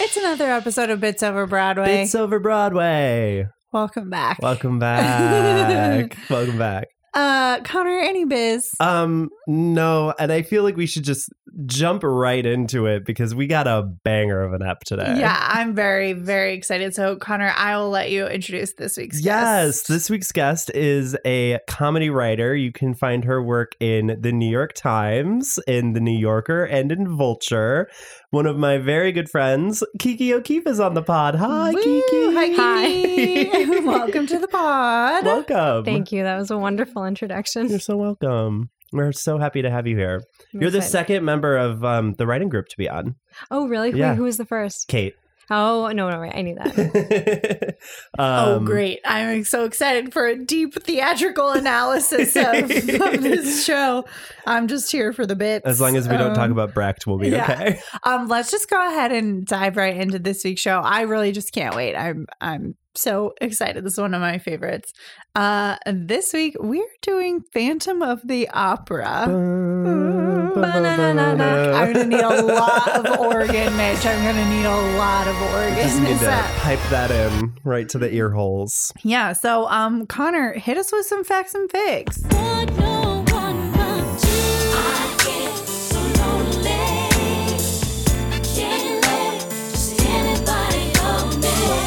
It's another episode of Bits Over Broadway. It's over Broadway. Welcome back. Welcome back. Welcome back. Uh, Connor, any biz? Um, no, and I feel like we should just jump right into it because we got a banger of an app today. Yeah, I'm very, very excited. So, Connor, I will let you introduce this week's Yes, guest. this week's guest is a comedy writer. You can find her work in the New York Times, in the New Yorker, and in Vulture. One of my very good friends, Kiki O'Keefe, is on the pod. Hi, Woo! Kiki. Hi, Kiki. Hi. Welcome to the pod. Welcome. Thank you. That was a wonderful introduction. You're so welcome. We're so happy to have you here. I'm You're the excited. second member of um, the writing group to be on, Oh, really? Wait, Yeah. who was the first? Kate. Oh, no, no, wait, I knew that. oh, Um, great. I'm so excited for a deep theatrical analysis of, of this show. I'm just here for the bits. As long as we don't talk Um, about Brecht, we'll be yeah. okay. Um, let's just go ahead and dive right into this week's show. I really just can't wait. I'm I'm so excited. This is one of my favorites. Uh, this week we're doing Phantom of the Opera. I'm gonna need a lot of organ, Mitch. I'm gonna need a lot of We organ. Just need Is to that- pipe that in right to the ear holes. Yeah. So, um, Connor, hit us with some facts and figs.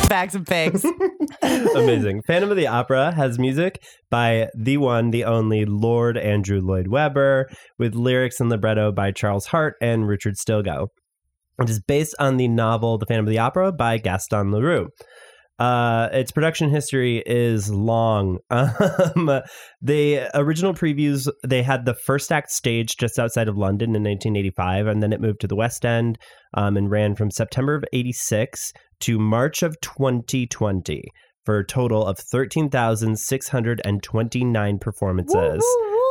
Facts and figs. Amazing. Phantom of the Opera has music by the one, the only Lord Andrew Lloyd Webber, with lyrics and libretto by Charles Hart and Richard Stilgoe. It is based on the novel The Phantom of the Opera by Gaston Leroux. Uh, its production history is long. Um, the original previews, they had the first act staged just outside of London in 1985, and then it moved to the West End um, and ran from September of 86 to March of 2020 for a total of 13,629 performances.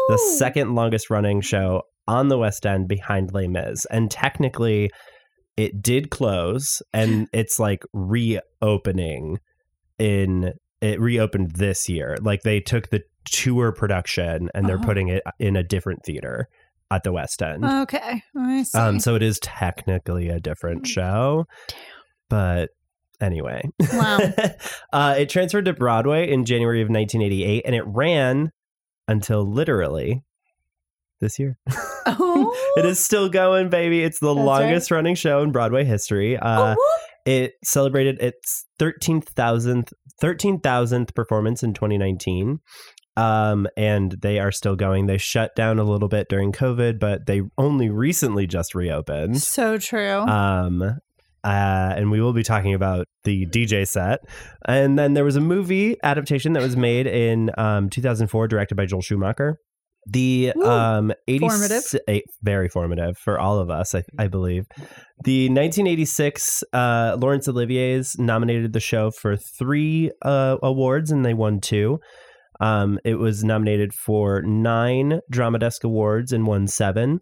The second longest running show on the West End behind Les Mis. And technically, it did close and it's like reopening in it reopened this year. Like they took the tour production and they're Oh. putting it uh, in a different theater at the West End. Okay. Oh, I see. Mm. Um, so it is technically a different show. But anyway. wow. uh, it transferred to Broadway in January of 1988 and it ran until literally this year. Oh. It is still going, baby. It's the That's right. longest running show in Broadway history. Oh, Uh, whoop. It celebrated its 13,000th 13,000th performance in 2019. Um, and they are still going. They shut down a little bit during COVID, but they only recently just reopened. so true. Um, uh, and we will be talking about the DJ set. And then there was a movie adaptation that was made in um, 2004, directed by Joel Schumacher. The Ooh, um, 80, formative. eight- very formative for all of us, I, I believe. The 1986 uh, Laurence Olivier's nominated the show for three uh, awards, and they won two. Um, it was nominated for nine Drama Desk Awards and won seven,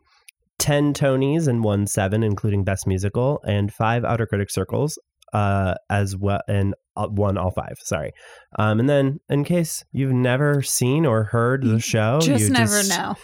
10 Tonys and won seven, including Best Musical, and five Outer Critic Circles, uh, as well, and uh, won all five. Sorry. Um, and then, in case you've never seen or heard the show, just Oh, you never just- know.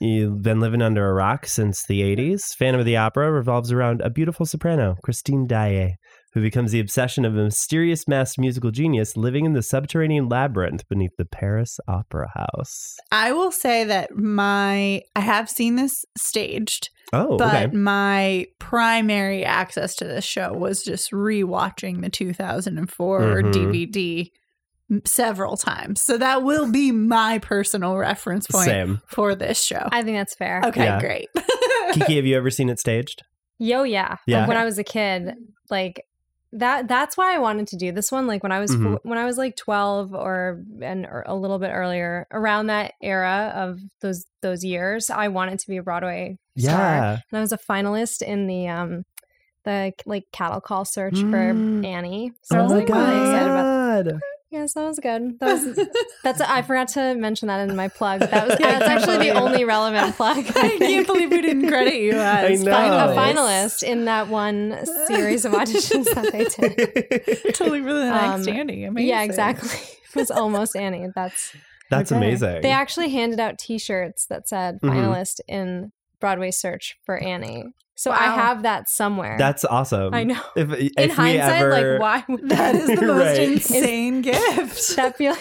You've been living under a rock since the 80s. Phantom of the Opera revolves around a beautiful soprano, Christine Daae, who becomes the obsession of a mysterious masked musical genius living in the subterranean labyrinth beneath the Paris Opera House. I will say that my I have seen this staged, Oh, but okay. my primary access to this show was just rewatching the 2004 Mhm. DVD m- several times. So that will be my personal reference point Same. for this show. I think that's fair. okay, Yeah. great. Kiki, have you ever seen it staged? Yo, yeah. Yeah. When I was a kid, like that. That's why I wanted to do this one. Like when I was Mhm. when I was like twelve or and or a little bit earlier, around that era of those those years, I wanted to be a Broadway star. Yeah. and I was a finalist in the um the like cattle call search Mm. for Annie. So I oh was my like really excited about. god. Yes, that was good. That was that's I forgot to mention that in my plug. That was Yeah, I that's can't actually the believe it. only relevant plug. I can't believe we didn't credit you as know. a A finalist in that one series of auditions that they did. totally really Um, nice standing. Amazing. Yeah, exactly. It was almost Annie. That's That's Okay. amazing. they Mm-hmm. actually handed out T-shirts that said Mhm. finalist in Broadway search for Annie. So I Wow. have that somewhere. That's awesome. I know. If, if In we hindsight, ever- like why would That is the most Right. insane gift. that feel?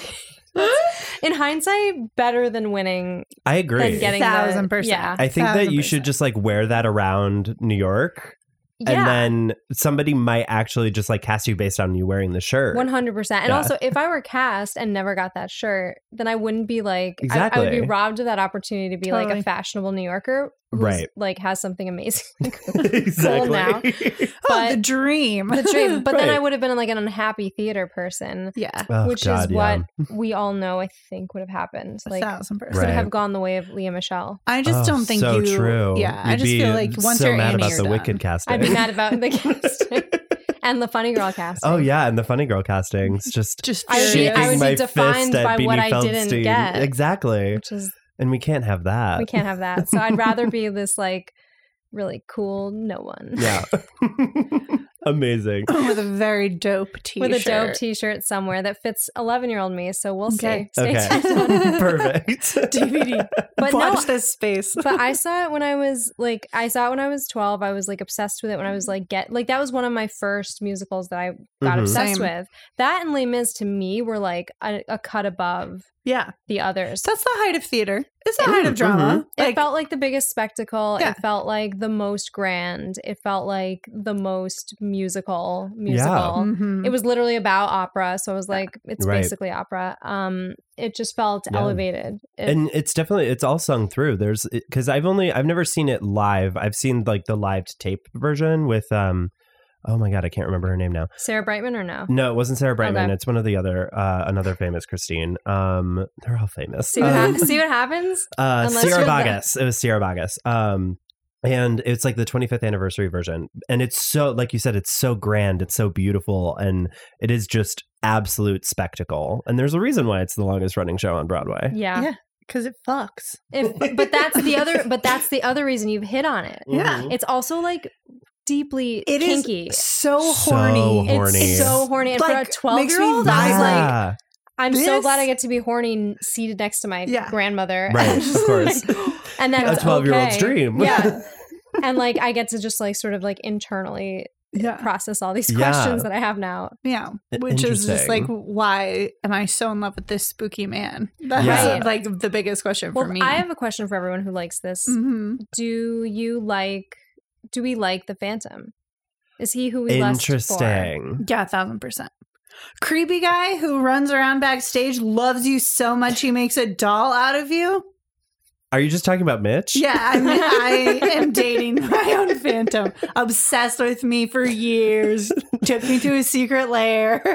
in hindsight, better than winning I agree. than getting Thousand the, percent. Yeah, I think that you should 1000%. just like wear that around New York, yeah. and then somebody might actually just like cast you based on you wearing the shirt. One hundred percent. And Yeah. also, if I were cast and never got that shirt, then I wouldn't be like I- I, would Exactly. be robbed of that opportunity to be like Totally. a fashionable New Yorker, who's, Right. Like has something amazing, exactly. now. oh, the but dream. the dream. But then I Right. would have been like an unhappy theater person, yeah. Oh, which God, is yeah. what we all know. I think would have happened. A Like thousand percent. could Right. have gone the way of Leah Michelle. I just Oh, don't think so you. True. Yeah, I You'd just feel be like once so you're mad in, about you're the done. wicked casting. I'd be mad about the casting and the funny girl casting. oh yeah, and the funny girl castings just Just I would be- shaking I would be my defined fist at by what Beanie I didn't Feldstein. get. Exactly, which is and we can't have that. we can't have that. So I'd rather be this like really cool no one. Yeah. Amazing. with a very dope t-shirt. with a dope t-shirt somewhere that fits 11 year old me so we'll Okay. see Stay Okay. tuned. Perfect. DVD. but Watch no this space. but i saw it when i was like i saw it when i was 12 i was like obsessed with it when i Mm. was like get like that was one of my first musicals that i got Mhm. obsessed Same. with that and les mis to me were like a, a cut above yeah, the others so that's the height of theater. It's the height of Mhm, drama. it felt like the biggest spectacle. Yeah. It felt like the most grand. It felt like the most musical musical. Mhm. It was literally about opera, so I was like, it's Right. basically opera. Um, it just felt Yeah. elevated. It- and it's definitely it's all sung through there's because i've only i've never seen it live i've seen like the live to tape version with um oh my god i can't remember her name now Sarah Brightman or no? no it wasn't sarah brightman Okay. it's one of the other uh another famous christine um they're all famous See what, um, hap- see what happens. uh Unless sierra you're the- Vargas. it was sierra Vargas. um and it's like the 25th anniversary version and it's so like you said it's so grand it's so beautiful and it is just absolute spectacle and there's a reason why it's the longest running show on broadway Yeah. Yeah. because it fucks. If, but that's the other. But that's the other reason you've hit on it. Yeah. Mm-hmm. It's also like deeply It is kinky. So So horny. horny. It's so horny. And Like, for a makes me twelve year old, I was like, Yeah. I'm so This- glad I get to be horny n- seated next to my Yeah. grandmother. Right, of course. and then a 12 year old's dream. Yeah. and like I get to just like sort of like internally yeah, process all these Yeah. questions that I have now. yeah. I- Which is just interesting. like, why am I so in love with this spooky man? That's Yeah. like the biggest question Well, for me. I have a question for everyone who likes this. Mhm. Do you like do we like the phantom? Is he who we lust for? Interesting. Yeah, a thousand percent. Creepy guy who runs around backstage loves you so much he makes a doll out of you. Are you just talking about Mitch? Yeah, I, mean, I am dating my own phantom. Obsessed with me for years. Took me to his secret lair.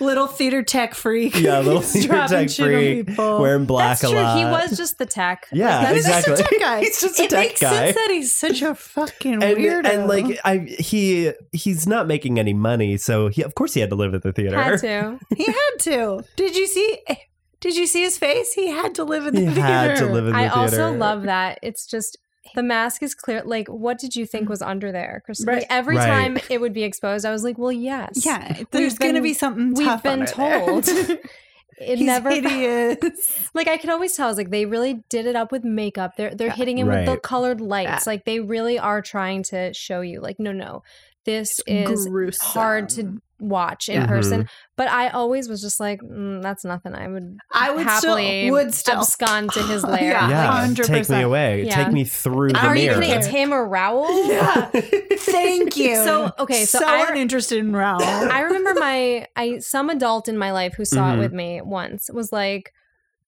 little theater tech freak. Yeah, little He's theater dropping tech shit on freak, people. Wearing black That's true. a lot. He was just the tech. Yeah, He's just a exactly. tech guy. He's just a it tech makes guy. sense that he's such a fucking And, weirdo. and like I he he's not making any money, so he of course he had to live at the theater. Had to. he had to. Did you see? Did you see his face? He had to live in the He theater. had to live in the I theater. also love that. It's just the mask is clear. Like, what did you think was under there, Chris? Like, Mm. Right. every Right. time it would be exposed, I was like, well, yes. Yeah, there's been- going to be something. we've tough been under there. told. It He's never. hideous. Like, I could always tell. I was like, they really did it up with makeup. They're they're hitting him with the Right. colored lights. Yeah. Like, they really are trying to show you. Like, no, no, this is gruesome. hard to watch in Yeah. person. Mm-hmm. But I always was just like, mm, that's nothing. I would I would happily still would still abscond to his lair. Yeah. Yeah, take me 100%. away. Yeah. Take me through the Are you mirror. kidding? It's him or Raoul? Yeah. Thank you. So, okay, so so I- uninterested in Raoul. I remember my I some adult in my life who saw Mhm. it with me once was like,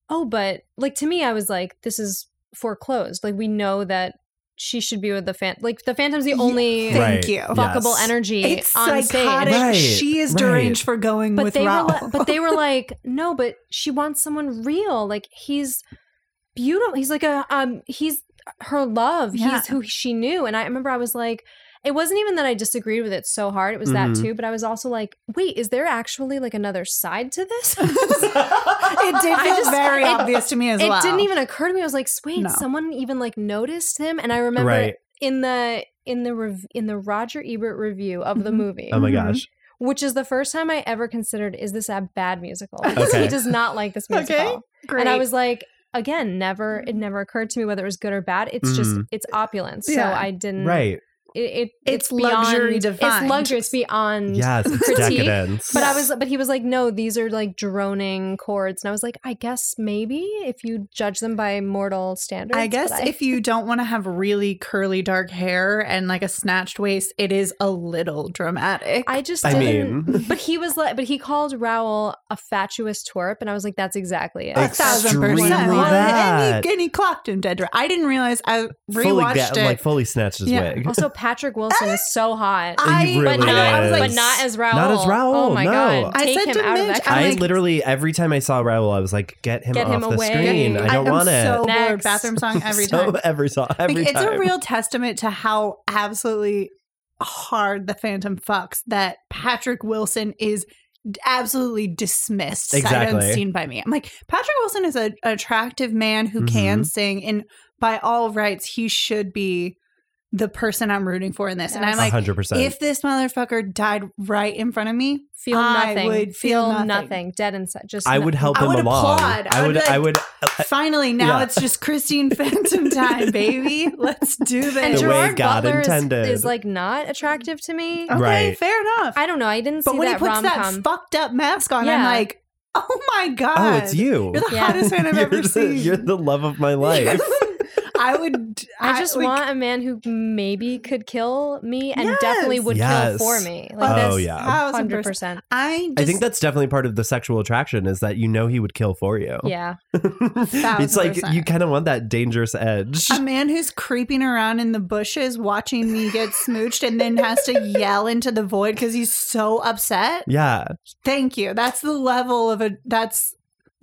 "Oh, but like to me, I was like, this is foreclosed. Like we know that she should be with the fan. Like the Phantom's the Yeah. only Thank right. you. fuckable yes. energy it's on psychotic. stage." Right, she is right. deranged for going But with they Raoul. were, li- but they were like, "No, but she wants someone real. Like he's beautiful. He's like a um. He's her love. Yeah. He's who she knew." And I remember I was like. It wasn't even that I disagreed with it so hard. It was Mhm. that too, but I was also like, wait, is there actually like another side to this? it did I feel just- very it- obvious to me as it well. didn't even occur to me. I was like, wait, No. someone even like noticed him. And I remember Right. in the in the rev- in the Roger Ebert review of the Mhm. movie, Oh my Mhm. gosh. which is the first time I ever considered, is this a bad musical? Because Okay. he does not like this Okay, musical. Great. And I was like, again, never it never occurred to me whether it was good or bad. It's just Mhm. it's opulence. Mm. Yeah. So I didn't Right. it, it It's luxury beyond, defined. It's luxury. It's Mm. beyond Yes. It's critique, decadence. But I Yes. was, but he was like, no, these are like droning chords, and I was like, I guess maybe if you judge them by mortal standards, I but guess if you don't want to have really curly dark hair and like a snatched waist, it is a little dramatic. I just I didn't. mean, but he was like, but he called Raoul a fatuous twerp, and I was like, that's exactly it. a thousand Extremely percent. And that. he, and he clocked him dead. right. I didn't realize. I fully ga- rewatched it. like fully snatched his Yeah. wig. Also, Patrick Wilson is so hot, I- he really but not, I is. was like- but not as Raoul. Not as Raoul, Oh my no. god! I Take said him to out of Midge, that. I'm I like- literally every time I saw Raoul, I was like, "Get him Get off him the away. screen. I don't am want it." so bored. Next. Bathroom song every so time. every song, every like, time. It's a real testament to how absolutely hard the Phantom fucks that Patrick Wilson is d- absolutely dismissed, sight Exactly. unseen by me. I'm like, Patrick Wilson is a, an attractive man who Mm-hmm. can sing, and by all rights, he should be the person I'm rooting for in this. And I'm Yes. A like, hundred percent. if this motherfucker died right in front of me, Feel I nothing. would feel feel nothing. nothing. Dead inside. Just I no- would help I him would along. applaud. I I would would. be I would. finally, now Eh, Yeah. it's just Christine Phantom time, baby. Let's do this. And The way Gerard God Butler is- intended. Uh, is, like not attractive to me. Okay, Right. fair enough. I don't know. I didn't but see when that he puts rom that com. fucked up mask on, I'm Yeah. like, oh my god, Oh, it's you. You're the Yeah. hottest man I've You're ever the- seen. You're the love of my life. I would. I just like, want a man who maybe could kill me and Yes. definitely would kill Yes. for me. Oh, Like that's yeah. thousand hundred percent. percent. I just I think that's definitely part of the sexual attraction is that you know he would kill for you. Yeah. it's like percent. you kind of want that dangerous edge. a man who's creeping around in the bushes watching me get smooched and then has to yell into the void because he's so upset. yeah, Thank you. That's the level of a. That's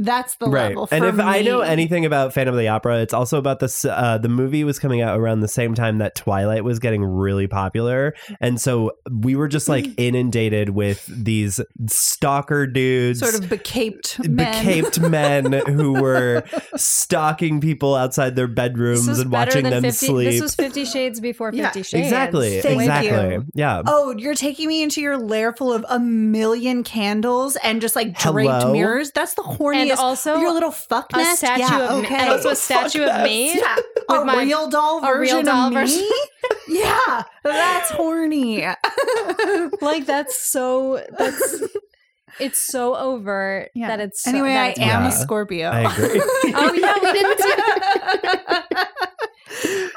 that's the right. level. And for if I know me. anything about Phantom of the Opera, it's also about this. Uh, the movie was coming out around the same time that Twilight was getting really popular, and so we were just Mm. like inundated with these stalker dudes, sort of becaped men. becaped men who were stalking people outside their This bedrooms was and better watching than them 50, sleep. This was Fifty Shades before Yeah, Fifty Shades. exactly, Thank exactly, you. yeah. Oh, you're taking me into your lair full of a million candles and just like draped Hello? mirrors. That's the horniest. And also your little fuck A nest. statue yeah, of okay. me. And also a statue of me. yeah, with a my- real doll a real version doll of version. me. yeah, that's horny. Like that's so that's it's so overt Yeah. that it's so, anyway, that I it's- am Yeah. a Scorpio. I agree. Oh yeah, we didn't do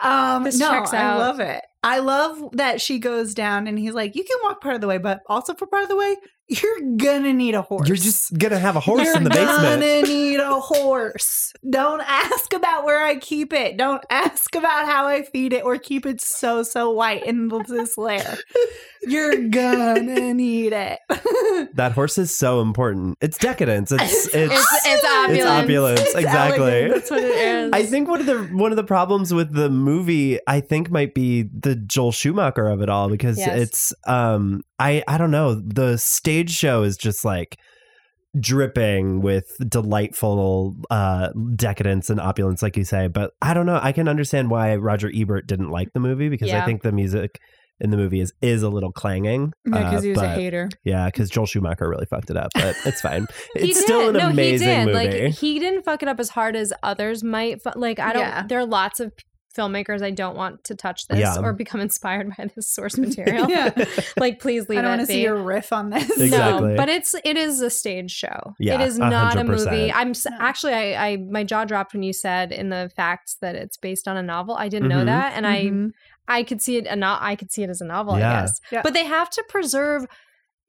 um, This no, checks I out. love it. I love that she goes down and he's like, "You can walk part of the way, but also for part of the way, you're gonna need a horse. You're just gonna have a horse You're in the basement. gonna need a horse. Don't ask about where I keep it. Don't ask about how I feed it or keep it so so white in this lair. You're gonna need it. That horse is so important. It's decadence. It's it's it's, it's it's It's opulent. opulence. It's exactly. elegant. That's what it is. I think one of the one of the problems with the movie, I think, might be the Joel Schumacher of it all because Yes. it's um I I don't know the stage show is just like dripping with delightful uh decadence and opulence like you say but i don't know i can understand why roger ebert didn't like the movie because i Yeah. think the music in the movie is is a little clanging uh, but- hater. Yeah, because Joel Schumacher really fucked it up, but it's fine. He It's still an did. no, amazing he did. movie. Like he didn't fuck it up as hard as others might. But like I don't. Yeah. There are lots of filmmakers I don't want to touch this Yeah. or become inspired by this source material. Yeah. Like please leave I don't it want to be. see your riff on this. Exactly. No, but it's it is a stage show. Yeah, it is not a 100%. movie. I'm s No. actually I, I my jaw dropped when you said in the facts that it's based on a novel. I didn't know Mhm. that, and I Mhm. I could see it a no- I could see it as a novel, I Yeah. guess. Yeah. But they have to preserve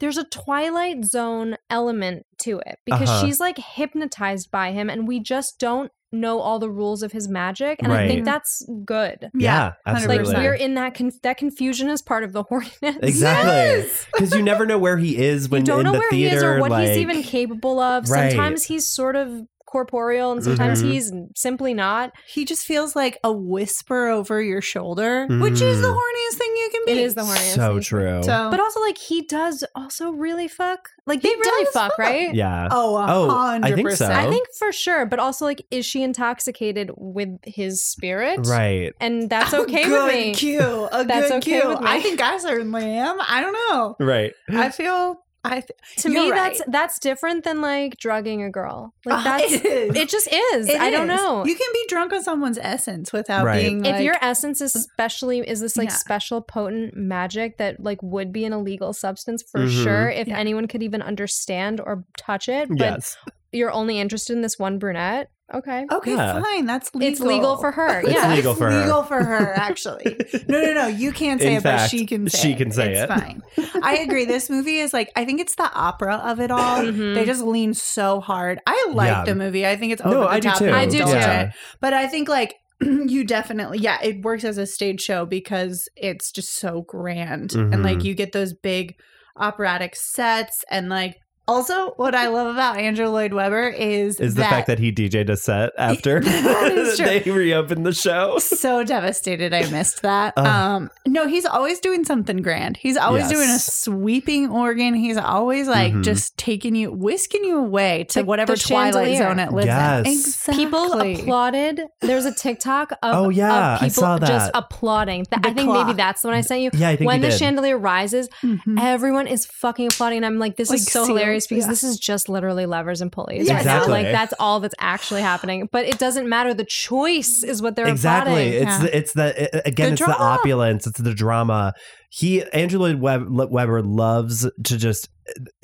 there's a Twilight Zone element to it because Uh-huh. she's like hypnotized by him and we just don't know all the rules of his magic. And I Right. think that's good. yeah, Like absolutely. 100%. we're in that conf- that confusion is part of the horniness. exactly. Because you never know where he is when you don't in know the where theater. he is or what he's like- even capable of. Right. Sometimes he's sort of corporeal and sometimes Mhm. he's simply not. He just feels like a whisper over your shoulder, which is the Mm. horniest thing you can be. It is the horniness. So thing. true. So, But also like he does also really fuck. Like they He really does fuck, fuck. right? yeah. oh, Oh, I 100%. think so. I think for sure, but also like, is she intoxicated with his spirit? Right. And that's okay Oh, good with me. Cue. A That's good okay cue. with me. I think I certainly am. I don't know. Right. I feel I th- To You're me, right. that's that's different than like drugging a girl. Like Uh, that's it is. it. Just is. It I don't is. know. You can be drunk on someone's essence without Right. being. if like- your essence is specially is this like Yeah. special potent magic that like would be an illegal substance for Mhm. sure if Yeah. anyone could even understand or touch it but yes. you're only interested in this one brunette okay okay, Yeah. fine, that's Oh, legal. it's legal for her It's yeah legal for her. legal for her, actually. No, no, no. You can't say In it, but fact, she can say she it. can say it's it. fine. I agree. This movie is like, I think it's the opera of it all. Mhm. They just lean so hard. I like Yeah. the movie. I think it's over No, the I do top too. and I do too. indulgent. But I think like you definitely, yeah, it works as a stage show because it's just so grand. And like Mhm. you get those big operatic sets and like, also, what I love about Andrew Lloyd Webber is, Is the fact that he DJ'd a set after That is true. they reopened the show. so devastated I missed that. Ugh. Um no, he's always doing something grand. He's always Oh. Yes. doing a sweeping organ. He's always like Mhm. just taking you whisking you away to Like whatever the twilight chandelier. zone it lives Yes. in. Exactly. People applauded. There's a TikTok of, Oh, yeah, of I people saw that. just applauding. Th- The I think clock. maybe that's the one I sent you. Yeah, I think when he the did. chandelier rises, Mhm. everyone is fucking applauding. And I'm like, this is Like so seals, hilarious because yeah. this is just literally levers and pulleys. Yeah, right now. Exactly. Like that's all that's actually happening. But it doesn't matter. The choice is what they're exactly. applauding. It's yeah. the, it's the it- again The it's the drama. opulence. It's the drama. He Andrew Lloyd Web- Lo- Webber loves to just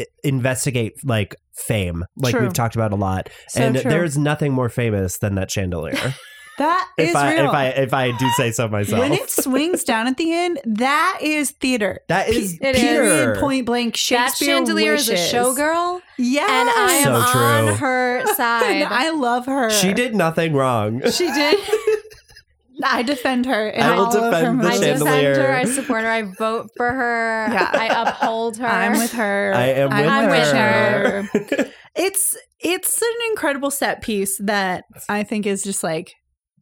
uh, investigate like fame, like True. we've talked about a lot. So and true. there's nothing more famous than that chandelier. that if is I real. if I if I do say so myself, when it swings down at the end, that is theater. that is Pe- It is. pure. period point blank That Shakespeare chandelier wishes. is a showgirl, Yeah. and I am So true. on her And side. I love her. She did nothing wrong. she did. I defend her. In I will all of her defend the I movies. chandelier. defend her. I support her. I vote for her. Yeah. I uphold her. I'm with her. I am I'm with with her. it's it's an incredible set piece that I think is just like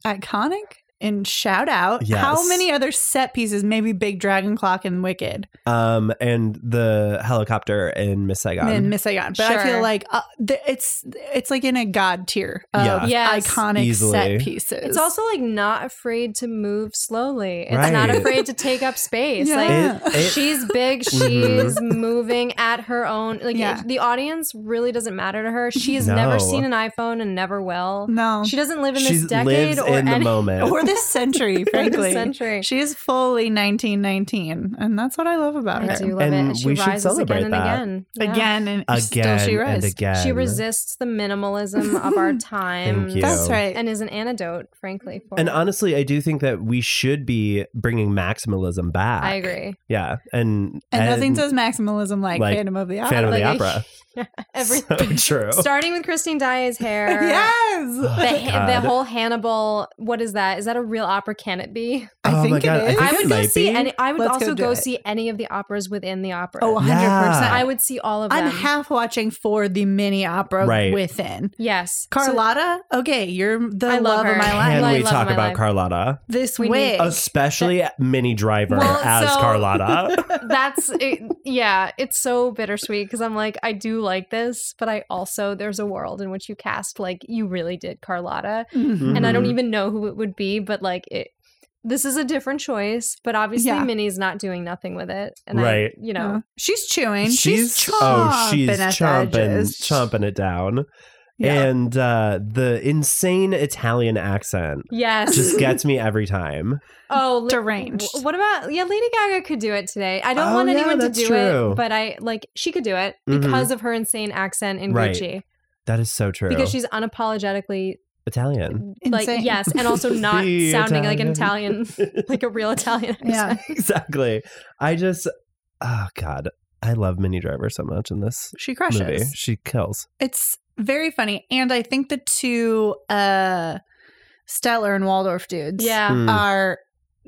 iconic and shout out. How Yes. many other set pieces? Maybe Big Dragon Clock and Wicked Um, and the helicopter in Miss Saigon. and Miss Saigon, but I feel Sure. like uh, th- it's it's like in a god tier of Yeah. Yes. iconic Easily. set pieces. It's also like not afraid to move slowly. It's not Right. afraid to take up space. Like Yeah. It- it- she's big. Mhm. She's moving at her own. Like Yeah. it- the audience really doesn't matter to her. She has No. never seen an iPhone and never will. no She doesn't live in she this decade lives or in the any moment. or this century, or this frankly. century. She is fully 1919, and that's what I love about I her. do love And it. She we should rises celebrate again that. and again. Yeah. Again and still again she and rises. again. She resists the minimalism of our time. you. That's Yeah. right. And is an antidote, frankly. For And it. honestly, I do think that we should be bringing maximalism back. I agree. Yeah, and and, nothing says maximalism like, like, Phantom of the Opera. Phantom of the Like, Opera. Everything. So true. Starting with Christine Daae's hair. yes. Oh, The, ha- the God. whole Hannibal, what is that? Is that a real opera? Can it be? I Oh think my God, it is. I think I it would go might see be. any. I would Let's go also do go it. see any of the operas within the opera. Oh, 100%. Yeah. I would see all of them. I'm half watching for the mini opera Right. within. yes, So- Carlotta, okay, you're the I love love of her. my life. Can Like, we love talk my about life. Carlotta, this We wig. need- especially Mini Driver Well, as so- Carlotta? that's it, yeah. It's so bittersweet because I'm like, I do like this, but I also there's a world in which you cast like you really did Carlotta, Mhm. and I don't Mhm. even know who it would be, but like it. This is a different choice, but obviously Yeah. Minnie's not doing nothing with it, and Right. I, you know, She's chewing. She's, she's chomping oh, she's at the chomping, edges. chomping it down, Yeah. and uh, the insane Italian accent yes, just gets me every time. Oh, li- Deranged. w- What about yeah? Lady Gaga could do it today. I don't Oh, want yeah, anyone to that's do true. it, but I like she could do it Mhm. because of her insane accent in Right. Gucci. That is so true. Because she's unapologetically Italian. Insane. like yes, and also not The sounding like an Italian, like a real Italian. Yeah. accent. exactly. I just, oh God, I love Mini Driver so much in this She crushes. movie. She kills. It's very funny. And I think the two uh Stellar and Waldorf dudes yeah, Mm. are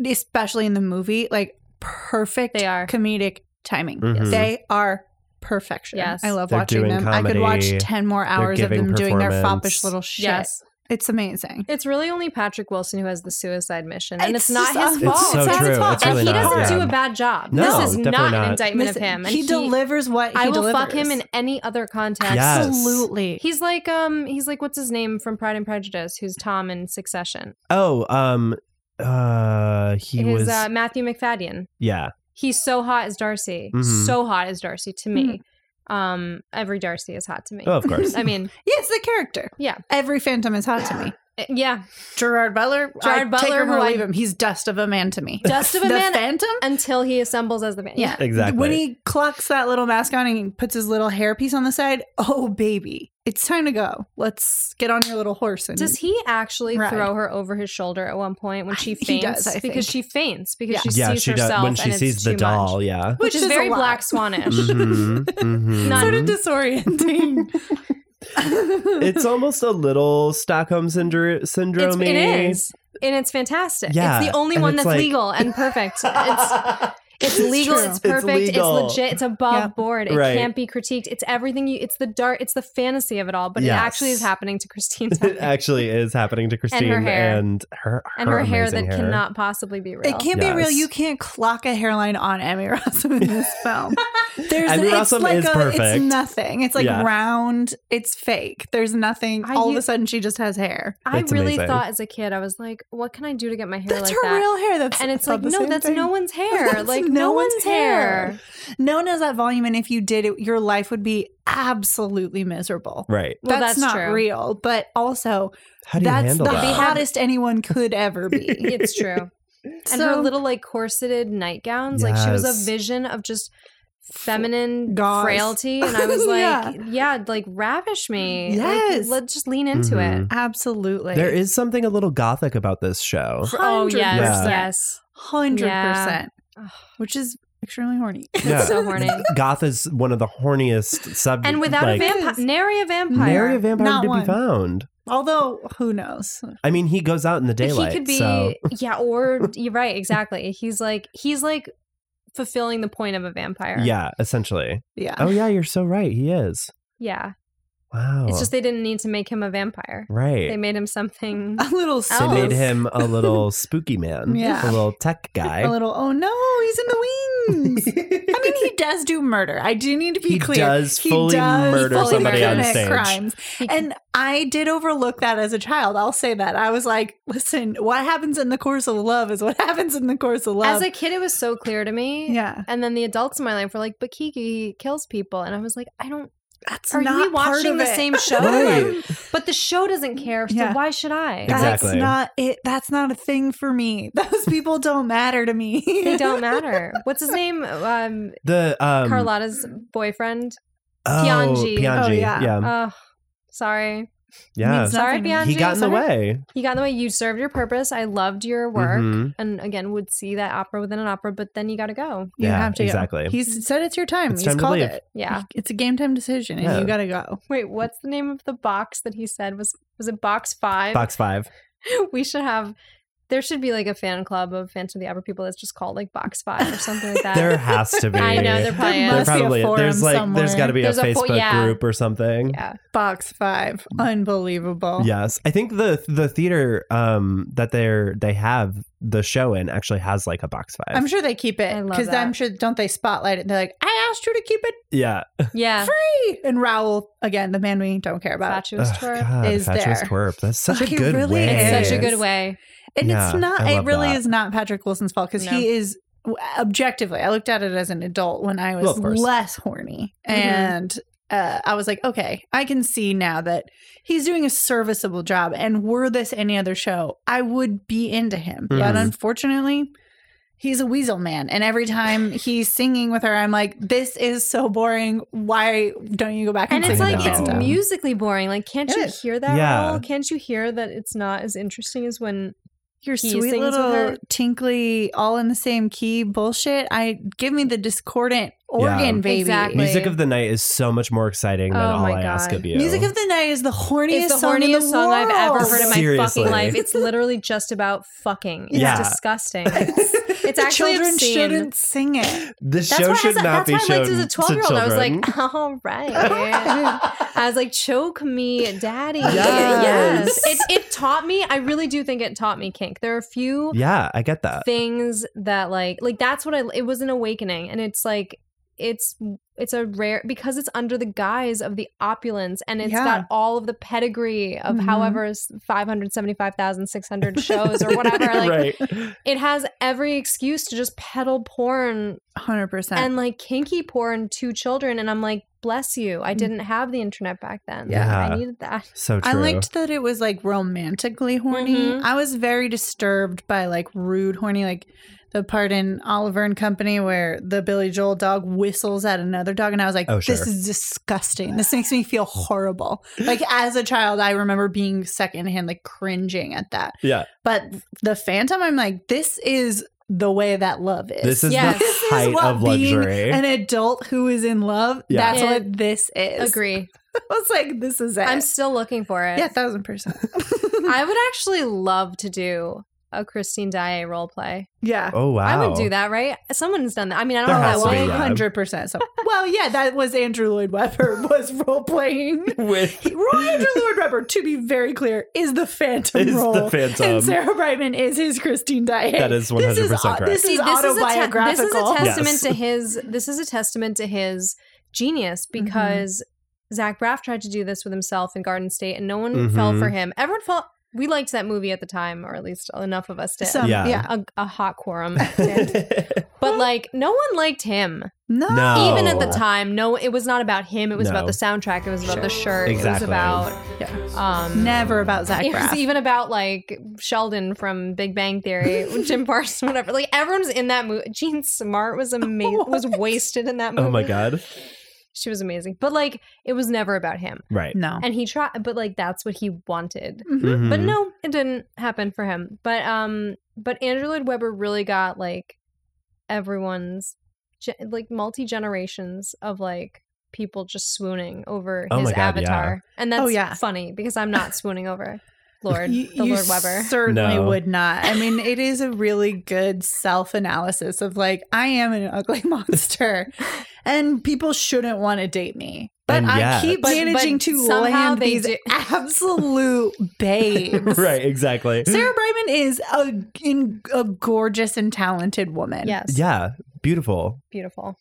especially in the movie, like perfect they are. comedic timing. Mhm. They are perfection. Yes. I love They're watching doing them. I could watch comedy. 10 more hours of giving them doing their foppish performance. little shit. Yes, It's amazing. it's really only Patrick Wilson who has the suicide mission, and it's, It's not just his awful. fault. It's so It's not his true. fault. It's and really he not. doesn't yeah. do a bad job. No, this is not definitely an not. indictment Listen, of him. And he, delivers what he I will delivers. fuck him in any other context. Yes. Absolutely. He's like um he's like what's his name from Pride and Prejudice who's Tom in Succession. Oh, um, uh, he His was, uh, Matthew McFadden. yeah, He's so hot as Darcy. Mhm. So hot as Darcy to me. Mm-hmm. Um, every Darcy is hot to me. Oh, of course. I mean, Yes, the character. Yeah. Every phantom is hot to me. eh, yeah. Gerard Butler. Gerard I take Butler, him or who I- leave him. He's dust of a man to me. Dust of a the man phantom. until he assembles as the man. Yeah, Exactly. When he clocks that little mask on and he puts his little hairpiece on the side, oh baby, it's time to go. Let's get on your little horse. And Does he actually Right. throw her over his shoulder at one point when she I- faints? he does, I because she think. faints because Yeah. she yeah, sees she herself does. When she and it's sees the too doll, Much. yeah. Which, is, a very lot. black swanish. Mhm, mhm. Not- sort of disorienting. Mm-hmm. it's almost a little Stockholm syndrome. It's, syndrome it is. And it's fantastic. Yeah, It's the only and one it's that's like- legal and perfect. It's it's legal, true. it's It's perfect, it's, legal. legit, it's above Yeah. board. It Right. can't be critiqued. It's everything you it's the dark it's the fantasy of it all, but Yes. it actually is happening to Christine It actually is happening to Christine and her hair. and her, and her, hair that amazing cannot possibly be real. It can't be real. Yes. You can't clock a hairline on Emmy Rossum in this film. There's Emmy it's Rossum like is a, perfect. It's nothing. It's like Yeah. round. It's fake. There's nothing. I All of u- a sudden, she just has hair. I It's really amazing. thought as a kid, I was like, what can I do to get my hair That's like her that? real hair. That's and it's I like, thought the no, same that's thing. no one's hair. That's like no, no one's, one's hair. hair. No one has that volume, and if you did, it, your life would be absolutely miserable. Right. Well, that's, that's not true. real, but also How do you that's the handle that? hottest anyone could ever be. It's true. and her So- little like corseted nightgowns, like she was Yes. a vision of just feminine Gauze. frailty. And I was like, yeah. Yeah. like ravish me. Like, Yes. let's just lean into it. Mhm. Absolutely, There is something a little gothic about this show. Oh yes, Yeah. yes. hundred percent, Ugh. which is extremely horny. Yeah. So horny. Goth is one of the horniest sub. And without like, a vampire, nary a vampire. nary a vampire Not to be one. found. Although, who knows? I mean, he goes out in the But daylight. He could be, so yeah, or you're right, exactly. He's like, he's like fulfilling the point of a vampire. yeah, essentially. Yeah, Oh yeah, you're so right. He is. Yeah. Wow. It's just they didn't need to make him a vampire. Oh, right. They Oh. made him something. a little. They else. made him a little spooky man, Yeah. a little tech guy. a little. Oh no, he's in the wings. I mean, he does do murder. I do need to be He clear. does fully murder somebody on commit stage. Crimes. He can- And I did overlook that as a child. I'll say that. I was like, listen, what happens in the course of love is what happens in the course of love. as a kid, it was so clear to me. yeah. And then the adults in my life were like, but Kiki kills people. And I was like, I don't, That's are not we watching part of the it. same show? Right. Like, But the show doesn't care. So Yeah. why should I? Exactly. That's not it. That's not a thing for me. Those people don't matter to me. They don't matter. What's his name? Um, the um, Carlotta's boyfriend. oh, Pianji. Pianji. Oh, yeah. yeah, Oh, sorry. yeah. means Sorry, nothing to me. He Pianji, got in the sorry. way. You got in the way. You served your purpose. I loved your work. Mhm. And again, would see that opera within an opera, but then you got to go. You Yeah, have to go. exactly. He's said it's your time. It's He's time to called leave. it. Yeah. It's a game time decision, and Yeah. you gotta go. Wait, what's the name of the box that he said was was it box five? Box five. We should have. There should be like a fan club of Phantom of the Opera people that's just called like Box Five or something like that. There has to be. I know there probably There There is. must be a probably forum there's like there's somewhere. got to be There's a a fo- Facebook yeah. group or something. Yeah. Box five, unbelievable. Yes, I think the the theater um that they're they have the show in actually has like a box 5 I'm sure they keep I it love because that. I'm sure don't they spotlight it? They're like, I asked you to keep it yeah. Yeah, free. And Raul again, the man we don't care about. fatuous Ugh, twerp. God, is fatuous there. twerp. That's such a He good really way. is. It's such a good Yes. way. And Yeah, it's not, I love it really that. is not Patrick Wilson's fault because No. he is objectively, I looked at it as an adult when I Well, was of course. less horny. Mhm. And uh, I was like, okay, I can see now that he's doing a serviceable job. And were this any other show, I would be into him. But Mhm. unfortunately, he's a weasel man. And every time he's singing with her, I'm like, this is so boring. Why don't you go back and, And it's sing I like the it's anthem?" know. musically boring. Like, can't It you is. hear that? Yeah. Raoul? Can't you hear that it's not as interesting as when your He sweet sings with her. little tinkly all in the same key bullshit i give me the discordant organ Yeah. baby Exactly. Music of the night is so much more exciting than Oh all my I ask God. of you. music of the night is the horniest, it's the song, in horniest the song I've ever world. heard in my Seriously. fucking life. It's literally just about fucking. It's Yeah. disgusting. It's, it's the actually children obscene. shouldn't sing it This That's show why, should I, was, not that's be why I shown liked as to a 12 year old. I was children. like, all right. I was like, choke me, daddy. Yes. Yes. It, it taught me. I really do think it taught me kink. There are a few yeah, I Uh, get that. things that, like, like that's what I, it was an awakening. And it's like, it's it's a rare because it's under the guise of the opulence and it's Yeah. got all of the pedigree of Mhm. however s- 575,600 shows or whatever like right. it has every excuse to just peddle porn Hundred percent. and like kinky porn to children and I'm like bless you I Mm. didn't have the internet back then Yeah. I needed that So true. I liked that it was like romantically horny. Mhm. I was very disturbed by like rude horny, like the part in Oliver and Company where the Billy Joel dog whistles at another dog, and I was like, Oh, "This sure. is disgusting. This makes me feel horrible." Like as a child, I remember being secondhand, like cringing at that. yeah. But the Phantom, I'm like, this is the way that love is. This is Yes. the This This is height what of being luxury. An adult who is in love, Yeah. that's Yeah. what this is. agree I was like, this is it. I'm still looking for it yeah, thousand percent. I would actually love to do a Christine Daae role play. yeah. oh wow. I would do that, right? Someone's done that. I mean, I don't There know has that to be way. that. hundred percent. So, well, yeah, that was Andrew Lloyd Webber was role playing. With Roy Andrew Lloyd Webber, to be very clear, is the Phantom is role, the and phantom. Sarah Brightman is his Christine Daae. That is one This hundred is percent au- correct. this is autobiographical. This is a testament Yes. to his. This is a testament to his genius Mm-hmm. because Zach Braff tried to do this with himself in Garden State, and no one fell Mm-hmm. for him. Everyone felt we liked that movie at the time, or at least enough of us did. Some, Yeah. yeah. a, a hot quorum, did. but like no one liked him. no, No. Even at the Oh. time, no, it was not about him. It was No. about the soundtrack. It was about the shirt. Exactly. It was about Yeah. um, never about Zach It was Braff. even about like Sheldon from Big Bang Theory, Jim Parsons, whatever. Like everyone's in that movie. Jean Smart was amazing. was wasted in that movie. Oh my god. she was amazing. But like, it was never about him. Right. no, And he tried, but like that's what he wanted. Mhm. Mm-hmm. But no, it didn't happen for him. But um, but Andrew Lloyd Webber really got like everyone's ge- like multi generations of like people just swooning over Oh my his God, avatar, and that's Oh, yeah. funny because I'm not swooning over Lord You- the you Lord Webber. Certainly No. would not. I mean, it is a really good self analysis of like, I am an ugly monster and people shouldn't want to date me. But And I yet- keep But- but managing to somehow land they these do- absolute babes. Right. Exactly. Sarah Brightman is a, in, a gorgeous and talented woman. Yes. Yeah. Beautiful. Beautiful.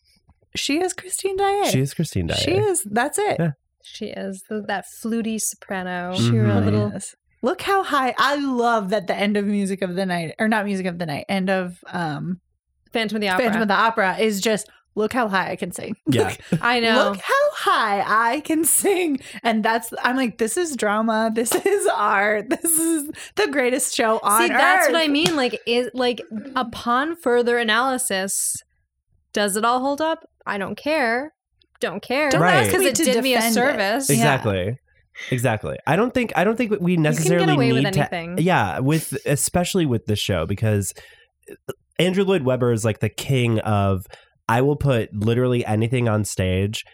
She is Christine Daae. She is Christine Dyer. She is. That's it. Yeah. She is Th- that fluty soprano. She Her really little is. Look how high. I love that the end of Music of the Night, or not Music of the Night, end of um, Phantom of the Opera. Phantom of the Opera is just look how high I can sing. Yeah. Look, I know. look how high I can sing. And that's I'm like, this is drama. This is art. This is the greatest show on See, that's earth. what I mean. Like, is like upon further analysis, does it all hold up? I don't care. Don't care. Don't ask because me it to did me a defend it. service. Exact- Exactly. Exactly. I don't think I don't think we you necessarily can get away need with to anything. Yeah, with especially with this show because uh, Andrew Lloyd Webber is like the king of I will put literally anything on stage.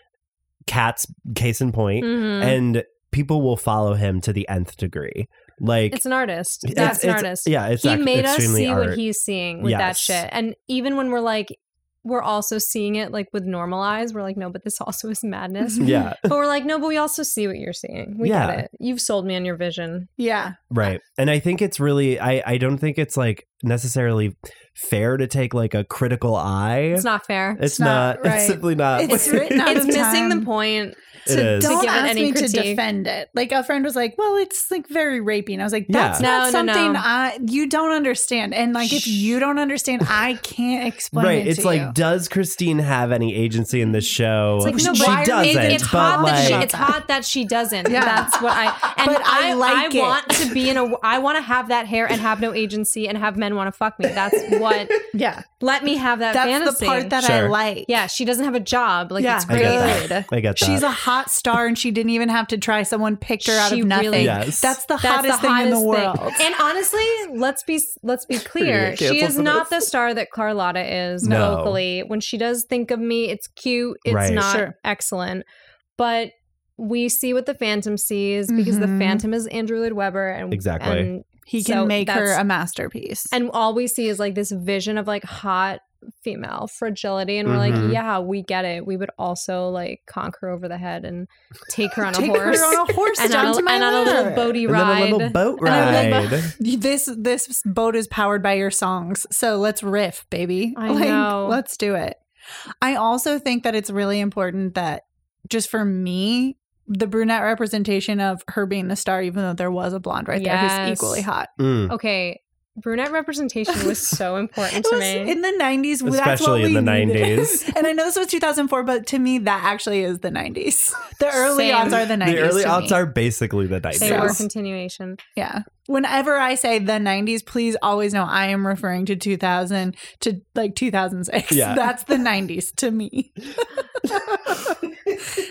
Cats, case in point, Mhm. and people will follow him to the nth degree. Like it's an artist. it's- That's an it's- artist. Yeah, it's he act- made us extremely see art. what he's seeing with that Yes. shit. And even when we're like, we're also seeing it like with normal eyes, we're like, no, but this also is madness. Yeah, but we're like, no, but we also see what you're seeing. We Yeah. get it. You've sold me on your vision. Yeah. right. And I think it's really I I don't think it's like necessarily fair to take like a critical eye. It's not fair. It's not, not. right. It's simply not. It's written out It's of missing time. the point. It So is. don't To give it ask any me to critique. defend it. Like a friend was like, "Well, it's like very rapey," and I was like, Yeah. "That's No, not no, no. something I you don't understand." And like, if you don't understand, I can't explain. right. it it's to like, you. does Christine have any agency in this show? It's like, no, she why are doesn't. they- It- it's but hot that she, like, it's hot that she doesn't. Yeah. That's what I and But I I, like I it. want to be in a I want to have that hair and have no agency and have men want to fuck me. That's what yeah, let me have that that's fantasy. the part that I Sure. like. yeah, she doesn't have a job. Like yeah, it's I great. get that. good. I get that. She's a hot star and she didn't even have to try. Someone picked her out She of nothing. really- Yes. That's the That's hottest thing in the world. hottest thing. And honestly, let's be let's be gonna clear. get She canceled is for not the star that Carlotta is No. vocally. When she does think of me, it's cute. It's Right. not Sure. excellent, but we see what the Phantom sees because Mhm. the Phantom is Andrew Lloyd Webber, and Exactly. and, he can So make her that's- a masterpiece. and all we see is like this vision of like hot female fragility and we're Mhm. like yeah we get it we would also like conk her over the head and take her on a Take horse her on a horse and, down on to a, my and on a little lab. boaty and then a ride little boat And ride. then a This this boat is powered by your songs, so let's riff, baby. I know. Let's do it. I also think that it's really important that just for me, the brunette representation of her being the star, even though there was a blonde right there Yes. who's equally hot. Mm. Okay, brunette representation was so important It to was me. in the 90s. that's what Especially in we the needed. 90s. and I know this was 2004, but to me, that actually is the 90s. The early Same. odds are the 90s. The early to odds me. are basically the they Yes. were a 90s. continuation. Yeah. Whenever I say the 90s, please always know I am referring to 2000 to like 2006. Yeah. That's the 90s to me.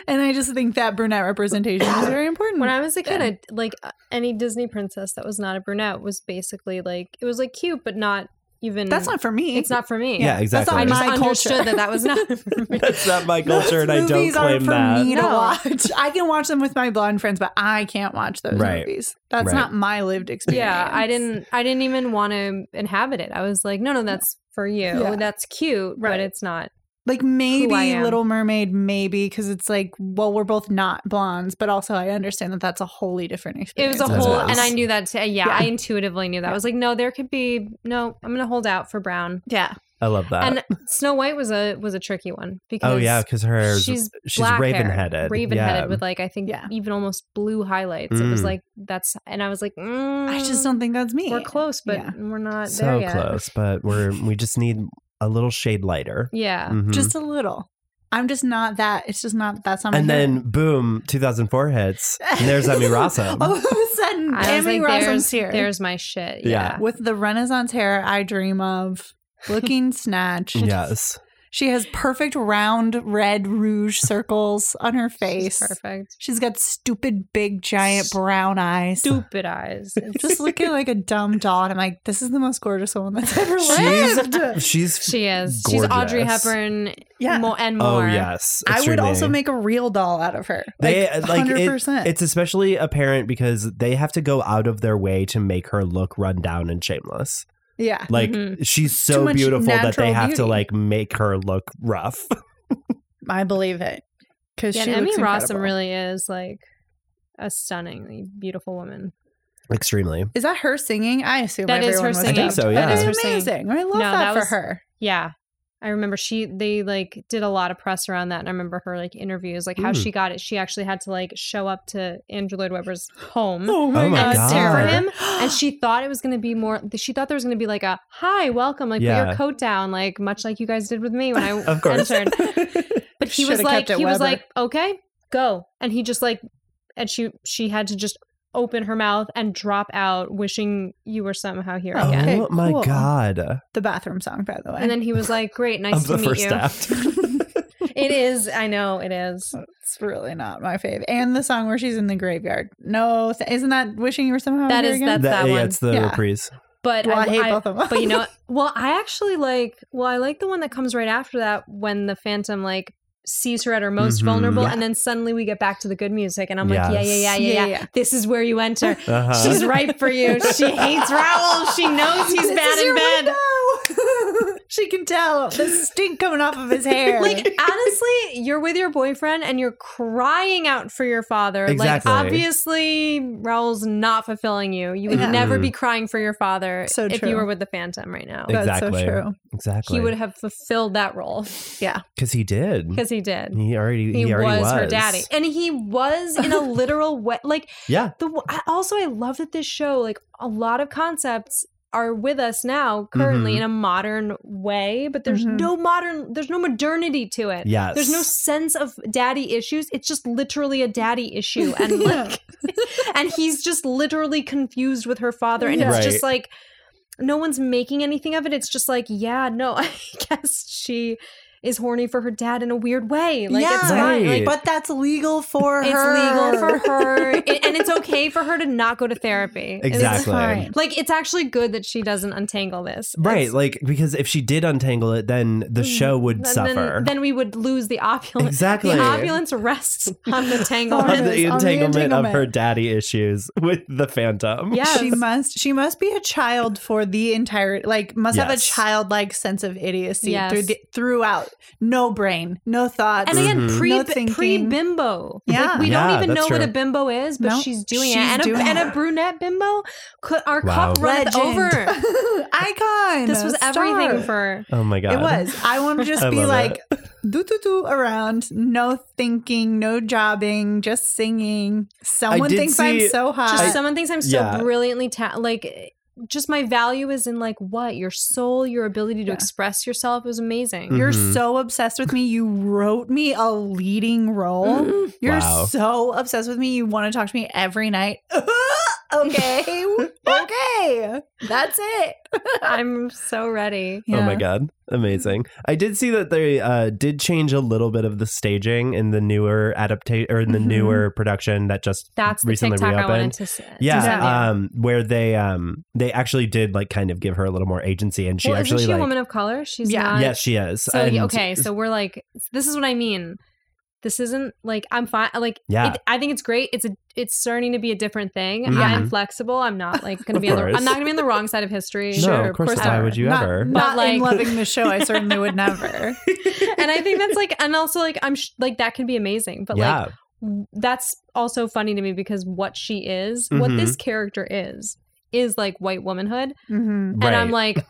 and I just think that brunette representation is very important. When I was a kid, I, like uh, any Disney princess that was not a brunette was basically like it was like cute, but not even. That's not for me. It's not for me. Yeah, That's exactly. not I just my understood culture. that that was not for me. That's not my culture, and I don't movies aren't claim for that. me to No. watch. I can watch them with my blonde friends, but I can't watch those Right. movies. That's Right. not my lived experience. yeah i didn't i didn't even want to inhabit it i was like no no that's for you Yeah. that's cute Right. but it's not like I maybe am. Little Mermaid, maybe because it's like, well, we're both not blondes, but also I understand that that's a wholly different it experience. was a That's whole what it and i is. knew that too. yeah, Yeah. i intuitively knew that i was like no there could be no i'm gonna hold out for brown yeah, I love Uh, that. and snow white was a was a tricky one because oh yeah, because her hair's- she's she's black raven hair, headed. raven headed with like i think Yeah. even almost blue highlights it Mm. was like that's and i was like mm, I just don't think that's me. we're close but Yeah. we're not there so yet close, but we're we just need a little shade lighter. yeah Mhm. just a little. I'm just not that. It's just not that's not. My and hair. then boom, 2004 hits, and there's Emmy Rossum. All of a sudden, I was Emmy like, Rossum's there's, here. there's my shit. Yeah. Yeah. with the Renaissance hair I dream of, looking snatched. yes, She has perfect round red rouge circles on her face. She's perfect. She's got stupid big giant brown eyes. Stupid eyes. It's Just looking like a dumb doll. And I'm like, this is the most gorgeous woman that's ever She's- lived. she's. she is. She's Gorgeous. Audrey Hepburn Yeah. mo- and oh more. yes, I would also extremely. make a real doll out of her. They uh, like, like, it- 100%. it's especially apparent because they have to go out of their way to make her look run down and shameless. yeah. Like Mhm. she's Too so much beautiful that they natural have to beauty. like make her look rough. I believe it. Because Yeah, she and Emmy looks incredible. Rossum really is like a stunningly beautiful woman. extremely. Is that her singing? I assume That is everyone her was singing. I think so, dubbed. yeah. That That is is her amazing. I love No, that, that for was- her. Yeah. I remember she they like did a lot of press around that and I remember her like interviews, like how Mm. she got it. She actually had to like show up to Andrew Lloyd Webber's home. Oh my and God. sit for him. And she thought it was going to be more. She thought there was going to be like a hi, welcome, like put Yeah. your coat down, like much like you guys did with me when I Of course. entered. But he was Shoulda kept like, it he was Weber. like, okay, go. And he just like, and she she had to just open her mouth and drop out, wishing you were somehow here Oh, again. okay, Oh my cool. god. the bathroom song, by the way. And then he was like, great, nice of to the meet first you. act. It is, I know, it is. It's really not my fave. And the song where she's in the graveyard. No, th- isn't that "Wishing You Were Somehow"? That Here is- Again? that's- that yeah, one. it's the Yeah. reprise. But Well, I, I, hate I- both of them. but you know, well, I actually like. Well, I like the one that comes right after that when the Phantom like sees her at her most Mhm. vulnerable, Yeah. and then suddenly we get back to the good music, and I'm like, yeah, Yes. yeah, yeah, yeah, Yeah, yeah, yeah. This is where you enter. Uh-huh. She's right for you. She hates Raoul. She knows he's This bad is in your bed. window. she can tell the stink coming off of his hair. Like honestly, you're with your boyfriend and you're crying out for your father. Exactly. Like obviously, Raoul's not fulfilling you. You would Yeah. never Mhm. be crying for your father So if true. you were with the Phantom right now. Exactly. that's so true. exactly. He would have fulfilled that role because he did. because he did. He already Mm-hmm. he, he, already was, was her daddy and he was in a literal way like Yeah. the I- also i love that this show like a lot of concepts are with us now currently Mhm. in a modern way but there's Mhm. no modern there's no modernity to it Mm-hmm. Yes. there's no sense of daddy issues it's just literally a daddy issue and Yeah. like and he's just literally confused with her father and Yeah. it's just like no one's making anything of it it's just like yeah no i guess she is horny for her dad in a weird way like it's Yeah. fine like Right. but that's legal for it's her. legal for her it- and it's okay for her to not go to therapy It's- Exactly. fine. like it's actually good that she doesn't untangle this Right, It's- Mm, like because if she did untangle it, then the show would then, then- suffer. then we would lose the opulence exactly. the opulence rests on the tangle On on is, the on the entanglement of entanglement. her daddy issues with the Phantom. yes She must she must be a child for the entire like must have a Yes. childlike sense of idiocy Yes. through the, throughout no brain, no thoughts. And again, Mhm. pre No pre thinking. bimbo. Yeah. like, we Yeah, don't even that's know what a true. bimbo is, but Nope. she's doing She's it. And, doing a, and it. a brunette bimbo, could, our cup Wow. runneth over. icon. This was star. everything for. Oh my god. It was. I want to just I be love like doo doo doo around, no thinking, no jobbing, just singing. Someone did thinks see- I'm so Just hot. someone thinks I'm so yeah. brilliantly ta- like. eh, Just my value is in like what your soul, your ability to Yeah. express yourself It was amazing. Mm. You're Mhm. so obsessed with me. You wrote me a leading role. Mm-hmm. You're Wow. so obsessed with me. You want to talk to me every night. okay. okay. That's it. I'm so ready. Oh my Yeah. god, amazing! Mm-hmm. I did see that they uh, did change a little bit of the staging in the newer adaptation or in the Mm-hmm. Mhm. newer production that just That's the recently TikTok I wanted reopened. to s- to Yeah, send you. um, where they um they actually did like kind of give her a little more agency, and she well, actually isn't she like a woman of color? She's Yeah. not. yes, she is. So And- yeah, okay, so we're like, this is what I mean. This isn't like I'm fine. Like, Yeah. it, I think it's great. It's a, it's starting to be a different thing. Mhm. I'm flexible. I'm not like gonna Of be. On the, course. I'm not gonna be on the wrong side of history. No, Sure, of course not. not. Why would you not, ever? Not But, in like- loving the show. I certainly would never. and I think that's like, and also like, I'm sh- like that can be amazing. But yeah, like, w- that's also funny to me because what she is, what Mhm. this character is, is like white womanhood. Mhm. right. and I'm like,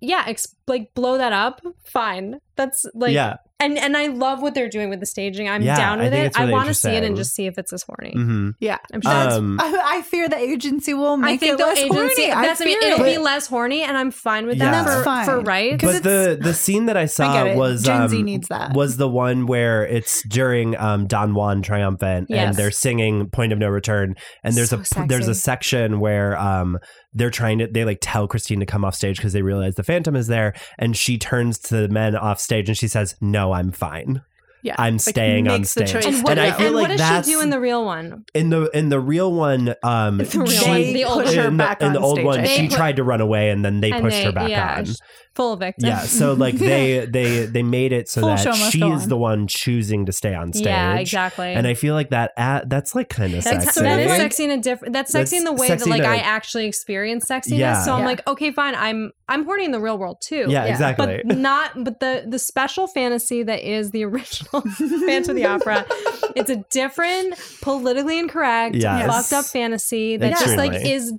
yeah, ex- like blow that up, fine. That's like, yeah, and and I love what they're doing with the staging. I'm Yeah, down I with think it. it's really I want to see it interesting. and just see if it's as horny. hmm Yeah. I'm sure. That's- it's- Um, I, I fear the agency will make I think it the less agency. horny. That's I I mean, fear it'll it. be less horny, and I'm fine with Yeah. that That's for, fine. for right. Because but the the scene that I saw get it. was Gen Z um, needs that. was the one where it's during um, Don Juan Triumphant and Yes. they're singing Point of No Return and there's So a there's a sexy. section where um, they're trying to they like tell Christine to come off stage because they realize the Phantom is there and she turns to the men off stage and she says no I'm fine Yeah. I'm staying on makes the stage choice and And what, and I feel and like what does that's she do in the real one? in the in the real one um The real she- one. they The old push her in the, back in on the old stage, one I They she think. put- tried to run away and then they And pushed they- her back yeah, on sh- Full victim. yeah, so like they they they made it so Full show that must she go is on. the one choosing to stay on stage. yeah, exactly. And I feel like that at, that's like kind of That's sexy. sexy. that is sexy in a different. That's sexy That's in the way sexy that like to- I actually experience sexiness. Yeah. So I'm Yeah. like, okay, fine. I'm I'm horny in the real world too. Yeah. yeah, exactly. But not. But the the special fantasy that is the original Phantom of the Opera. It's a different, politically incorrect, Yes. fucked up fantasy that just like Extremely. is.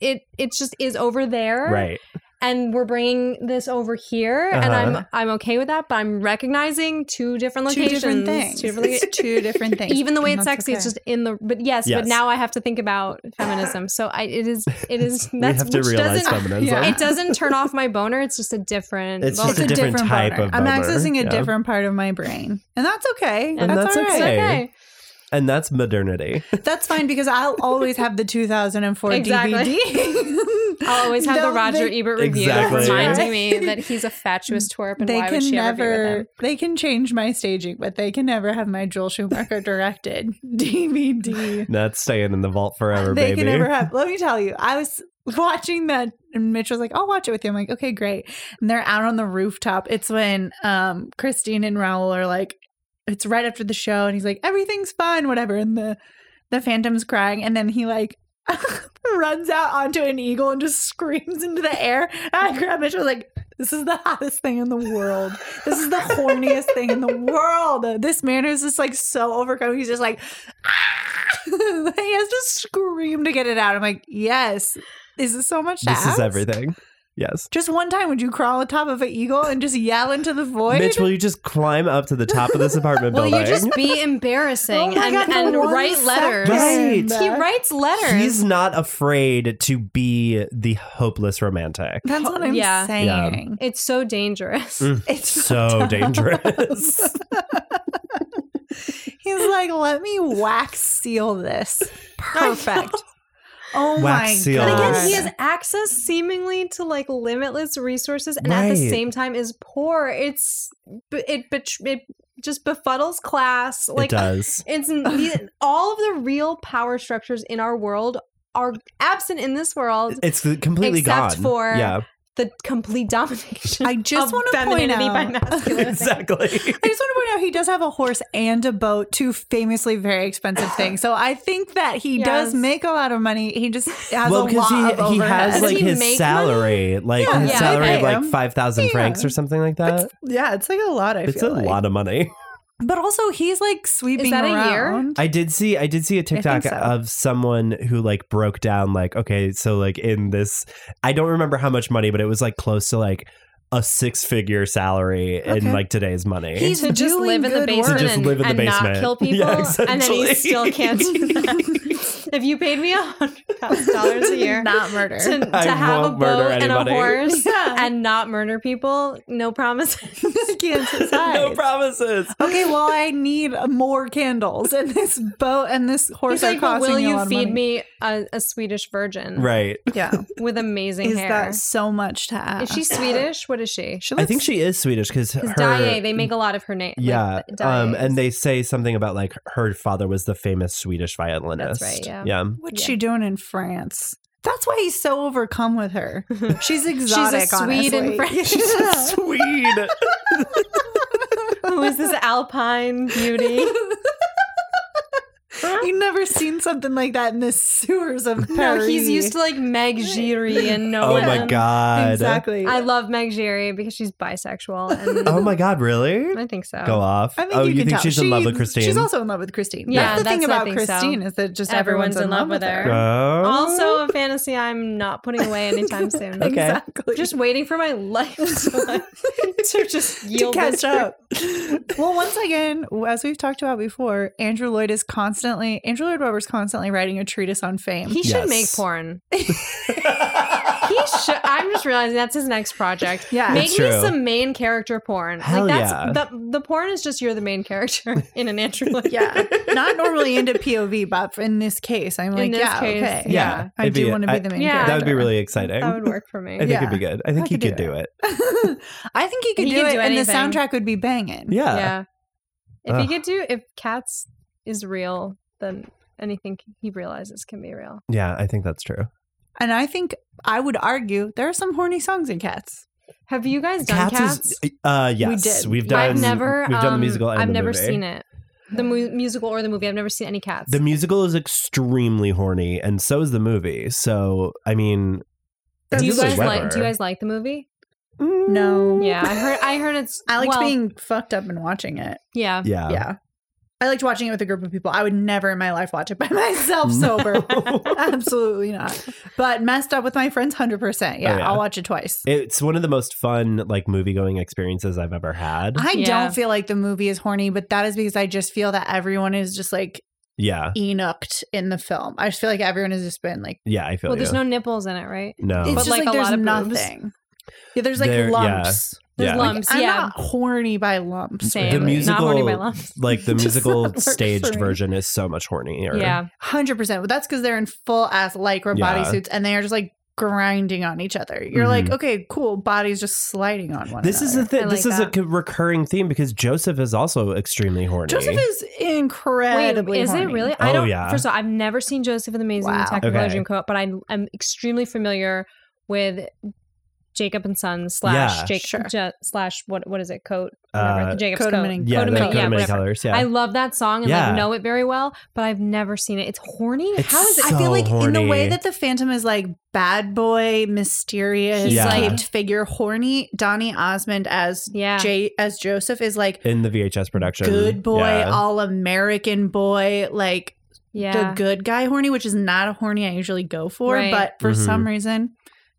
It it just is over there, right. and we're bringing this over here, and Uh-huh. I'm I'm okay with that, but I'm recognizing two different two locations, different things. two different loca- two different things. even the way And it's that's sexy it's okay. just in the but yes, Yes. but now i have to think about feminism so i it is it is we that's have to which realize doesn't feminism. yeah. it doesn't turn off my boner it's just a different It's boner. just a different type boner. of I'm boner, accessing a yeah. different part of my brain, and that's okay. And that's, that's all right. okay. And that's modernity. That's fine because I'll always have the 2004 Exactly. DVD. I'll always have No, the Roger they- Mm, Ebert review Exactly. reminding me that he's a fatuous twerp and They why would can she ever be with never. him? They can change my staging, but they can never have my Joel Schumacher directed DVD. That's staying in the vault forever, they baby. can never have. Let me tell you, I was watching that, and Mitch was like, "I'll watch it with you." I'm like, "Okay, great." And they're out on the rooftop. It's when um Christine and Raoul are like, it's right after the show, and he's like, "Everything's fine, whatever." And the the Phantom's crying, and then he like. runs out onto an eagle and just screams into the air. And I grab Mitch. I was like, "This is the hottest thing in the world. This is the horniest thing in the world." This man is just like so overcome. He's just like, "Ah!" he has to scream to get it out. I'm like, yes. Is this so much? To this is ask? everything. Yes. Just one time, would you crawl on top of an eagle and just yell into the void? Mitch, will you just climb up to the top of this apartment will building? you just be Oh embarrassing and, and write letters Right. he writes letters He's not afraid to be the hopeless romantic. That's what I'm Yeah. saying. it's so dangerous Mm. It's So dangerous. He's like, let me wax seal this. Perfect. Oh Wax my seal. god! And God. again, he has access seemingly to like limitless resources, and at the Right. same time is poor. It's it bet- it just befuddles class. Like it does. it's the- all of the real power structures in our world are absent in this world. It's completely Except gone. for- yeah. the complete domination. I just of want to point femininity by out. masculinity. exactly. I just want to point out he does have a horse and a boat, two famously very expensive things. So I think that he Yes. does make a lot of money. He just has well, a lot of he, he overhead. has Does like he his make salary, like Yeah, his yeah, salary I of pay like him. five thousand Yeah. francs or something like that. It's- yeah, it's like a lot. I It's, feel a like. lot of money. but also he's like sweeping that a year? around. I did see I did see a TikTok so. of someone who like broke down like okay so like in this I don't remember how much money but it was like close to like a six figure salary in Okay. like today's money. He's to just doing live in the good basement work. To just and, live in the and not basement. kill people, Yeah, and then essentially. he still can't do that. if you paid me a hundred thousand dollars a year not murder. to, to I have a won't murder boat and a anybody. horse Yeah. and not murder people, no promises. Can't no decide. promises. Okay, well, I need more candles, and this boat and this horse He's are like, but costing will me a you lot of feed money." me a, a Swedish virgin Right. Yeah, with amazing is hair? that so much to ask? Is she Swedish? What is she? She I looks- think she is Swedish because her Because Daye, they make a lot of her name. like, yeah, the um, Dayes. and they say something about like her father was the famous Swedish violinist. yeah. yeah. What's she doing in France? That's why he's so overcome with her. She's exotic. She's a Swede in honestly. French. Yeah. Swede. Who is this Alpine beauty? You've never seen something like that in the sewers of Paris. No, he's used to like Meg Giri and no oh one. my god. exactly. I love Meg Giri because she's bisexual, and Oh my god, really? I think so. Go off. I think oh, you, can think tell. she's in love with She- Christine? She's also in love with Christine. Yeah, that's the thing that's- I about think so. Christine is that just Everyone's everyone's, in love with her. oh. Also, a fantasy I'm not putting away anytime soon. Okay. Exactly. Just waiting for my life to, like, to just to yield catch this- up. well, once again, as we've talked about before, Andrew Lloyd is constantly Andrew Lloyd Webber's constantly writing a treatise on fame. He Yes. should make porn. He should. I'm just realizing that's his next project. Yeah. make It's me true. some main character porn. Hell like that's yeah. the the porn is just you're the main character in an Andrew. Lloyd. yeah, not normally into POV, but in this case, I'm like, this yeah, case, okay, yeah. I It'd do be- want to be I- the main Yeah. That would be character. really exciting. that would work for me. I think Yeah. it'd be good. I think he could could do do it. I think he could He do could it, do and the anything. soundtrack would be banging. Yeah. Yeah. If he Ugh. could do if cats is real, then anything he realizes can be real. Yeah, I think that's true. and I think I would argue there are some horny songs in Cats. Have you guys done cats? is uh yes. did. We've done I've never we've done the um, musical and I've the never movie. seen it. The mu- musical or the movie. I've never seen any cats. The musical is extremely horny and so is the movie. So, I mean, do you Andrew Lloyd guys like Webber- do you guys like the movie? No, Yeah, I heard I heard it's I liked well, being fucked up and watching it. Yeah. Yeah. yeah. I liked watching it with a group of people. I would never in my life watch it by myself sober. No. Absolutely not. But messed up with my friends, 100%. Yeah, Oh, yeah. I'll watch it twice. It's one of the most fun like movie going experiences I've ever had. I Yeah. don't feel like the movie is horny, but that is because I just feel that everyone is just like yeah. Enoched in the film. I just feel like everyone has just been like, Yeah, I feel Well, you. there's no nipples in it, right? no. it's But, just like, like, a there's lot of boobs. nothing. Yeah, there's like Oh. There- yeah. lumps. There's yeah. lumps. I'm yeah. not horny by lumps. Same. The really. music- Not horny by musical- lumps. like the Does not musical work for staged me. version is so much hornier. Yeah. 100%. But that's because they're in full ass lycra Yeah. bodysuits and they are just like grinding on each other. You're like, Mhm. okay, cool. Body's just sliding on one This is another. the thing. I this like is that. a co- recurring theme because Joseph is also extremely horny. Joseph is incredibly. Wait, is it horny. really? I Oh, don't. yeah. First of all, I've never seen Joseph in the Amazing Wow. Technicolor Okay. Dreamcoat, but I am extremely familiar with Jacob and Son slash Yeah, Jake sure. Ja- slash what what is it coat? Uh, Whatever, Jacob's Coat of coat. Many- yeah, Coat of the Many- Coat of Many whatever. colors. Yeah, I love that song and Yeah. like know it very well, but I've never seen it. It's horny. It's How is it? I feel So like in the way horny. that the Phantom is like bad boy, mysterious, He's Yeah. caped like- figure, horny. Donny Osmond as Yeah. J as Joseph is like in the VHS production. good boy, Yeah. all American boy, like yeah. the good guy horny, which is not a horny I usually go for, Right. but for Mhm. some reason,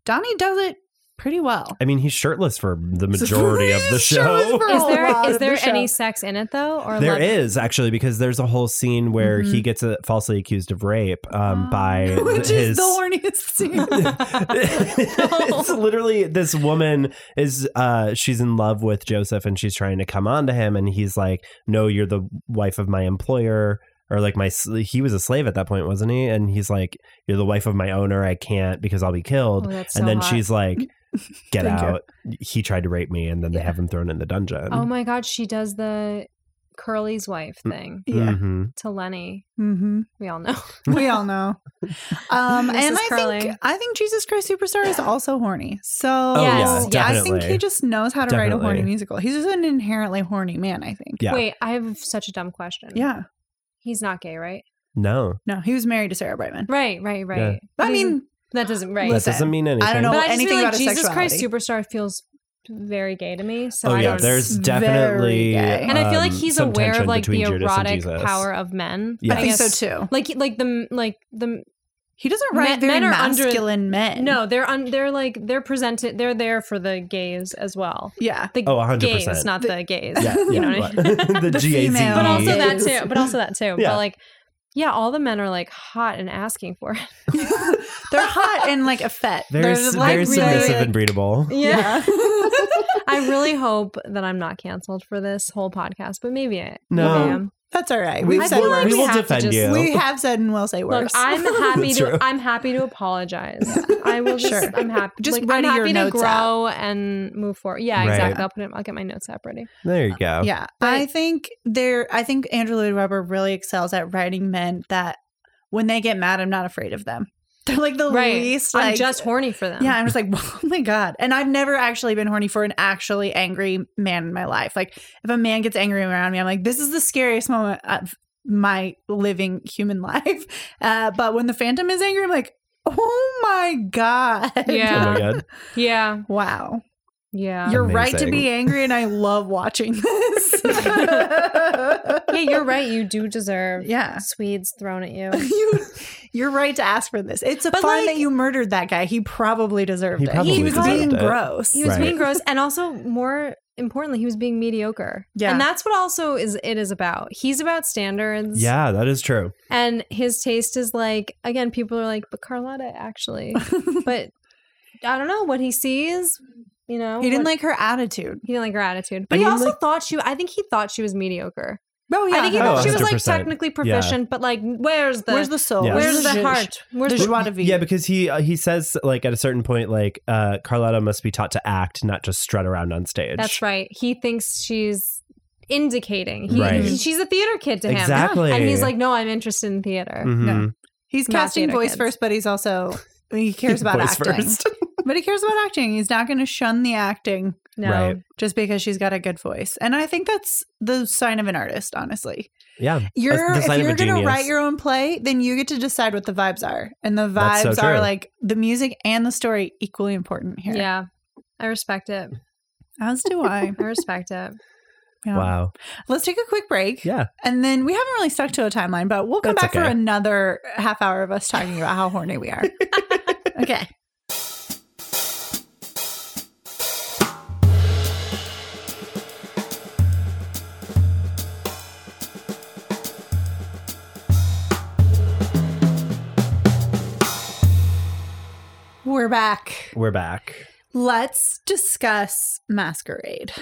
Donnie does it pretty well. I mean, he's shirtless for the majority of the He's shirtless show. for is Oh, there wow, is there the any show. sex in it Mm-hmm. though? Or There love- is actually because there's a whole scene where he gets uh falsely accused of rape um, Oh. by Which his is the horniest scene. it's Oh. literally this woman is uh she's in love with Joseph and she's trying to come on to him and he's like no you're the wife of my employer or like my sl- he was a slave at that point wasn't he and he's like you're the wife of my owner I can't because I'll be Oh, killed that's so and then hot. she's like get Thank you. out he tried to rape me and then they Yeah. have him thrown in the dungeon Oh my god, she does the Curly's wife thing Yeah. Mhm. to Lenny. hmm We all know. We all know. Um, Mrs. and I think Curling. I think Jesus Christ Superstar is also horny. So yeah, I think he Oh, definitely. just knows how to write a horny Definitely. musical. He's just an inherently horny man. I think. Yeah. Wait, I have such a dumb question. Yeah. He's not gay, right? No, No, he was married to Sarah Brightman. Right, right, right. Yeah. I That mean, doesn't- that doesn't right. that Listen, doesn't mean anything. know but I just anything feel like about his Jesus Christ sexuality. Superstar feels very gay to me. So oh I yeah, don't there's It's definitely, very gay. and I feel like um, he's some aware tension of like the between Judas and erotic Jesus. power of men. Yeah. I think so too. Like like the like the He doesn't Men- write very men are under- masculine men. no they're un, they're like they're presented they're there for the gays as well. Yeah. The Oh, 100%. gays, not the, gays. Yeah, you yeah, know what I mean? but- the The G A Z. female. But also that Gays. too. But also that too. Yeah. But like yeah, all the men are like hot and asking for it. They're hot and like a fet. Very, They're s- like very really- submissive and breedable. Yeah. I really hope that I'm not canceled for this whole podcast, but maybe I, No. maybe I am. That's all right. We We've will, said feel like we worse. will have to defend just- you. We have said and will say Look, worse. I'm happy That's true. to I'm happy to apologize. I will just Sure. I'm happy Just like, I'm ready your happy to notes grow and move forward. Yeah, Right. exactly. I'll put it I'll get my notes up ready. there you go. yeah. I think there I think Andrew Lloyd Webber really excels at writing men that when they get mad, I'm not afraid of them. They're like the least I'm like- just horny for them. Yeah, I'm just like, oh my God. And I've never actually been horny for an actually angry man in my life. Like, if a man gets angry around me, I'm like, this is the scariest moment of my living human life. Uh, but when the phantom is angry, I'm like, oh my God. Oh Yeah. my god. Yeah. Wow. Yeah. You're right to Amazing. be angry, and I love watching this. yeah, you're right. You do deserve yeah. Swedes thrown at you. You, you're right to ask for this. It's a But, fun like- that you murdered that guy. He probably deserved He it. probably he was deserved being it. gross. He was Right. being gross and also more importantly, he was being mediocre. Yeah. And that's what also is it is about. He's about standards. Yeah, that is true. And his taste is like again, people are like, but Carlotta actually but I don't know what he sees. You know, He didn't what- like her attitude. He didn't like her attitude, I but he mean, also like- thought she. I think he thought she was mediocre. Oh yeah, I think he Oh, thought she was like 100%. technically Yeah. proficient, but like, where's the where's the soul? Yeah. where's the zhuzh? heart? Where's The the, joie de vivre. Yeah, because he uh, he says like at a certain point like uh Carlotta must be taught to act, not just strut around on stage. that's right. He thinks she's indicating. He, Right. he- she's a theater kid to him, Exactly. and he's like, no, I'm interested in theater. Mhm. No. He's Not casting theater voice kids. first, but he's also I mean, he cares about Voice acting. first. but he cares about acting. He's not going to shun the acting No, Mm-hmm. Right. just because she's got a good voice. And I think that's the sign of an artist, honestly. Yeah. You're the if sign of a you're going to genius. write your own play, then you get to decide what the vibes are, and the That's so vibes are true. like the music and the story equally important here. yeah, I respect it. as do I. I respect it. Yeah. Wow. Let's take a quick break. Yeah. And then we haven't really stuck to a timeline, but we'll come That's back for okay. another half hour of us talking about how horny we are. okay. We're back. We're back. Let's discuss masquerade.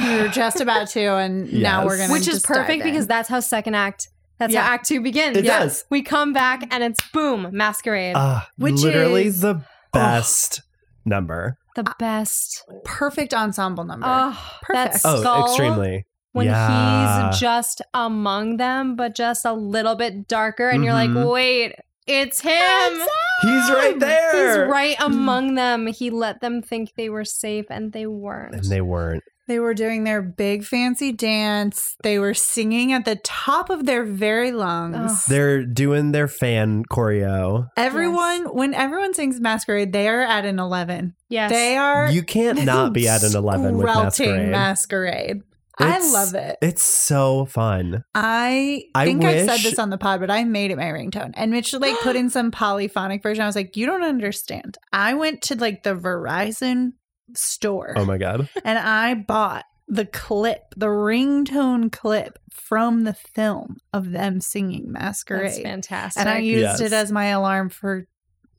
we were just about to, and now Yes. we're going to Which is perfect because that's how second act. That's Yeah. how act two begins. It Yes. does. We come back and it's boom, masquerade. Ah, Which literally is- the best number. the best. perfect ensemble number. Oh, Perfect. that Oh, skull extremely. when Yeah. he's just among them, but just a little bit darker, and you're Mhm. like, wait, it's him. He's right there. Mm-hmm. He's right among them. He let them think they were safe, and they weren't. And they weren't. They were doing their big fancy dance. They were singing at the top of their very lungs. Ugh. They're doing their fan choreo. Everyone, when everyone sings Masquerade, they are at an 11. yes, They are You can't not be at an 11 with Masquerade. masquerade. masquerade. I It's- love it. It's so fun. I I think I said wish- this on the pod, but I made it my ringtone. And Mitch like put in some polyphonic version. I was like, you don't understand. I went to like the Verizon store. Oh my god. and I bought the clip, the ringtone clip from the film of them singing That's Masquerade. fantastic. And I used Yes. it as my alarm for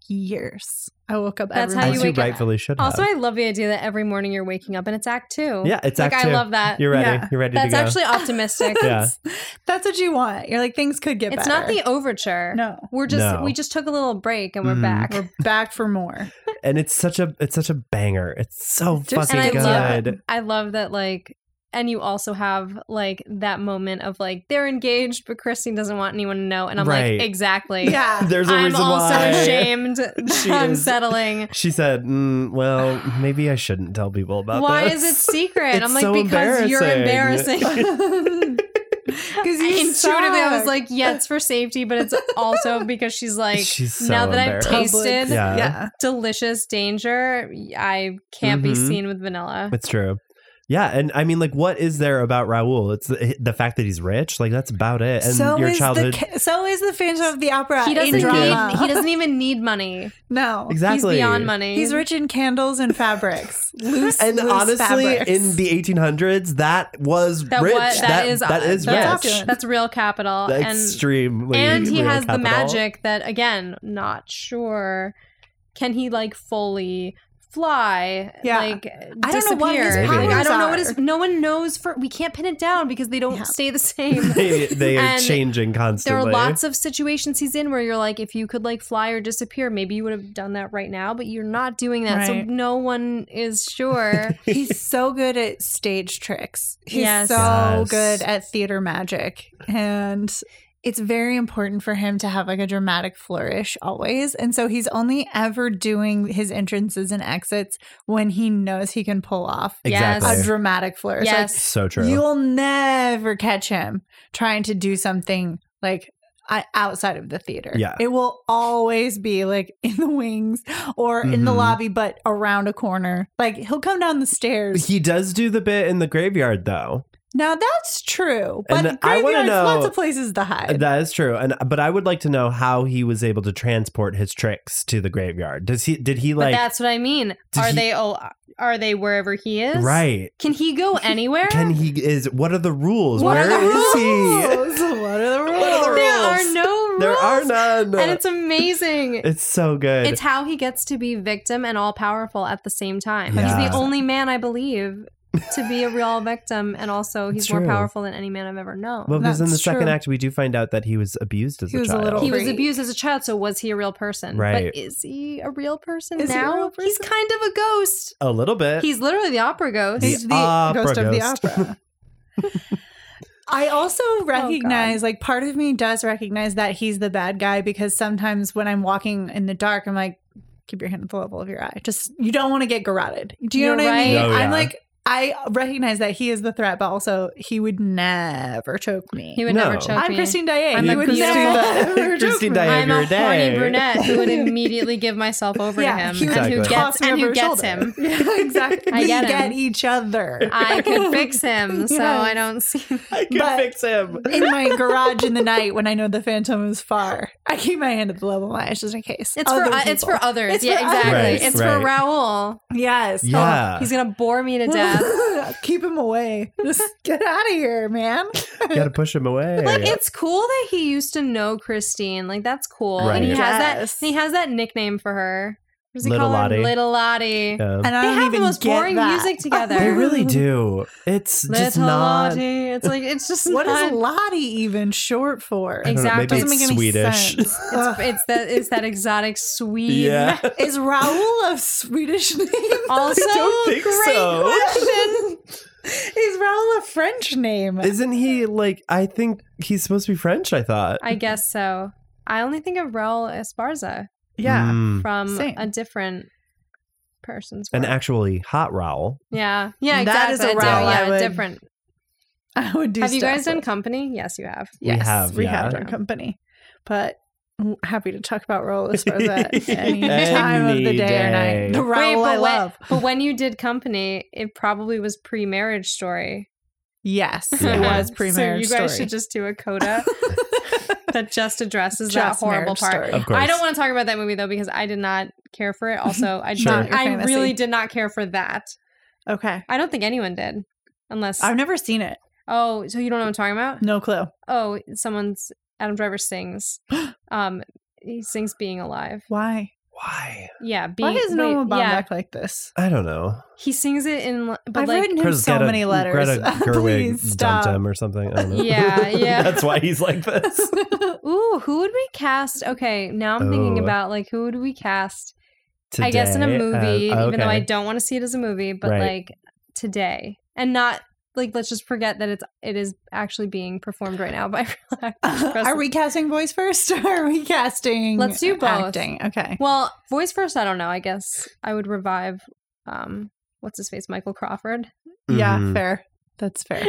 years. I woke up That's every how As you you, morning. wake up. rightfully should have. also, I love the idea that every morning you're waking up and it's act two. yeah, it's like act I two. love that. You're ready. Yeah. You're ready That's to go. actually optimistic. Yeah. That's what you want. You're like, things could get It's better. not the overture. No. We're just No. we just took a little break and we're Mhm. back. We're back for more. and it's such a it's such a banger. It's so Just- fucking and I love good. I love that like and you also have like that moment of like they're engaged, but Christine doesn't want anyone to know, and I'm Right. like, exactly. Yeah. There's a I'm reason also why. ashamed. that She I'm is. settling. She said, mm, "Well, maybe I shouldn't tell people about Why this." is it secret? It's I'm like so because you're embarrassing. embarrassing. Because you Intuitively, I was suck. like, yeah, it's for safety, but it's also because she's like, She's so now that I've embarrassed. tasted Yeah. yeah. delicious danger, I can't be Mhm. seen with vanilla. It's true. Yeah, and I mean, like, what is there about Raoul? It's the, eh, the fact that he's rich. Like, that's about it. And so your is childhood. the ca- so is the Phantom of the Opera. He doesn't in drama. need. He doesn't even need money. no. exactly. He's beyond money. He's rich in candles and fabrics. Loose, And loose honestly, fabrics. in the 1800s, that was That rich. wa- that is that is that's rich. opulent. That's real capital. That's and extremely. and he real has the capital. magic that again not sure can he like fully fly Yeah. like I don't know what his disappear? powers i don't know are. what his no one knows for we can't pin it down because they don't Yeah. stay the same they, they are And changing there constantly. are lots of situations he's in where you're like if you could like fly or disappear maybe you would have done that right now but you're not doing that so Right. no one is sure He's so good at stage tricks. He's Yes. so Yes. good at theater magic. And it's very important for him to have like a dramatic flourish always. And so he's only ever doing his entrances and exits when he knows he can pull off Exactly. a dramatic flourish. Like, yes so true. You'll never catch him trying to do something like I- outside of the theater. Yeah. It will always be like in the wings or in the Mhm. lobby, but around a corner. Like he'll come down the stairs. he does do the bit in the graveyard, though. now that's true. But And I wanna graveyards, know- lots of places to hide. That is true, and but I would like to know how he was able to transport his tricks to the graveyard. Does he? Did he but like? that's what i mean did are he- they oh are they wherever he is right. can he go anywhere Can he? Is what are the rules? What Where are is the he? rules? What are the rules? What are the there are rules? no rules. There are none. and it's amazing. It's so good. It's how he gets to be victim and all powerful at the same time. He's Yeah. the only man I believe to be a real victim, and also he's It's more true. powerful than any man I've ever known. well, because in the That's second true. act, we do find out that he was abused as He a was a child. little- he was Right. abused as a child, so was he a real person? Right. But is he a real person Is he a now? real person? He's kind of a ghost. a little bit. He's literally the opera ghost. He's The the, opera ghost of the ghost. opera. I also recognize, like, part of me does recognize that he's the bad guy because sometimes when I'm walking in the dark, I'm like, keep your hand at the level of your eye. Just, you don't want to get garroted. Do you You're know what I mean? right. Oh, yeah. I'm like, I recognize that he is the threat, but also he would never choke me. he would No. never choke I'm me. Christine Dye. I'm he a would beautiful- never choke Christine me. Daae. I'm a Every day. horny brunette who would immediately give myself over Yeah, to he him, would and who Exactly. toss gets me and over who his gets shoulder. him. Yeah, exactly. I we get him. get each other. I could fix him, so Yes. I don't see. I can But- fix him. in my garage in the night when I know the phantom is far. I keep my hand at the level of my eyes just in case. It's for Other uh, it's people. for others. It's yeah, for exactly. others. Right, it's right. for Raoul. Oh, yes. Yeah. He's gonna bore me to death. keep him away. Just get out of here, man. You gotta push him away. Like it's cool that he used to know Christine. Like that's cool. Right. And he has Yes. that. And he has that nickname for her. What does he Little call Lottie. her? Little Lottie. Yeah. And I They don't have the even most get boring that. music together. They really do. It's just Little not. Lottie. It's like it's just What is not, Lottie even short for? I don't know, Exactly. Maybe Doesn't it's make any Swedish. sense. Ugh. It's that it's that exotic Swede. yeah. Is Raoul a Swedish name? Also, don't think great so. question. is Raoul a French name? Isn't he like? I think he's supposed to be French. I thought. I guess so. I only think of Raoul Esparza yeah. Mm. from Same. a different person's an work. actually hot Raoul. Yeah, yeah, That exactly. is a Di- row I yeah, would different. I would do Have you stuff guys done with- company? Yes, you have. We have, we yeah. have done company, but I'm happy to talk about roller stars at any time of the Any day, or day. night. The roll I but when, love. but when you did company, it probably was pre-marriage story. Yes, Yeah. it was So pre-marriage you guys story. should just do a coda that just addresses Just that horrible marriage part. story. Of course. I don't want to talk about that movie though because I did not care for it. Also, I did Sure. not- Not your I fantasy. really did not care for that. okay, I don't think anyone did, unless I've never seen it. oh, so you don't know what I'm talking about? No clue. Oh, someone's Adam Driver sings. Um, he sings "Being Alive." Why? Why? Yeah, being Why is no wait, one yeah. back like this? I don't know. He sings it in, li- but I've like, written him Because so Greta- many letters. Greta Gerwig Please dumped stop. him or something. I don't know. Yeah, yeah. That's why he's like this. ooh, who would we cast? Okay, now I'm thinking Oh. about like who would we cast? I guess in a Today, movie, uh, even though I okay. don't want to see it as a movie, but Right. like today and not like let's just forget that it's it is actually being performed right now by are we casting voice first or are we casting Let's do both. acting? okay well voice first i don't know i guess i would revive um what's his face michael crawford yeah Mhm. fair that's fair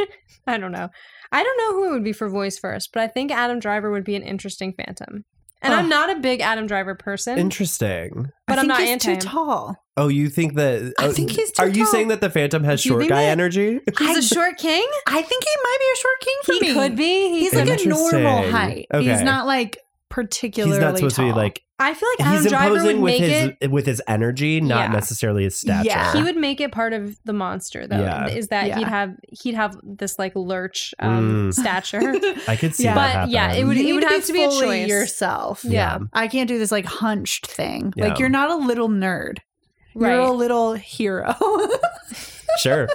i don't know i don't know who it would be for voice first but i think adam driver would be an interesting phantom and i'm Huh. not a big adam driver person Interesting. but I i'm think not he's anti too him. tall Oh, you think that? I oh, think he's too Are you tall. saying that the Phantom has Do you short think guy that- energy? he's I- a short king i think he might be a short king for he me could be He he's could like be. a normal Interesting. height he's Okay. not like particularly He's not supposed tall. to be like i feel like he's adam driver would imposing with make his it with his energy, not Yeah. necessarily his stature. Yeah. he would make it part of the monster though Yeah. is that Yeah. he'd have he'd have this like lurch um Mm. stature I could see Yeah. that But, yeah, happen. it would- you need be have to be a fully choice. yourself yeah, i can't do this like hunched thing Yeah. like you're not a little nerd right you're a little hero sure.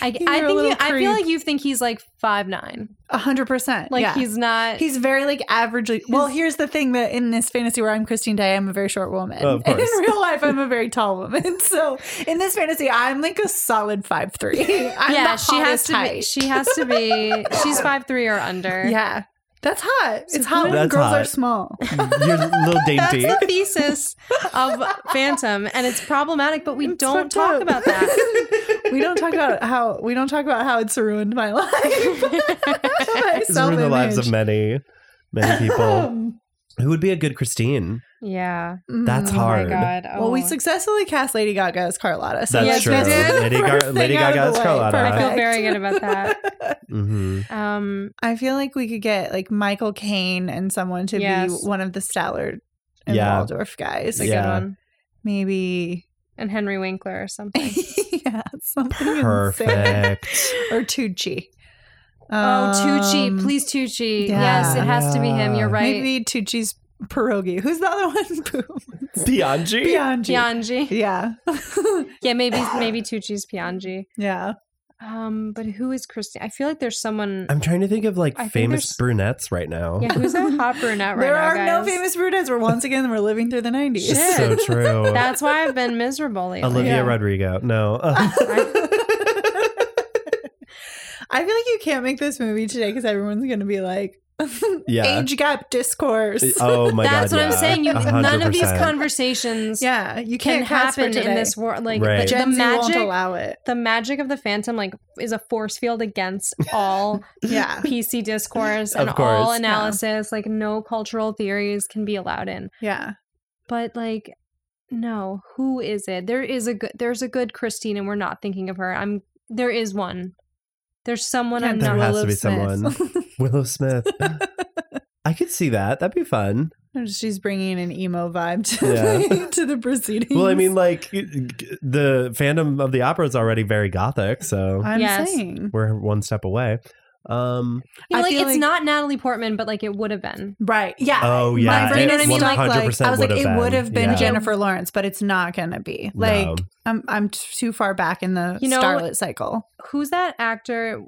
I, I think You're a little you, I creep. feel like you think he's like five nine. 100% Like yeah. he's not. He's very like averagely. Well, here's the thing that in this fantasy where I'm Christine Day, I'm a very short woman. Oh, of and in course. real life, I'm a very tall woman. So in this fantasy, I'm like a solid five three. I'm the yeah, she hottest has to. Be, height. she has to be. She's five three or under. yeah, that's hot. So it's hot when that's girls are hot. small. You're a little That's dainty. the thesis of Phantom, and it's problematic, but we It's don't fucked talk up. about that. we don't talk about how we don't talk about how it's ruined my life. My It's ruined the lives of self-image. many, many people. Um, Who would be a good Christine? Yeah. That's mm. Oh hard. my god. Well, we Oh. successfully cast Lady Gaga as Carlotta. So like, That's Yes, true. we did. Lady, Gar- First Lady thing out of Gaga is the way. Carlotta. I feel Perfect. very good about that. hmm Um. I feel like we could get like Michael Caine and someone to Yes. be one of the Stallard and Yeah. Waldorf guys. It's a Like, Yeah. good one. Maybe, And Henry Winkler or something. yeah, something insane. Perfect. or Tucci. oh, Tucci, Um, please Tucci. yeah. Yes, it has to be him. You're Yeah. right. Maybe Tucci's pierogi. Who's the other one? Boom. Bianchi. Bianchi. Pianji. Yeah, Yeah, maybe maybe Tucci's Pianji. yeah. Um, but who is Christine? I feel like there's someone. I'm trying to think of like I think famous there's- brunettes right now. Yeah, who's a hot brunette right there now, are no guys? famous brunettes. We're once again we're living through the nineties. Shit. It's so true. That's why I've been miserable lately. Olivia Yeah. Rodrigo. No. I feel like you can't make this movie today because everyone's going to be like, Yeah. age gap discourse. oh my god. That's what I'm yeah. saying. You, none of these 100%. conversations yeah, you can can't cast for happen in today. this world. Like Right. the, the Gen Z won't magic, allow it. the magic of the Phantom, like is a force field against all Yeah, PC discourse Of and all course. analysis. Like no cultural theories can be allowed in. yeah. but like no who is it there is a good there's a good christine and we're not thinking of her i'm there is one there's someone Yeah, i'm there not has to Willow be Smith. someone. Willow Smith. I could see that. That'd be fun. She's bringing an emo vibe to, Yeah. to the proceedings. Well, I mean, like g- g- the fandom of the opera is already very gothic, so I'm Yes. saying. we're one step away. Um. You know, I like feel it's like- not natalie portman but like it would have been Right. Yeah. Oh yeah. brain it is like- 100% I was like, would've it been. would have been Yeah. Jennifer Lawrence, but it's not going to be. Like, No. I'm I'm too far back in the You know- starlet cycle. who's that actor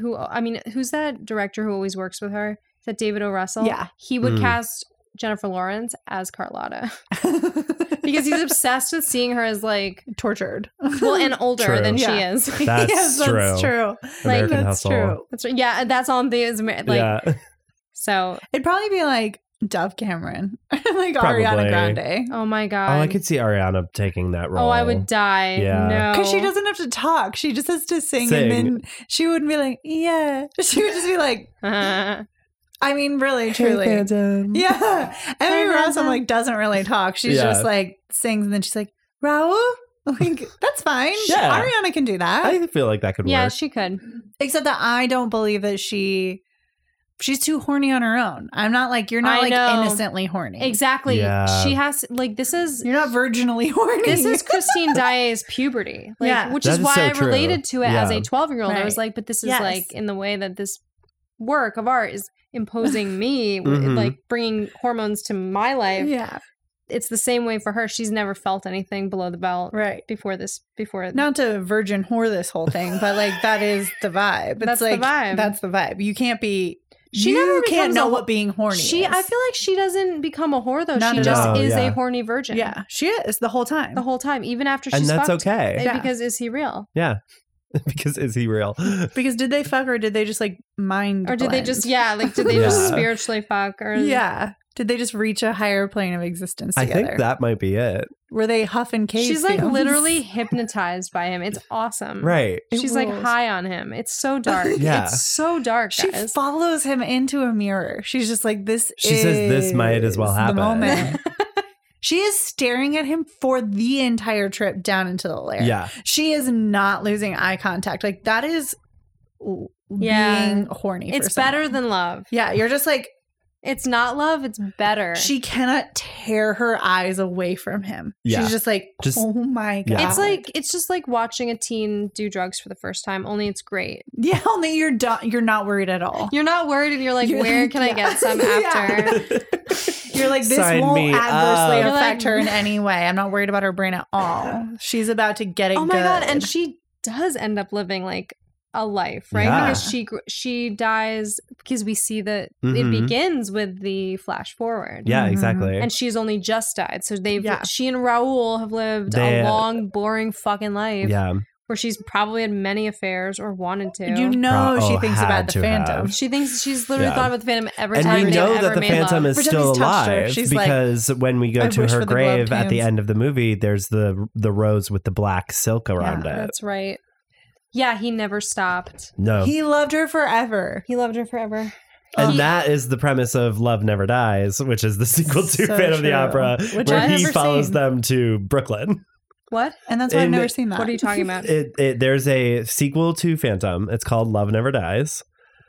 who i mean who's that director who always works with her is that david o russell Yeah. he would Mm. cast jennifer lawrence as carlotta because he's obsessed with seeing her as like tortured. well and older True. than she Yeah. is That's yes, true. that's true. American that's Hustle. true. That's right. yeah that's on the is Amer- like yeah. so It'd probably be like Dove Cameron, like Probably. Ariana Grande. oh my god Oh, I could see Ariana taking that role. Oh, I would die. Yeah. No. Because she doesn't have to talk. She just has to sing, and Sing. then she wouldn't be like, yeah. She would just be like, I mean, really, truly. yeah. Emily Hey, Rossum Phantom. like doesn't really talk. She's Yeah. just like sings and then she's like, Raul? Like, that's fine. Yeah. Ariana can do that. I feel like that could yeah, work. she could. Except that I don't believe that she she's too horny on her own. I'm not like you're not I like know. innocently horny. Exactly. Yeah. She has like this is You're not virginally horny. this is Christine Die's puberty. Like Yeah. which That is is why so I true. related to it as Yeah. a 12-year-old. I was Right. like, but this is Yes. like in the way that this work of art is imposing me with, Mhm. like bringing hormones to my life. yeah, It's the same way for her. She's never felt anything below the belt right. before this before Not to virgin whore this whole thing, but like that is the vibe. It's That's the like vibe. that's the vibe. You can't be. She you never can't becomes know a- what being horny. she is. I feel like she doesn't become a whore though. Not she at just all. is Yeah. a horny virgin. yeah, she is the whole time. The whole time, even after she's and that's fucked. okay. Eh, Yeah. because is he real? Yeah. because is he real? Because did they fuck or did they just like mind? Or did they blend? just yeah, like did they Yeah. just spiritually fuck or Yeah. Did they just reach a higher plane of existence I together? think that might be it. Were they huff and cave? She's like fumes? literally hypnotized by him. It's Mm-hmm. awesome. Right. It She's like rules. high on him. It's so dark. Yeah. It's so dark, She guys. follows him into a mirror. She's just like this. She says, "This might as is well happen." The moment. she is staring at him for the entire trip down into the lair. Yeah. she is not losing eye contact. Like that is l- Yeah. being horny. for it's someone. better than love. Yeah, you're just like It's not love, it's better. she cannot tear her eyes away from him. Yeah. She's just like, Just- oh my Yeah. god. it's like it's just like watching a teen do drugs for the first time, only it's great. yeah, only you're done. You're not worried at all. You're not worried and you're like, You're where like, can I yeah. get some Yeah. after? You're like, this Sign won't me adversely up. You're like- affect her in any way. I'm not worried about her brain at all. She's about to get it. Oh my god! And good. she does end up living like a life, right? Yeah. Because she gr- she dies because we see that Mhm. Mm-hmm. it begins with the flash forward. Yeah, Mhm. exactly. And she's only just died, so they've Yeah. she and Raul have lived They- uh, a long, boring fucking life yeah. where she's probably had many affairs or wanted to. you know Pro- she oh, thinks about had the to phantom. have. she thinks she's literally Yeah. thought about the Phantom every And time we they've know ever that the made phantom love. is Every time still he's touched her, alive she's like, because when we go "I to wish her for the gloved grave at the hands." end of the movie, there's the the rose with the black silk around it. That's right. Yeah, he never stopped. No, He loved her forever. He loved her forever. and He- that is the premise of Love Never Dies, which is the sequel to So Phantom of the true. Opera, Which where I've he never follows seen. them to Brooklyn. what? And that's why I've And- never seen that. What are you talking about? It, it there's a sequel to Phantom. It's called Love Never Dies.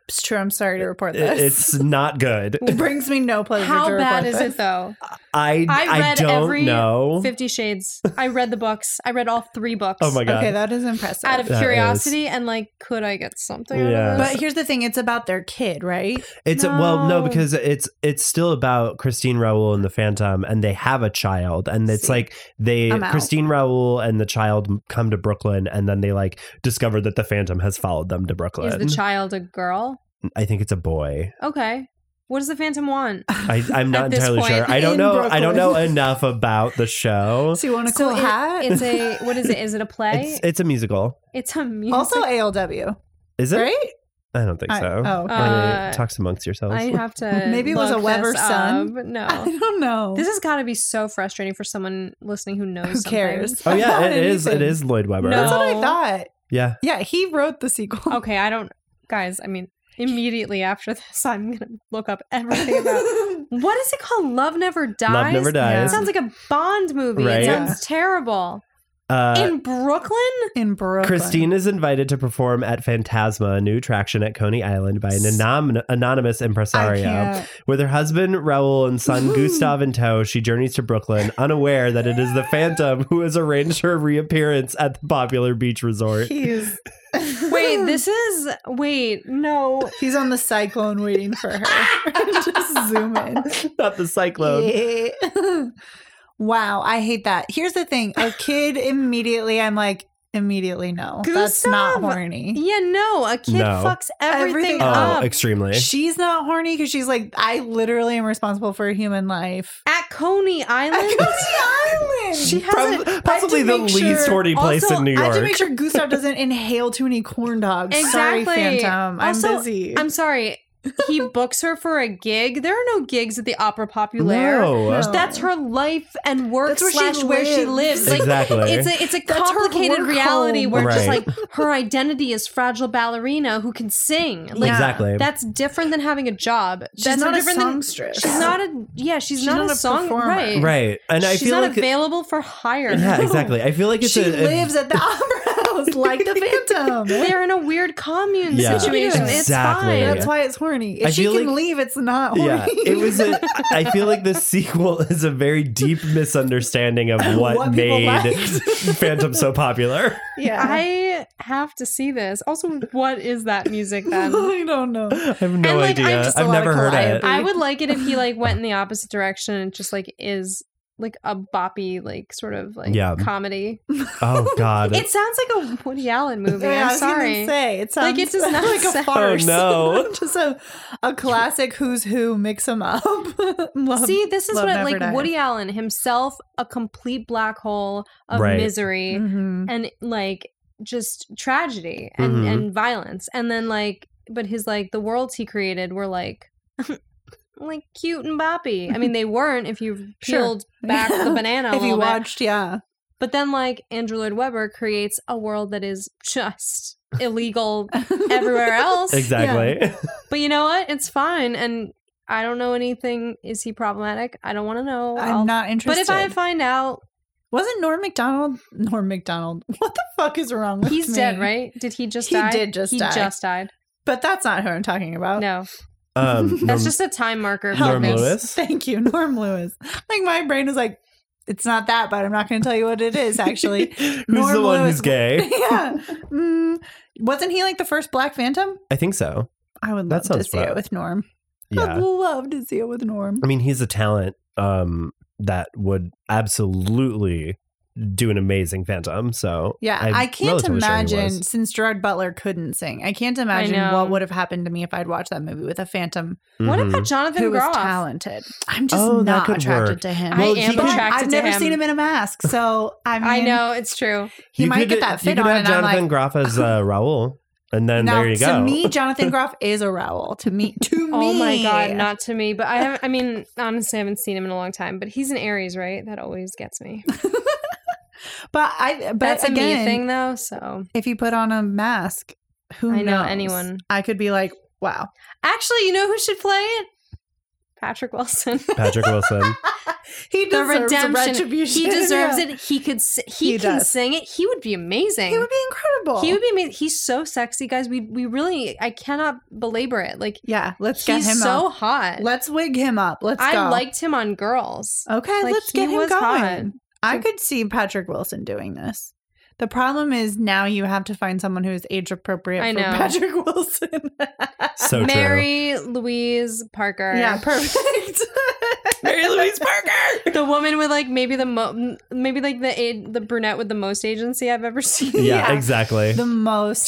It's true. I'm sorry to report It- this. it's not good. it brings me no pleasure. How to bad report is this. it though? I I I, read don't every know. Fifty Shades. I read the books. I read all three books. oh my god. Okay, that is impressive. Out of That curiosity and like, could I get something? Yeah. Out of but this? here's the thing: it's about their kid, right? It's well, no, No. because it's it's still about Christine Raoul and the Phantom, and they have a child, and it's See. like they I'm out. Christine Raoul and the child m- come to Brooklyn, and then they like discover that the Phantom has followed them to Is Brooklyn. the child a girl? I think it's a boy. Okay. What does the Phantom want? I, I'm not At this entirely point, sure. I don't in know. I don't know Brooklyn. enough about the show. So you want a cool it- hat? It's a what is it? Is it a play? It's it's a musical. It's a music. also ALW, Is it? right? I don't think I- so. oh, okay. I mean, Uh, talks amongst yourselves. I have to. Maybe it was a look Weber this son. up. I No, don't know. this has got to be so frustrating for someone listening who knows. Who something. cares? oh yeah, about it is. It anything. is Lloyd Webber. That's what I No. thought. Yeah. Yeah, he wrote the sequel. Okay, I don't, guys. I mean, immediately after this, I'm gonna look up everything about. What is it called? Love Never Dies. Love never Yeah. It dies. sounds like a Bond movie. Right? It sounds terrible. Uh, In Brooklyn? in Brooklyn. Christine is invited to perform at Phantasma, a new attraction at Coney Island by an anom- anonymous I impresario. can't. With her husband Raoul and son Ooh. Gustav in tow, she journeys to Brooklyn, unaware that it is the Phantom who has arranged her reappearance at the popular beach resort. He's Wait, this is wait, no. he's on the cyclone waiting for her. Just zoom in. Not the cyclone. Yeah. wow, I hate that. Here's the thing: a kid immediately, I'm like, immediately no, that's not Gustav. horny. Yeah, no. A kid No. fucks Everything everything, Oh, up. extremely. She's not horny because she's like, I literally am responsible for a human life. At Coney Island. At Coney Island, She has Prob- a- possibly I the have to least make sure- horny place also, in New I have to York. make sure Gustav doesn't inhale too many corn dogs. Sorry, Exactly. Phantom. I'm Also, busy. I'm sorry. He books her for a gig. There are no gigs at the Opera Populaire. No. No. That's her life and work That's where she slash where she lives. lives. Like, Exactly. It's a it's a That's her complicated work reality home. where just Right. like her identity is fragile ballerina who can sing. Like Yeah. Exactly. that's different than having a job. she's that's not a different songstress. Than, she's not a yeah. She's, She's not, not a, a song performer. right. right. And I She's feel not like available for hire. Yeah, exactly. I feel like it's she a, a lives at the opera house like the Phantom. They're in a weird commune Yeah. situation. Exactly. It's fine. That's why it's horny. If I she feel can like- leave, it's not horny. Yeah, it was. A, I feel like the sequel is a very deep misunderstanding of what, What people made liked. Phantom so popular. yeah. Uh-huh. I have to see this. Also, what is that music then? I don't know. I have no And, like, I'm idea. just a I've lot never of heard of it. Calliope. I would like it if he like went in the opposite direction and just like is like a boppy like sort of like Yeah. comedy. Oh God! It sounds like a Woody Allen movie. Yeah, I I'm was gonna sorry. Say it sounds Like, it does not like a sound- farce. Oh, no. just a, a classic who's who mix them up. Love- See, this is Love what I- Never like Dies. Woody Allen himself, a complete black hole of Right. misery Mhm. and like just tragedy and Mm-hmm. Mhm. and violence and then like but his like the worlds he created were like like cute and boppy i mean they weren't if you Sure. peeled back the banana a if you little bit. watched, yeah. but then like andrew lloyd webber creates a world that is just illegal everywhere else Exactly. but you know what it's fine and i don't know anything is he problematic i don't want to know I'll- I'm not but interested. if i find out Wasn't Norm McDonald Norm McDonald? What the fuck is wrong with he's me? dead right did he just He die did just he die. Oh. just died But that's not who I'm talking about. no um, that's Norm- just a time marker for Help Norm me. this. Lewis? Thank you, Norm Lewis. Like my brain is like, it's not that, but I'm not going to tell you what it is. Actually, who's the Norm one who's Lewis- gay? yeah. Mm, wasn't he like the first Black Phantom? I think so. I would That love to sounds see fun. it with Norm. I'd Yeah. love to see it with Norm. I mean, he's a talent um, that would absolutely do an amazing Phantom. So Yeah, I'm I, can't relatively sure he imagine was. since Gerard Butler couldn't sing. I can't imagine know. what would have happened to me if I'd watched that movie with a phantom What Mhm. about Jonathan who was Groff? talented. I'm just Oh, that not could attracted work. to him. I Well, am he could- But attracted I've to never him. seen him in a mask, so I mean, I know it's true. he You might could- get that fit You could on, have and I'm Jonathan like- Groff as uh, Raul, and then now, there you go. To me, Jonathan Groff is a Raoul. To me, to me. Oh my god, not to me. But I have I mean, honestly I haven't seen him in a long time, but he's an Aries, right? That always gets me. But I. But That's a again, me thing though, so if you put on a mask, who I know knows? anyone. I could be like, wow. actually you know who should play it? Patrick Wilson. Patrick Wilson. He the deserves a redemption. retribution. He deserves Yeah. it. He could s- he, He can does. sing it. He would be amazing. He would be incredible. He would be amazing. He's so sexy, guys. We we really I cannot belabor it. Like Yeah, let's get he's him so up. hot. Let's wig him up. Let's I go. liked him on Girls. Okay, like, let's he get him was going. hot. I could see Patrick Wilson doing this. The problem is now you have to find someone who's age appropriate I for know. Patrick Wilson. So Oh, true. Mary Louise Parker. yeah, perfect. Mary Louise Parker. the woman with like maybe the mo- maybe like the a- the brunette with the most agency I've ever seen. Yeah, Yeah. exactly. The most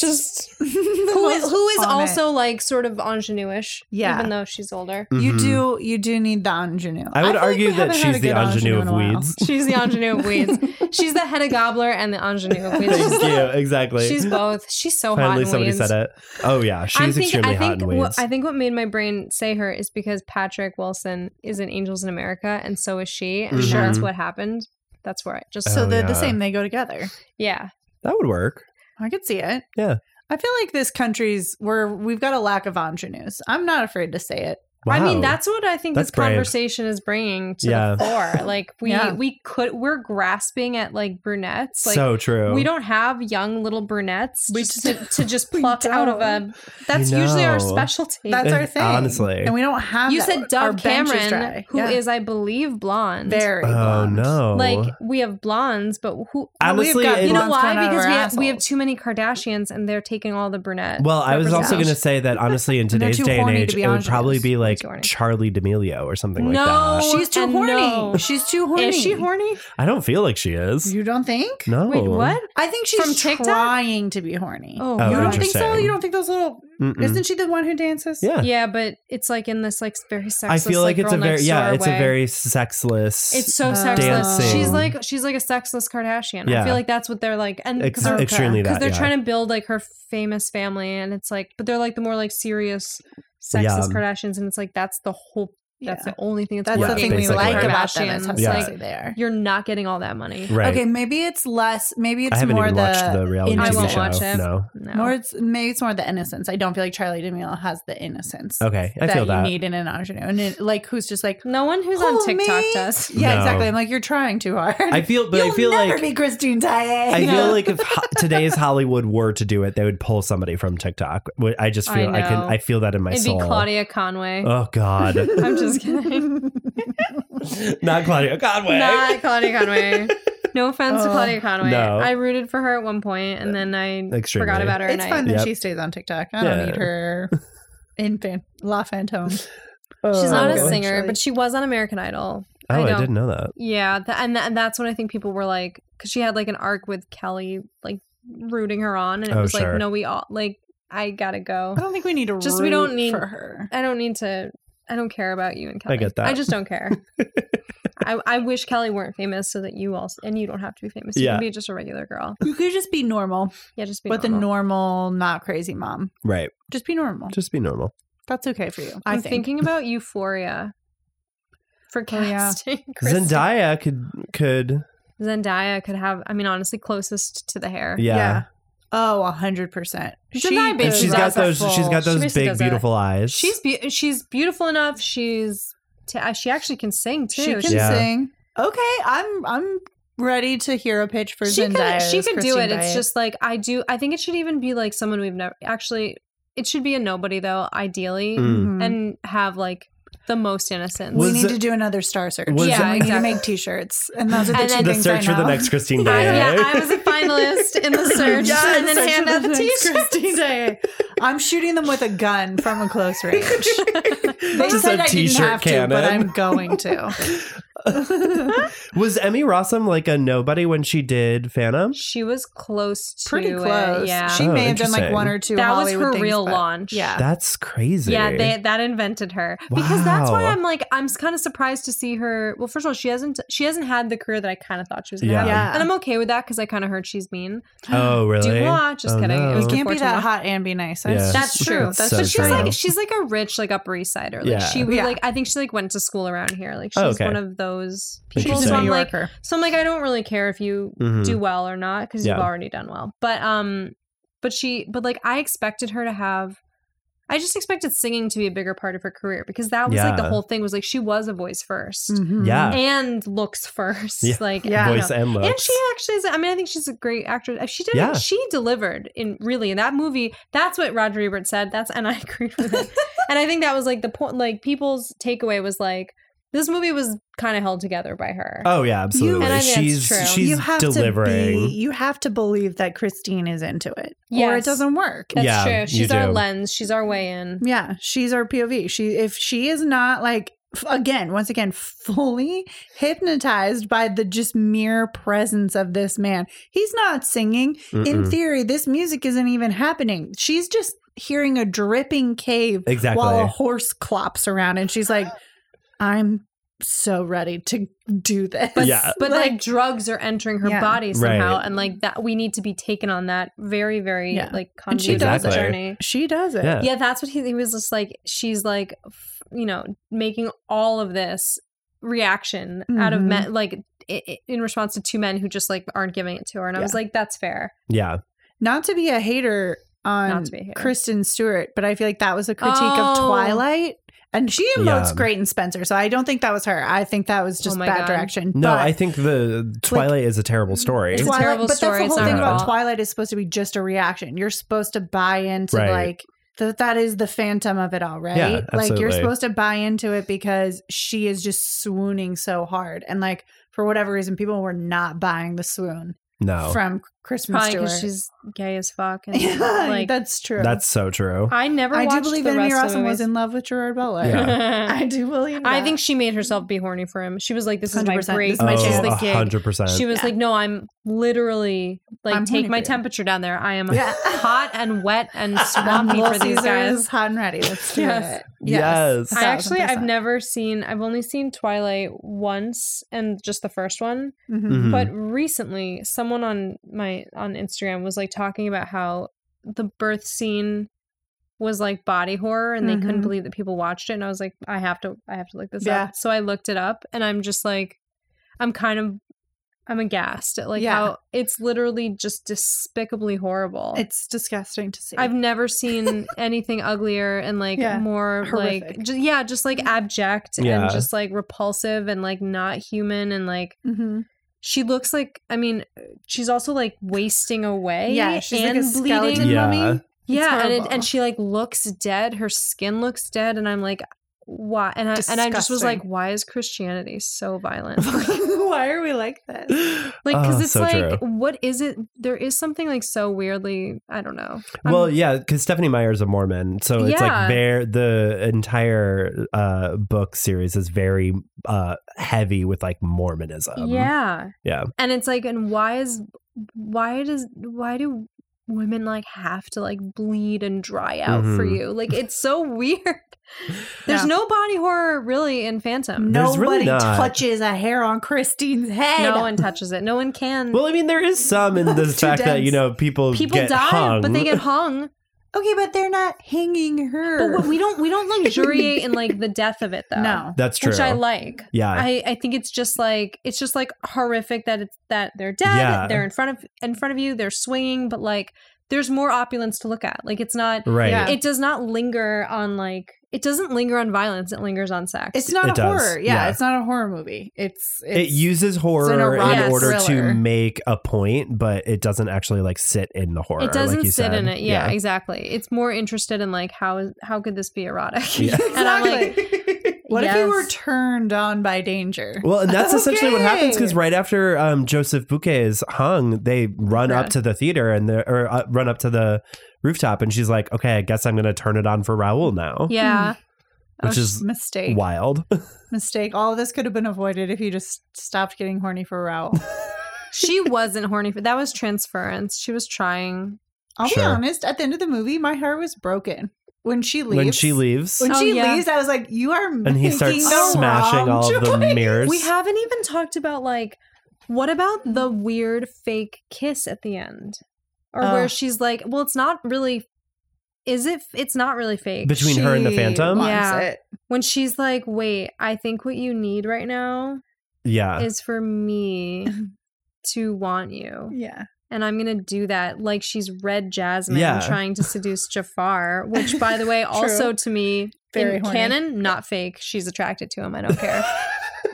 Just the who is most who is on it. also like sort of ingenue-ish, Yeah. even though she's older. You Mhm. do you do need the ingenue. I would feel like argue we that haven't had she's a the good ingenue of in a while. weeds. She's the ingenue of weeds. She's the head of gobbler and the ingenue of weeds. Thank She's, you. Exactly. she's both. She's so Finally, hot. in somebody weeds. said it. Oh yeah, I'm she's thinking- extremely I think hot in what, weeds. I think what made my brain say her is because Patrick Wilson is in Angels in America, and so is she, and Mhm. that's what happened. That's where I just So Oh, they're the yeah. same, they go together. yeah. that would work. I could see it. Yeah. I feel like this country's where we've got a lack of ingenues. I'm not afraid to say it. I mean, Wow. that's what I think That's this brave. conversation is bringing to Yeah. the fore. Like we Yeah. we could we're grasping at like brunettes. Like so true. we don't have young little brunettes We just don't. to, to just We pluck out of a. don't. That's You usually our know. specialty. That's our And thing. Eh, honestly. And we don't have you that. said Our Dove bench is Cameron, dry. who is Yeah. I believe blonde. very Oh blonde. no. Like we have blondes, but who? Well, we've Honestly, got it- you know blondes why? coming out of Because our we have, we have assholes. too many Kardashians, and they're taking all the brunettes. well, I was also going representation. to say that honestly, in they're today's too day and horny to age, be it would probably ingenues. be like Too horny. Charlie D'Amelio or something like No. that. She's too And horny. no. She's too horny. is she horny? I don't feel like she is. You don't think? no. Wait, what? I think she's From TikTok? trying to be horny. Oh, Oh, you don't think so? interesting. You don't think those little? Mm-mm. Isn't she the one who dances? Yeah. Yeah, but it's like in this like very sexist. I feel like, it's a girl very next yeah, door it's way. a very sexless. It's so Oh. sexless. She's Dancing. like she's like a sexless Kardashian. I Yeah. feel like that's what they're like, and ex- because they're, extremely that. 'cause they're yeah. trying to build like her famous family, and it's like, but they're like the more like serious sexist Yeah. Kardashians, and it's like that's the whole. That's Yeah. the only thing. That's, That's Yeah, the thing we basically. like about them. Is Kardashians. how Yeah. sexy Like they are. you're not getting all that money. right. Okay, maybe it's less. Maybe it's I haven't more even the, watched the reality I TV won't show. watch it. No. No. More it's maybe it's more the innocence. I don't feel like Charlie D'Amelio has the innocence Okay, I that feel that. you need in an ingenue, and it, like who's just like no one who's on "Hold me." TikTok does. Yeah, No. exactly. I'm like you're trying too hard. I feel, but You'll I feel never like be Christine Tye. I Yeah. feel like if ho- today's Hollywood were to do it, they would pull somebody from TikTok. Wh- I just feel I I, can know. I feel that in my It'd soul. be Claudia Conway. Oh God, I'm just kidding. not Claudia Conway. Not Claudia Conway. No offense to Oh. Claudia Conway. No. I rooted for her at one point, and then I Extremely. forgot about her. it's and fun that Yep. she stays on TikTok. I Yeah. don't need her in fan- La Fantôme. I, she's not a Oh. singer, Actually. but she was on American Idol. Oh, I I, don't- didn't know that. Yeah, th- and, th- and that's when I think people were like, because she had like an arc with Kelly, like rooting her on, and it Oh, was sure. like, no, we all like, I gotta go. I don't think we need to. Just we don't root need- for her. I don't need to I don't care about you and Kelly. get that. I just don't care. I, I wish Kelly weren't famous so that you also and you don't have to be famous. You Yeah. can be just a regular girl. You could just be normal, Yeah, just be. but the normal. normal, not crazy mom. Right. Just be normal. Just be normal. That's okay for you. I I'm think. thinking about Euphoria for Oh, yeah. casting. Kristen- Zendaya could could Zendaya could have. I mean, honestly, closest to the hair. yeah. Yeah. Oh, a hundred percent. She She And Because she's got that's a those she's got she those basically big does that. beautiful eyes. She's be- she's beautiful enough. She's t- uh, she actually can sing She too. can Yeah. sing. Okay, I'm I'm ready to hear a pitch for she Zendaya. could, she as could do Christine it. It's Diet. just like I do. I think it should even be like someone we've never actually. It should be a nobody though, ideally, Mm. Mhm. and have like the most innocence. we Was need it- to do another star search. was yeah, Yeah, it- we need to exactly. make T-shirts, and those are the And two then- the things I search for know. the next Christine I, Day. yeah, I was a finalist in the search, Yeah, and then search hand for out the the next t-shirts. Christine Diet. I'm shooting them with a gun from a close range. They Just said a I didn't t-shirt have to, but cannon. I'm going to. was Emmy Rossum like a nobody when she did Phantom? She was close to Pretty it, close. yeah, She Oh, may have done like interesting. one or two. that was Hollywood her things, real but- launch. Yeah. That's crazy. Yeah, they, that invented her because that's why Wow. I'm like I'm kind of surprised to see her. Well, first of all, she hasn't she hasn't had the career that I kind of thought she was gonna Yeah. have, Yeah. and I'm okay with that because I kind of heard she's mean. Oh really? Do not. Just Oh, kidding. no. It You was can't be unfortunate. that hot and be nice. Yeah. That's true. That's So but she's true. like she's like a rich like Upper East Sider. Like Yeah. she was Yeah. like I think she like went to school around here. Like she's Oh, okay. one of those people. She's Interesting. So a I'm New like Yorker. so I'm like I don't really care if you Mhm. do well or not because Yeah. you've already done well. But um, but she, but like I expected her to have. I just expected singing to be a bigger part of her career because that was like the Yeah. Mm, whole thing was like she was a voice 1st Mhm. Mm-hmm. Yeah. and looks first. Yeah. Like Yeah. you know. Voice and looks. And she actually is. I mean, I think she's a great actress. Uh, She did. Yeah. She delivered in really in that movie. That's what Roger Ebert said. That's and I agreed with it. and I think that was like the point. Like people's takeaway was like this movie was kind of held together by her. Oh yeah, absolutely. And I think that's she's true. she's delivering. To be, you have to believe that Christine is into it, or it Yes. doesn't work. That's Yeah, you true. She's our do. lens. She's our way in. Yeah, she's our POV. She if she is not like f- again, once again, fully hypnotized by the just mere presence of this man. He's not singing. In Mm-mm. theory, this music isn't even happening. She's just hearing a dripping cave Exactly. while a horse clops around, and she's like, "I'm so ready to do this." But, Yeah. but like, drugs are entering her Yeah. body somehow, Right. and like that, we need to be taken on that very, very Yeah. like And she convoluted does it. journey. she does it. Yeah. Yeah, that's what he, he was just like. She's like, f- you know, making all of this reaction out of Mhm. men, like i- i- in response to two men who just like aren't giving it to her. And I was like, that's fair. yeah. Not to be a hater on Not to be a hater. Kristen Stewart, but I feel like that was a critique of Oh. Twilight. And she emotes Yeah. great in Spencer, so I don't think that was her. I think that was just Oh my bad God. direction. No, but I think the Twilight is a terrible story. It's a Twilight, terrible but story. that's It's the whole not thing her about fault. Twilight is supposed to be just a reaction. You're supposed to buy into Right. like that. That is the phantom of it all, right? Yeah, like you're absolutely. supposed to buy into it because she is just swooning so hard, and like for whatever reason, people were not buying the swoon No, from Kristen Probably Stewart. because she's gay as fuck. And Yeah, like, that's true. that's so true. I never. I do watched believe the Emmy rest of the Rossum was movies. in love with Gerard Butler. Yeah. I do believe. I that. think she made herself be horny for him. She was like, "This is my 100%. break. This is Oh, my this is chance. the gig." 100%. She was Yeah. like, "No, I'm literally like I'm horny take my for you." temperature down there. I am Yeah. hot and wet and Um, swampy Little for these Caesar guys." is hot and ready. Let's do Yes. it. Yes. I actually, I've 1000%. never seen. I've only seen Twilight once, and just the first one. Mhm. Mhm. But recently, someone on my on Instagram was like talking about how the birth scene was like body horror, and they couldn't Mhm. believe that people watched it. And I was like, I have to, I have to look this Yeah. up. So I looked it up, and I'm just like, I'm kind of, I'm aghast at like Yeah. how it's literally just despicably horrible. It's disgusting to see. I've never seen anything uglier and like Yeah. more Horrific. like ju- yeah, just like abject Yeah. and just like repulsive and like not human and like Mhm. she looks like I mean she's also like wasting away Yeah, she's and like a skeleton bleeding. Yeah. mummy. It's Yeah, and it, horrible. and she like looks dead. Her skin looks dead, and I'm like, why? And I and I just was like, Disgusting. why is Christianity so violent? Why are we like this? Like, because Oh, it's so true. like, what is it? There is something like so weirdly, I don't know. I'm- well, yeah, because Stephanie Meyer is a Mormon, so it's Yeah. like very the entire uh, book series is very uh, heavy with like Mormonism. Um, yeah yeah. and it's like and why is why does why do women like have to like bleed and dry out for Mhm. you. Like it's so weird. There's Yeah. no body horror really in Phantom. No, There's Nobody really not. touches a hair on Christine's head. one touches it. No one can. Well, I mean, there is some in the It's too fact that dense. you know people People get die, hung. but they get hung. okay, but they're not hanging her. But what- we don't we don't luxuriate in like the death of it though. no. That's true. Which I like. yeah, I, I think it's just like it's just like horrific that it's that they're dead, Yeah. they're in front of in front of you, they're swinging, but like there's more opulence to look at. Like it's not right. Yeah. it does not linger on like it doesn't linger on violence, it lingers on sex. It's not It a does, horror. Yeah, yeah. it's not a horror movie. It's, It it's uses horror in erotic order to thriller. make a point, but it doesn't actually like sit in the horror. it doesn't like you sit said. in it. Yeah, exactly. It's more interested in like how how could this be erotic? Yeah. and I'm like, what if you were Yes. turned on by danger? Well, and that's essentially what happens because Okay. right after um, Joseph Bouquet is hung, they run Yeah. up to the theater and they're, or uh, run up to the rooftop, and she's like, "Okay, I guess I'm going to turn it on for Raoul now," yeah. Oh, which is mistake. wild. Mistake. All of this could have been avoided if you just stopped getting horny for Raoul. She wasn't horny for that was transference. She was trying. I'll Sure. be honest. At the end of the movie, my heart was broken when she leaves. when she leaves, When Oh, she yeah. leaves, I was like, "You are." and he starts smashing all of the mirrors. We haven't even talked about like what about the weird fake kiss at the end? Or where Ugh. she's like, well, it's not really is it it's not really fake. Between her and the Phantom? Yeah. Yeah. when she's like, "Wait, I think what you need right now yeah, is for me to want you." Yeah. And I'm going to do that like she's Red Jasmine Yeah. trying to seduce Jafar, which by the way also to me Very in horny. canon not fake. She's attracted to him, I don't care.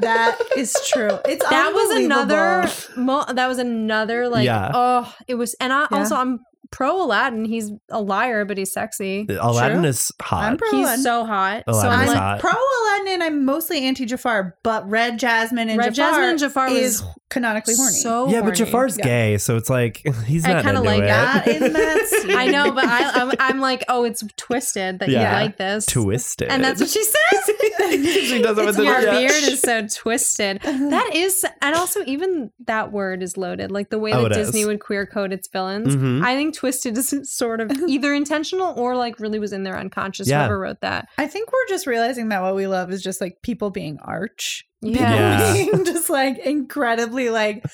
That is true. It's that was another unbelievable. mo- that was another like Yeah. oh it was and I Yeah. also I'm pro Aladdin. He's a liar, but he's sexy. Aladdin True. is hot. I'm pro He's Aladdin. so hot. so Aladdin I'm is like hot. pro Aladdin and I'm mostly anti Jafar, but Red Jasmine and Red Jafar Jasmine and Jafar is was canonically horny. so yeah, horny. but Jafar's Yeah. gay, so it's like he's I not kinda into like it. that in that scene. I know, but I, I'm, I'm like, oh, it's twisted that Yeah. you like this, Twisted, and that's what she says. she does it with the Your yeah. beard is so twisted. That is, and also even that word is loaded. Like the way Oh, that it Disney is. would queer code its villains. Mhm. I think twisted is sort of either intentional or like really was in their unconscious. Yeah. Whoever wrote that, I think we're just realizing that what we love is just like people being arch. Yeah. People being just like incredibly like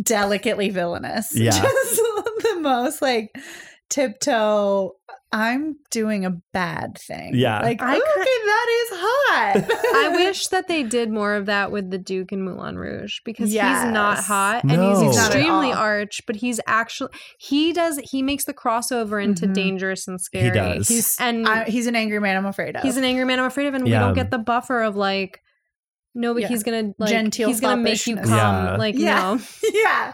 delicately villainous. Yeah. Just the most like tiptoe. I'm doing a bad thing. Yeah. Like I okay, ca- that is hot. I wish that they did more of that with the Duke in Moulin Rouge because he's not Yes. hot and he's No. He's not at extremely all. arch, but he's actually he does he makes the crossover into Mhm. dangerous and scary. Mm-hmm. he does. He's And I, he's an angry man. I'm afraid of. he's an angry man I'm afraid of, and we Yeah. don't get the buffer of like no, but Yeah. he's gonna like Genteel he's gonna make you foppishness. come. Yeah. Like Yeah. no. yeah.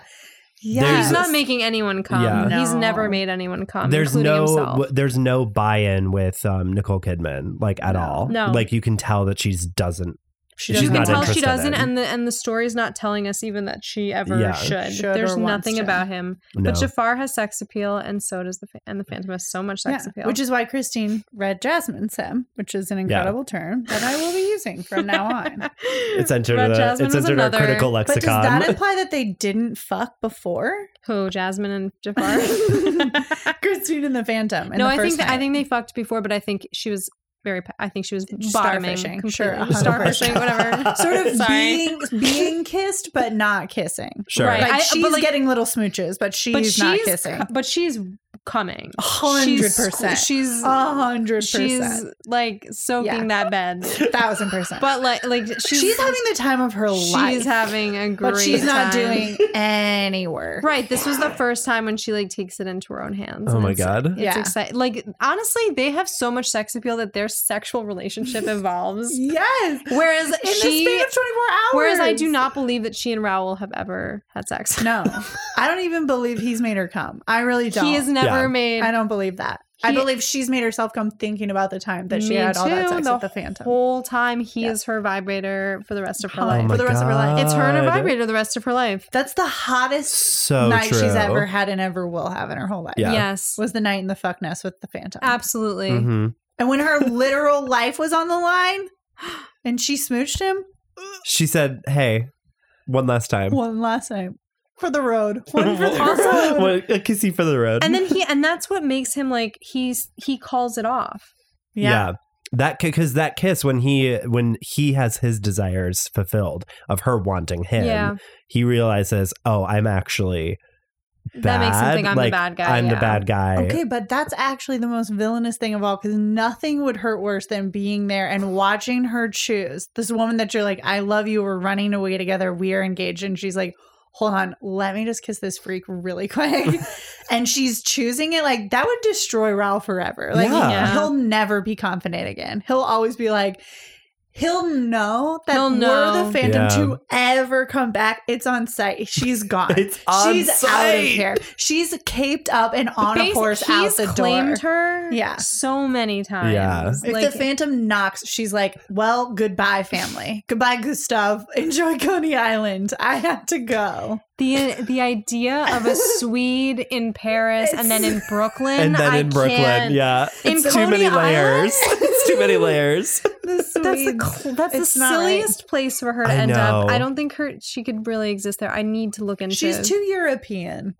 Yeah. There's He's not making anyone come. Yeah. He's No. never made anyone come. there's Um, no including himself. w- there's no buy-in with um, Nicole Kidman like at No. all. No. like you can tell that she's doesn't. She she's you can not tell she interested doesn't, in- and the and the story's not telling us even that she ever Yeah. should. Should There's or wants nothing to. about him. No, But Jafar has sex appeal, and so does the fa- and the Phantom has so much sex Yeah, appeal. Which is why Christine read Jasmine Sim, which is an incredible term that I will be using from now on. it's entered. Red The, Jasmine it's was entered our another- critical But does lexicon. that imply that they didn't fuck before? who Jasmine and Jafar. Christine and the Phantom. in no, the I think first that, I night. think they fucked before, but I think she was very. pa- I think she was bottoming, starfishing. completely. Sure, a hundred starfishing, percent. whatever. sort of Sorry. being being kissed but not kissing. sure. Right. Like I- but she's like- getting little smooches, but she's, but she's not kissing. but she's coming. A hundred She's- percent. She's A hundred she's percent. like soaking that bed. Thousand percent. But like like she's she's, having the time of her she's life. having a great but she's not time. doing any work. Right. This was the first time when she like takes it into her own hands. Oh and my it's- god. It's Yeah. exciting. Like honestly, they have so much sex appeal that their sexual relationship evolves. Yes. Whereas In the she, span of 24 hours. whereas I do not believe that she and Raoul have ever had sex. No, I don't even believe he's made her come. I really don't. he has never Yeah. made I don't believe that. I He- believe she's made herself come thinking about the time that she Me had all that too, sex the with the Phantom. whole time. He Yeah. is her vibrator for the rest of her Oh life. my For the rest of her life. It's her and her God. vibrator the rest of her life. That's the hottest So night true. she's ever had and ever will have in her whole life. Yeah. Yes, Was the night in the fuck nest with the Phantom. absolutely. Mhm. And when her literal life was on the line and she smooched him She said, "Hey, one last time." one last time. for the road. One for the Also- road. Well, a kissy for the road. and then he and that's what makes him like he's he calls it off yeah. That because that kiss when he when he has his desires fulfilled of her wanting him, yeah he realizes, oh, I'm actually bad. that makes him think i'm the Like, bad guy I'm yeah. the bad guy. Okay, but that's actually the most villainous thing of all because nothing would hurt worse than being there and watching her choose this woman that you're like, I love you. We're running away together. We are engaged. And she's like, hold on, let me just kiss this freak really quick. and she's choosing it. Like, that would destroy Raul forever. Like, Yeah. he'll never be confident again. He'll always be like, He'll know that He'll we're the know. Phantom Yeah. to ever come back. It's on site. She's gone. It's on She's out of site. here. She's caped up and on a Basi- horse out he's the door. claimed her Yeah. so many times Yeah. If the phantom knocks, she's like, "Well, goodbye, family. goodbye, Gustav. Enjoy Coney Island. I have to go." The the idea of a Swede in Paris and then in Brooklyn, and then I in Brooklyn, can't- yeah, In it's too Coney many Island? layers. it's too many layers. That's That's the cl- that's It's the not right. silliest place for her to I end up. know. I don't think her she could really exist there. I need to look into. She's too European.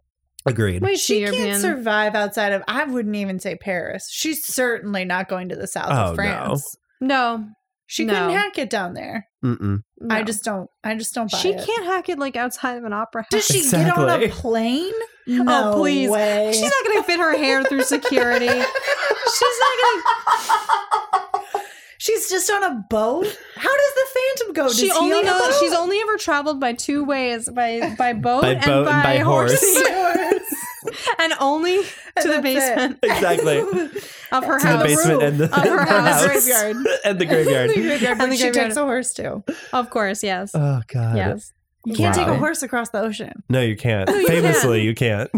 Agreed. Wait, She she European. can't survive outside of. I wouldn't even say Paris. She's certainly not going to the south Oh, no. of France. no, She No. couldn't hack it down there. Mm-mm. no. I just don't. I just don't buy she it. can't hack it like outside of an opera. Does house. she get on a Exactly. plane? No please. Way. She's not gonna fit her hair through security. She's not She's just on a boat. How does the Phantom go? gonna. Oh, Does She he only on a knows. boat? She's only ever traveled by two ways: by by boat, By and, boat by and by horse. horsey. and only to the that's it. basement Exactly. of her To house. the basement and the, Of her her house. house. Graveyard. and the graveyard. but the she graveyard. takes a horse too. Of course, yes. Oh God! yes. You can't take Wow. a horse across the ocean. No, you can't. No, you Famously, you can't.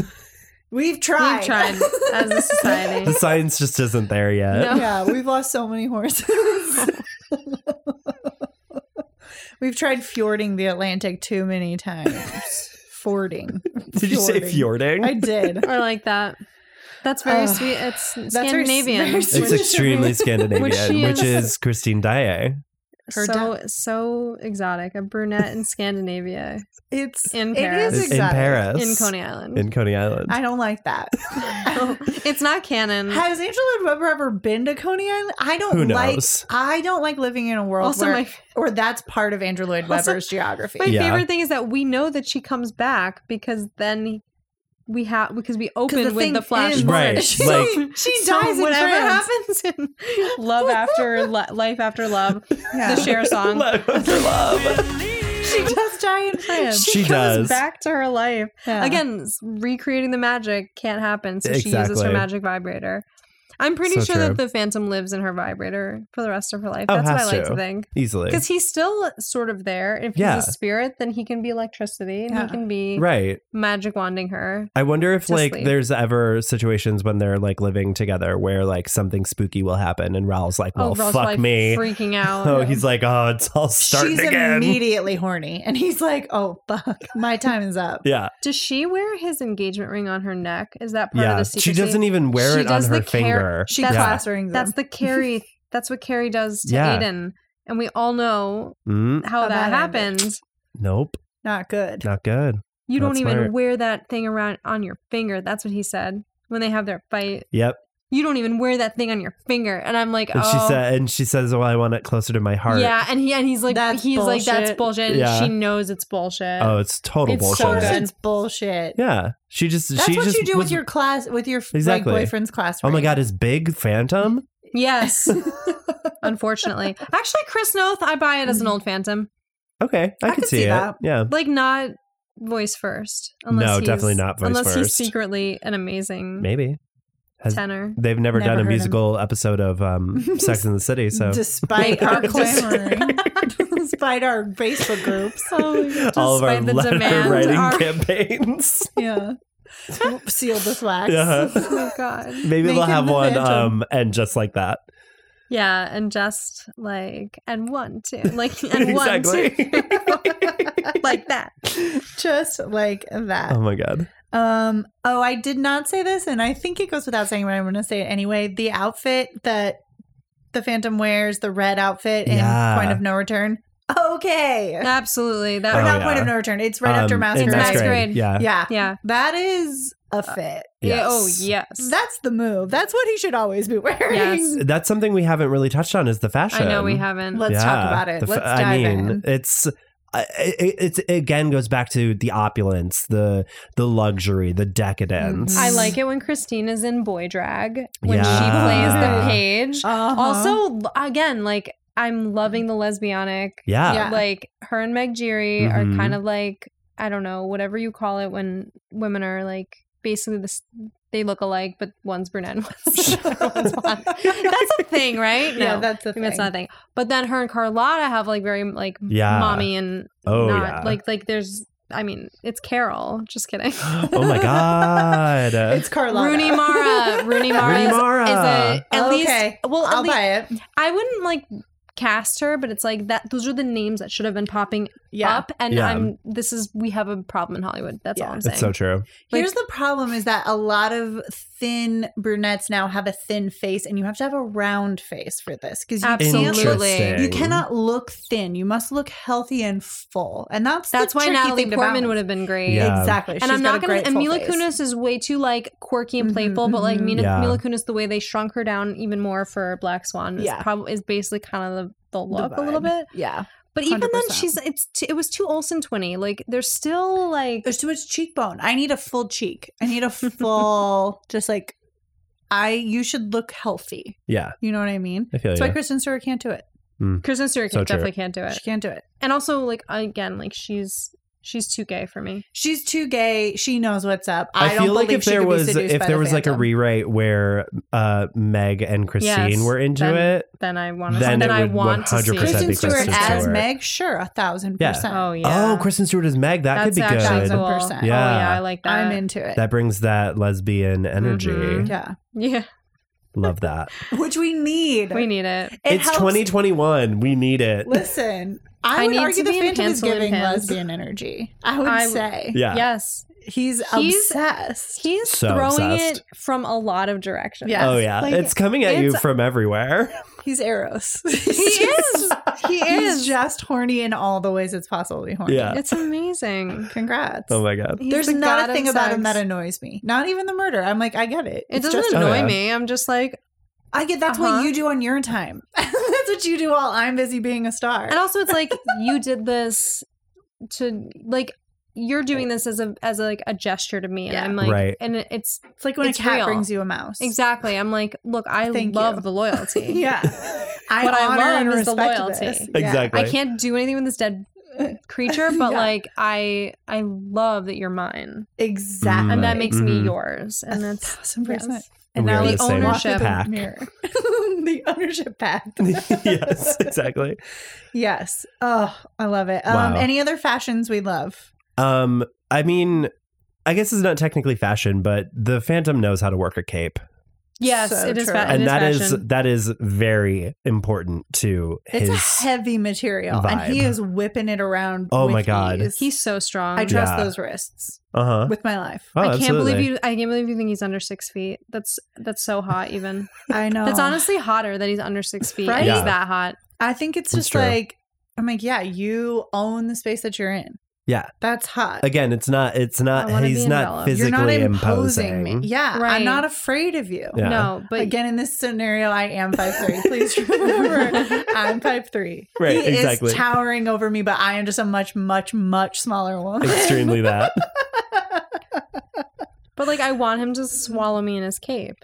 We've tried. We've tried as a The society. science just isn't there yet. No. yeah, we've lost so many horses. we've tried fjording the Atlantic too many times. Fording. Did you say fjording? I did. or like that. That's very Ugh. sweet. It's very- Scandinavian. very sweet. it's Swedish extremely Which she Scandinavian, which is- is, Christine Daae. Her so so exotic. A brunette in Scandinavia. It's In It Paris. is in exotic. Paris. In Coney Island. In Coney Island. I don't like that. Oh, it's not canon. Has Angela Weber ever been to Coney Island? I don't Mm. Who like. knows? I don't like living in a world Also, where, my or that's part of Andrew Lloyd Also, Webber's geography. my Yeah. favorite thing is that we know that she comes back because then he- we have because we open the with thing the flash ends. forward. Right, So- like- she so dies in whatever France. happens in love after li- life after love, Yeah. the share song. Love for love. she does die in France. She comes does. back to her life Yeah. again. s- Recreating the magic can't happen, so she uses her Exactly. magic vibrator. I'm pretty So sure that true. the phantom lives in her vibrator for the rest of her life. Oh, That's what I has like to, to. think. Easily. Because he's still sort of there. If Yeah. he's a spirit, then he can be electricity and Yeah. he can be Right. magic wanding her. I wonder if To like sleep. there's ever situations when they're like living together where like something spooky will happen and Raul's like, well, Ralph's, Oh, fuck like, me. freaking out. Oh, he's like, oh, it's all starting She's again. immediately horny, and he's like, "Oh fuck, my time is up." yeah, Does she wear his engagement ring on her neck? Is that part of yeah. the She secrecy? doesn't e- even wear She it on does her the care- finger. She That's- yeah. class rings That's them. the Carrie. That's what Carrie does to Yeah. Aiden, and we all know Mm, how, How that, that ended. happens. nope, Not good. not good. You don't That's even smart. wear that thing around on your finger. That's what he said when they have their fight. Yep. You don't even wear that thing on your finger, and I'm like, And oh, she said, and she says, well, I want it closer to my heart. yeah, and he and he's like, That's he's like, that's bullshit. bullshit. and Yeah. She knows it's bullshit. Oh, it's total It's bullshit. so Of course, good. it's bullshit. Yeah, she just That's she what just you do with was- your class, with your like, Exactly. boyfriend's class. Oh my ring. god, is Big Phantom? Yes, unfortunately, actually, Chris Noth, I buy it as an old phantom, Okay, I, I could could see, see it. that. Yeah, like not voice first. No, he's- definitely not voice unless he's first. secretly an amazing maybe Has- tenor. they've Never never, done a heard him. musical episode of um, Sex in the City, so Despite our Just- clamoring, despite our Facebook groups, Oh, all of our despite the letter demand, writing our- campaigns. yeah, seal the flax. Yeah. Oh my god. Maybe they'll Making have the one, Phantom. um, and just like that. Yeah, and just like and one two, like and one exactly. two, like that. just like that. oh my god. Um. Oh, I did not say this, and I think it goes without saying, but I'm going to say it anyway. The outfit that the Phantom wears, the red outfit in Yeah. Point of No Return, okay. Absolutely. That Or Oh, not point yeah. of no return. It's right after Um, Master in Masquerade. Masquerade. Masquerade. Yeah. Yeah. yeah. Uh, That is a fit. Yeah. Oh Yes. yes. That's the move. That's what he should always be wearing. Yes. That's something we haven't really touched on is the fashion. I know we haven't. Let's talk about it. The f- Let's I dive mean, in. it's I- I- it's it again goes back to the opulence, the the luxury, the decadence. I like it when Christine is in boy drag when Mm. Yeah. she plays the page. Uh-huh. Also, l- again, like I'm loving the lesbianic. Yeah. Yeah. Like her and Meg Geary Mhm. are kind of like I don't know whatever you call it when women are like basically this they look alike but one's brunette and one's, one's blonde. That's a thing, right? yeah, No. that's the I thing. mean, that's not a thing. But then her and Carlotta have like very like Yeah. mommy and Oh not yeah. like like there's I mean it's Carol. Just kidding. oh my god. it's Carlotta. Rooney Mara. Rooney Mara, Rooney is- Mara. Is, a, at Oh, Okay. least well at I'll least, buy it. I wouldn't like cast her, but it's like that those are the names that should have been popping Yeah. up. And Yeah. I'm this is we have a problem in Hollywood. That's Yeah. all I'm saying. it's so true. Like- Here's the problem is that a lot of thin brunettes now have a thin face and you have to have a round face for this because you can't look, Absolutely. Interesting. you cannot look thin. You must look healthy and full. And that's the That's why tricky Natalie thing to Portman balance. would have been great. Yeah. Exactly. And She's I'm got not a gonna. great And full Mila face. Kunis is way too like quirky and Mhm, playful, but like mhm. Mina, Yeah. Mila Kunis, the way they shrunk her down even more for Black Swan is Yeah. probably is basically kind of the, the The look a little vibe. bit. Yeah. But even then, 100%. she's it's t- it was too Olsen twinny. Like there's still like There's too much cheekbone. I need a full cheek. I need a full, just like I. You should look healthy. Yeah, You know what I mean? I feel That's you. why Kristen Stewart can't do it. Kristen Stewart So can- true. definitely can't do it. She can't do it. And also like again, like she's she's too gay for me. She's too gay. She knows what's up. I, I, don't feel like believe if she there could be was seduced if by there the was like a Phantom. rewrite where uh, Meg and Christine Yes, were into then- it, Then I want to. Then Then, it I would want to 100% see. be Kristen Kristen Stewart as Stewart. Meg, sure, a thousand Yeah. percent. Oh yeah. oh, Kristen Stewart as Meg, that That's could be actually good. cool. 100%. Oh yeah, I Yeah. like that. I'm into it. That brings that lesbian energy. Mhm. yeah, Yeah, Love that. which we need. we need it. It it's helps- 2021. We need it. Listen, I, I would need argue to the be in Phantom is Hansel and giving Pans. lesbian energy. I would I- say Yeah. Yes, he's, He's- obsessed. he's So throwing obsessed. it from a lot of directions. Yes. Oh yeah, Like, it's coming at you it's- from everywhere. He's Eros. he is. He He's is. just horny in all the ways it's possible to be horny. Yeah. It's amazing. Congrats. Oh my god. He's There's the not god a of thing about him sex. that annoys me. Not even the murder. I'm like, I get it. It It's doesn't just- Oh, annoy yeah. me. I'm just like, I get that's Uh-huh. what you do on your time. that's what you do while I'm busy being a star. and also it's like you did this to like you're doing this as a as like a gesture to me, and Yeah. I'm like, Right. and it- it's it's like when a it's cat real. brings you a mouse. exactly. I'm like, look, I Thank love you. the loyalty. Yeah. I What I honor love and is the respect loyalty. this. Yeah. Exactly. I can't do anything with this dead creature, but Yeah. like I I love that you're mine. Exactly. And that makes Mhm. me yours. And that's thousand yes. percent. And we are we the same walk through pack. The, mirror. the ownership pact. yes, exactly. Yes. Oh, I love it. Um, Wow. Any other fashions we love? Um, I mean, I guess it's not technically fashion, but the Phantom knows how to work a cape, yes, So it is. true. Fa- and it is that is fashion. that is very important to It's his. a heavy material, and he vibe. is whipping it around. Oh with my God. ease. he's so strong. I trust Yeah. those wrists uh huh. with my life. Oh, I can't absolutely. believe you. I can't believe you think he's under six feet. That's that's so hot. Even I know. that's honestly hotter that he's under six feet. Oh. Right? and Yeah. He's that hot. I think it's It's just true. like I'm like, yeah, you own the space that you're in. Yeah. that's hot. Again, it's not. It's I not. wanna He's be not enveloped. you're physically not imposing. imposing me. Yeah, I'm Right. not afraid of you. Yeah. No, but Again, in this scenario, I am five three. Please remember, I'm five three. Right, he exactly. is towering over me, but I am just a much, much, much smaller woman. Extremely that. but like I want him to swallow me in his cape,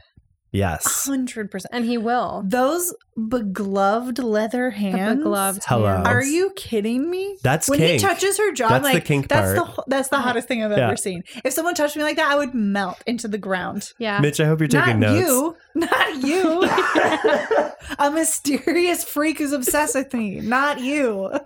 Yes. Hundred percent. and he will. Those begloved leather The hands. gloved Hello. hands. Are you kidding me? That's when kink. he touches her jaw, I'm That's the like kink that's part. the that's the hottest thing I've Yeah. ever seen. If someone touched me like that, I would melt into the ground. Yeah. Mitch, I hope you're taking not notes. you, not you. a mysterious freak who's obsessed with me, not you.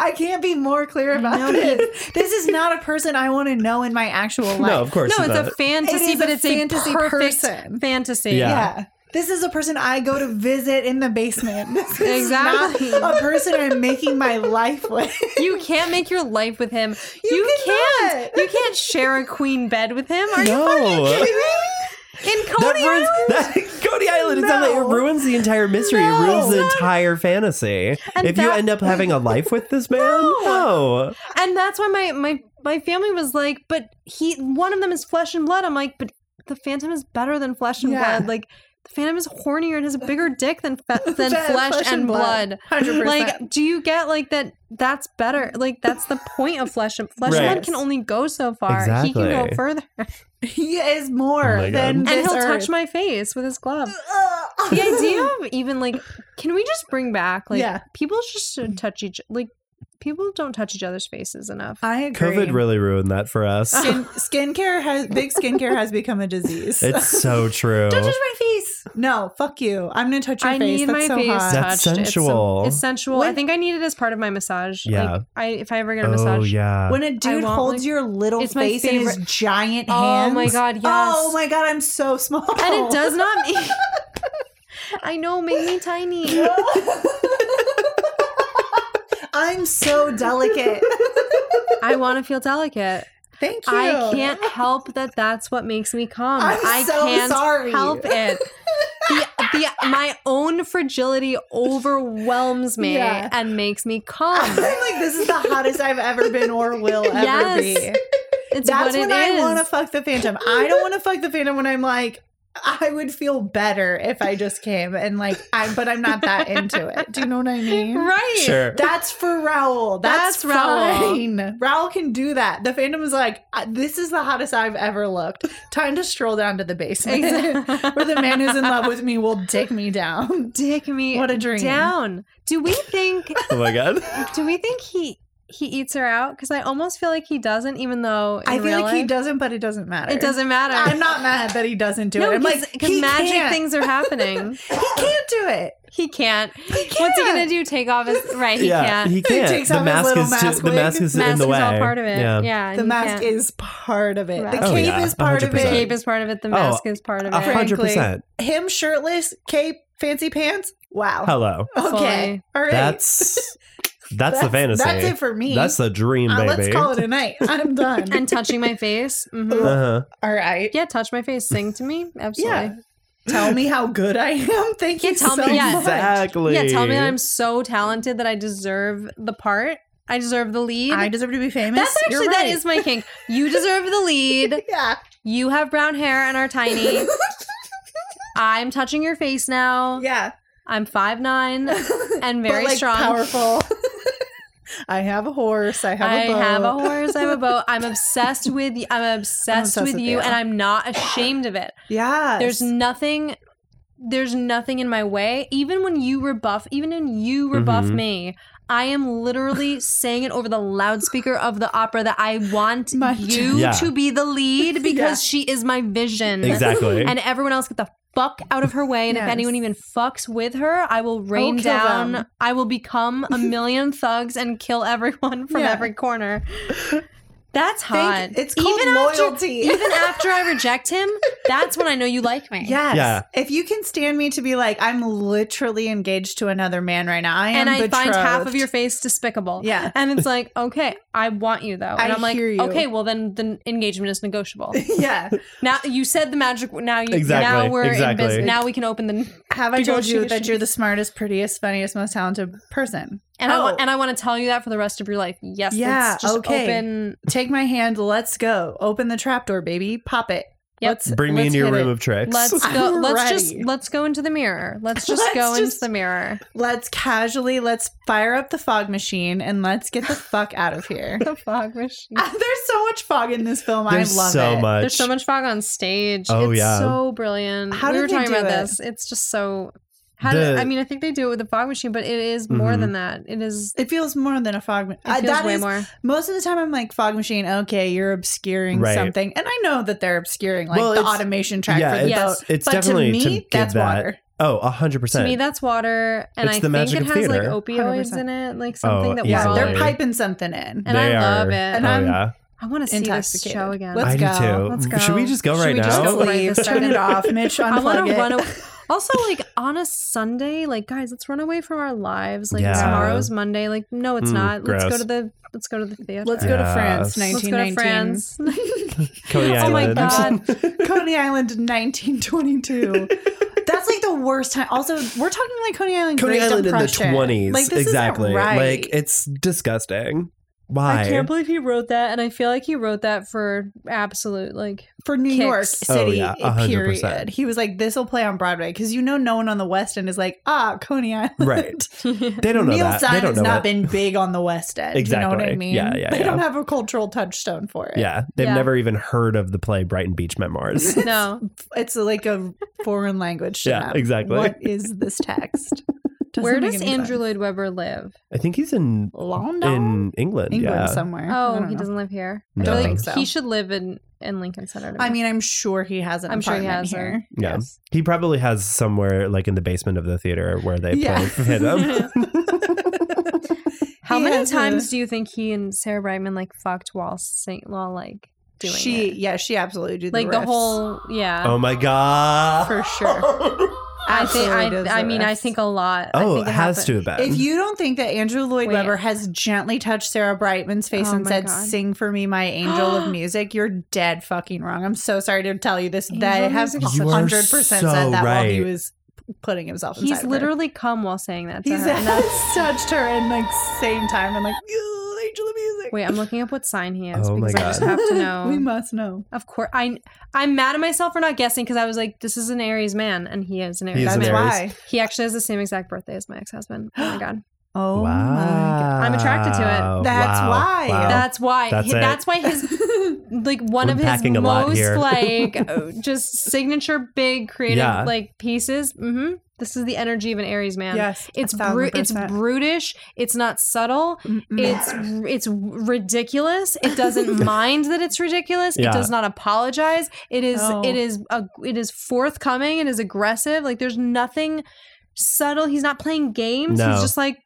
I can't be more clear about know, this. This is not a person I want to know in my actual life. No, of course. No, it's not. a fantasy, is but a it's a fantasy perfect person. fantasy. Yeah. Yeah. This is a person I go to visit in the basement. This is Exactly. not a person I'm making my life with. You can't make your life with him. You, You can't. cannot. You can't share a queen bed with him. Are you no. kidding me? In Coney Island? ruins, That, Coney Island. It's not that- it No. ruins the entire mystery. No. it ruins the It's entire fantasy. And if you that- end up having a life with this man, no. and that's why my my my family was like, but he one of them is flesh and blood. I'm like, but the Phantom is better than flesh and Yeah. blood. Like the Phantom is hornier and has a bigger dick than fe- than Flesh flesh, and and, blood. blood. 100%. Like, do you get like that? That's better. Like that's the point of flesh and flesh and Right. blood can only go so far. He can Exactly. go further, He is Oh more my God. than And and he'll touch my face with his glove. The idea of even like, can we just bring back like Yeah. people just should touch each like people don't touch each other's faces enough. I agree. COVID really ruined that for us. Skin, skincare has big skincare has become a disease. it's so true. Don't touch my face. No, fuck you. I'm gonna touch your I face. need That's my so face hot. That's touched. It's so- sensual. It's, sensual. I When- think I need it as part of my massage. Yeah. Like, I if I ever get a oh massage. yeah. when a dude want, holds like- your little It's my face in his favorite- giant Oh hands. my god, yes. Oh my god, I'm so small. And it does not make. I know, make me tiny. I'm so delicate. I want to feel delicate. Thank you. I can't help that. That's what makes me come. I'm I so can't sorry. help it. The, the my own fragility overwhelms me Yeah. and makes me I'm come. like, this is the hottest I've ever been or will ever Yes. be. It's That's what it when I is. want to fuck the phantom. I don't want to fuck the phantom when I'm like, I would feel better if I just came and like, I, but I'm not that into it. Do you know what I mean? right. sure. That's for Raoul. That's, That's Raoul. fine. Raoul can do that. The fandom is like, "Uh, this is the hottest I've ever looked. Time to stroll down to the basement Exactly. where the man who's in love with me will dig me down. Dick me What a dream. down. Do we think Oh my god. do we think he he eats her out? Because I almost feel like he doesn't, even though in I feel real like he life- doesn't, but it doesn't matter. It doesn't matter. I'm not mad that he doesn't do no, it. I'm because like, he because magic can't. things are happening. He can't do it. he can't. What's he gonna do? Take off his right? He yeah, can't. he can't. takes the off his mask little is mask the wig. mask is in mask the way. is all part of it. Yeah, and The he mask can't. is part of it. The Right. Oh, cape yeah, is part of it. 100%. cape is part of it. The mask is part of Oh, A it. hundred Frankly. percent. Him shirtless, cape, fancy pants. Wow. Hello. Okay. All right. That's that's, the fantasy. That's it for me. That's the dream, Uh, baby. let's call it a night. I'm done. And touching my face. Mhm. uh-huh. All right. Yeah, touch my face. Sing to me. Absolutely. Tell me how good I am. Thank Yeah, you tell so me- yeah. much. Exactly. Yeah, tell me that I'm so talented that I deserve the part. I deserve the lead. I deserve to be famous. That's You're actually that right. is my kink. You deserve the lead. yeah. You have brown hair and are tiny. I'm touching your face now. Yeah. I'm five nine and But, very like, strong. Powerful. I have a horse. I have I a bow. have a horse. I have a boat. I'm obsessed with you. I'm obsessed, with, you, and I'm not ashamed of it. Yeah. There's nothing. There's nothing in my way. Even when you rebuff, even when you rebuff Mm-hmm. Mhm. me, I am literally saying it over the loudspeaker of the opera that I want My- you Yeah. to be the lead because Yeah. she is my vision. Exactly. and everyone else get the fuck out of her way. And Yes. if anyone even fucks with her, I will rain kill down. them. I will become a million thugs and kill everyone from Yeah. every corner. That's hot. Thank- it's called after- loyalty. even after I reject him, that's when I know you like me. Yes. Yeah. If you can stand me to be like, I'm literally engaged to another man right now. I am And I find half of betrothed. your face despicable. Yeah. And it's like, okay, I want you though. And I am like, hear you. okay, well then the engagement is negotiable. Yeah. now you said the magic now you Exactly, now we're exactly. in business. Now we can open the Have I told you that Negotiations. you're the smartest, prettiest, funniest, most talented person? And I Oh. want, and I want to tell you that for the rest of your life. Yes, Yeah, Let's just okay. Open. Take my hand. Let's go. Open the trapdoor, baby. Pop it. Yep. Let's Bring me let's into your hit room it. of tricks. Let's I'm go. Let's just ready. let's go into the mirror. Let's just Let's go just- into the mirror. Let's casually let's fire up the fog machine and let's get the fuck out of here. The fog machine. There's so much fog in this film. There's I love so it. much. There's so much fog on stage. Oh, it's yeah. so brilliant. How we did were they talking do about it? this. It's just so. How The- did, I mean, I think they do it with the fog machine, but it is more Mhm. than that. It is. It feels more than a fog. It feels Uh, that way is- more. most of the time. I'm like fog machine. Okay, you're obscuring Right. something, and I know that they're obscuring like Well, the it's- automation track yeah, for the it's, boat. Yes. it's but definitely to me, to give that's that. water. Oh, a hundred To me, percent. that's water, and It's I the magic think it of has like theater. opioids 100%. in it, like something Oh, that Yeah, we're all. they're Easily. piping something in. and I They love are- it. oh, And I'm- yeah. I want to see this Intoxicated. show again. Let's I go. do too. Let's Should we go. just go Should right we now? just go? Just Don't leave. like this Turn it second. off, Mitch. Unplug I want it. to run. Away. Also, like on a Sunday, like guys, let's run away from our lives. Like Yeah. tomorrow's Monday. Like no, it's Mm, not. Let's go gross. to the let's go to the theater. Let's go to Yes. France, Let's go to 1919. France. Coney Oh my Island. God. Coney Island, 1922. That's like the worst time. Also, we're talking like Coney Island, Coney Great Island in the Depression. twenties. Like, this exactly. Isn't right. Like it's disgusting. Why? I can't believe he wrote that, and I feel like he wrote that for absolute like for New York Kicks. Oh, City, yeah, 100%. period. He was like, "This will play on Broadway," because you know, no one on the West End is like, "Ah, Coney Island." Right. they don't know Neil that. They don't Simon's know not that. been big on the West End. You know what I Exactly. mean? Yeah, yeah, They yeah. don't have a cultural touchstone for it. Yeah, they've Yeah. never even heard of the play Brighton Beach Memoirs. no. it's like a foreign language. To Yeah, them. exactly. What is this text? Doesn't Where make does any Andrew sense. Lloyd Webber live? I think he's in London, in England. England yeah, somewhere? I Oh, don't he know. doesn't live here. No. I feel Don't like think so. he should live in in Lincoln Center. to I me. mean, I'm sure he has an I'm sure he apartment has here. her. Yeah. Yes. he probably has somewhere like in the basement of the theater where they Yeah. play him. How He many has a- times do you think he and Sarah Brightman like fucked while Saint Law like doing she, it? yeah, she absolutely did Like the, riffs. the, whole yeah. oh my god! for sure. I think Absolutely I, does I the mean I riffs. think a lot. I oh, think it has happened. to have been. If you don't think that Andrew Lloyd Wait. Webber has gently touched Sarah Brightman's face Oh and my said, God. "Sing for me, my angel of music," you're dead fucking wrong. I'm so sorry to tell you this. They Angel have music is such a- You are hundred percent said so that while he right. was p- putting himself. inside of He's her. literally come while saying that. To he's her. touched her in like same time and like "Ew, angel of music. Wait, I'm looking up what sign he is Oh my because I just God. have to know. we must know. Of course, I I'm mad at myself for not guessing because I was like, this is an Aries man, and he is an Aries He's That's an man. Aries. why. He actually has the same exact birthday as my ex husband. Oh my god, Oh my wow, I'm attracted to it. That's Wow. why. Wow. that's why. That's he- it. that's why his like one We're of his packing a lot most here. like just signature big creative Yeah. like pieces. hmm This is the energy of an Aries man. Yes, It's a thousand bru- it's percent. brutish. It's not subtle. Mm-mm. It's it's ridiculous. It doesn't mind that it's ridiculous. Yeah. It does not apologize. It is No. it is a, it is forthcoming. It is aggressive. Like there's nothing subtle. He's not playing games. No. He's just like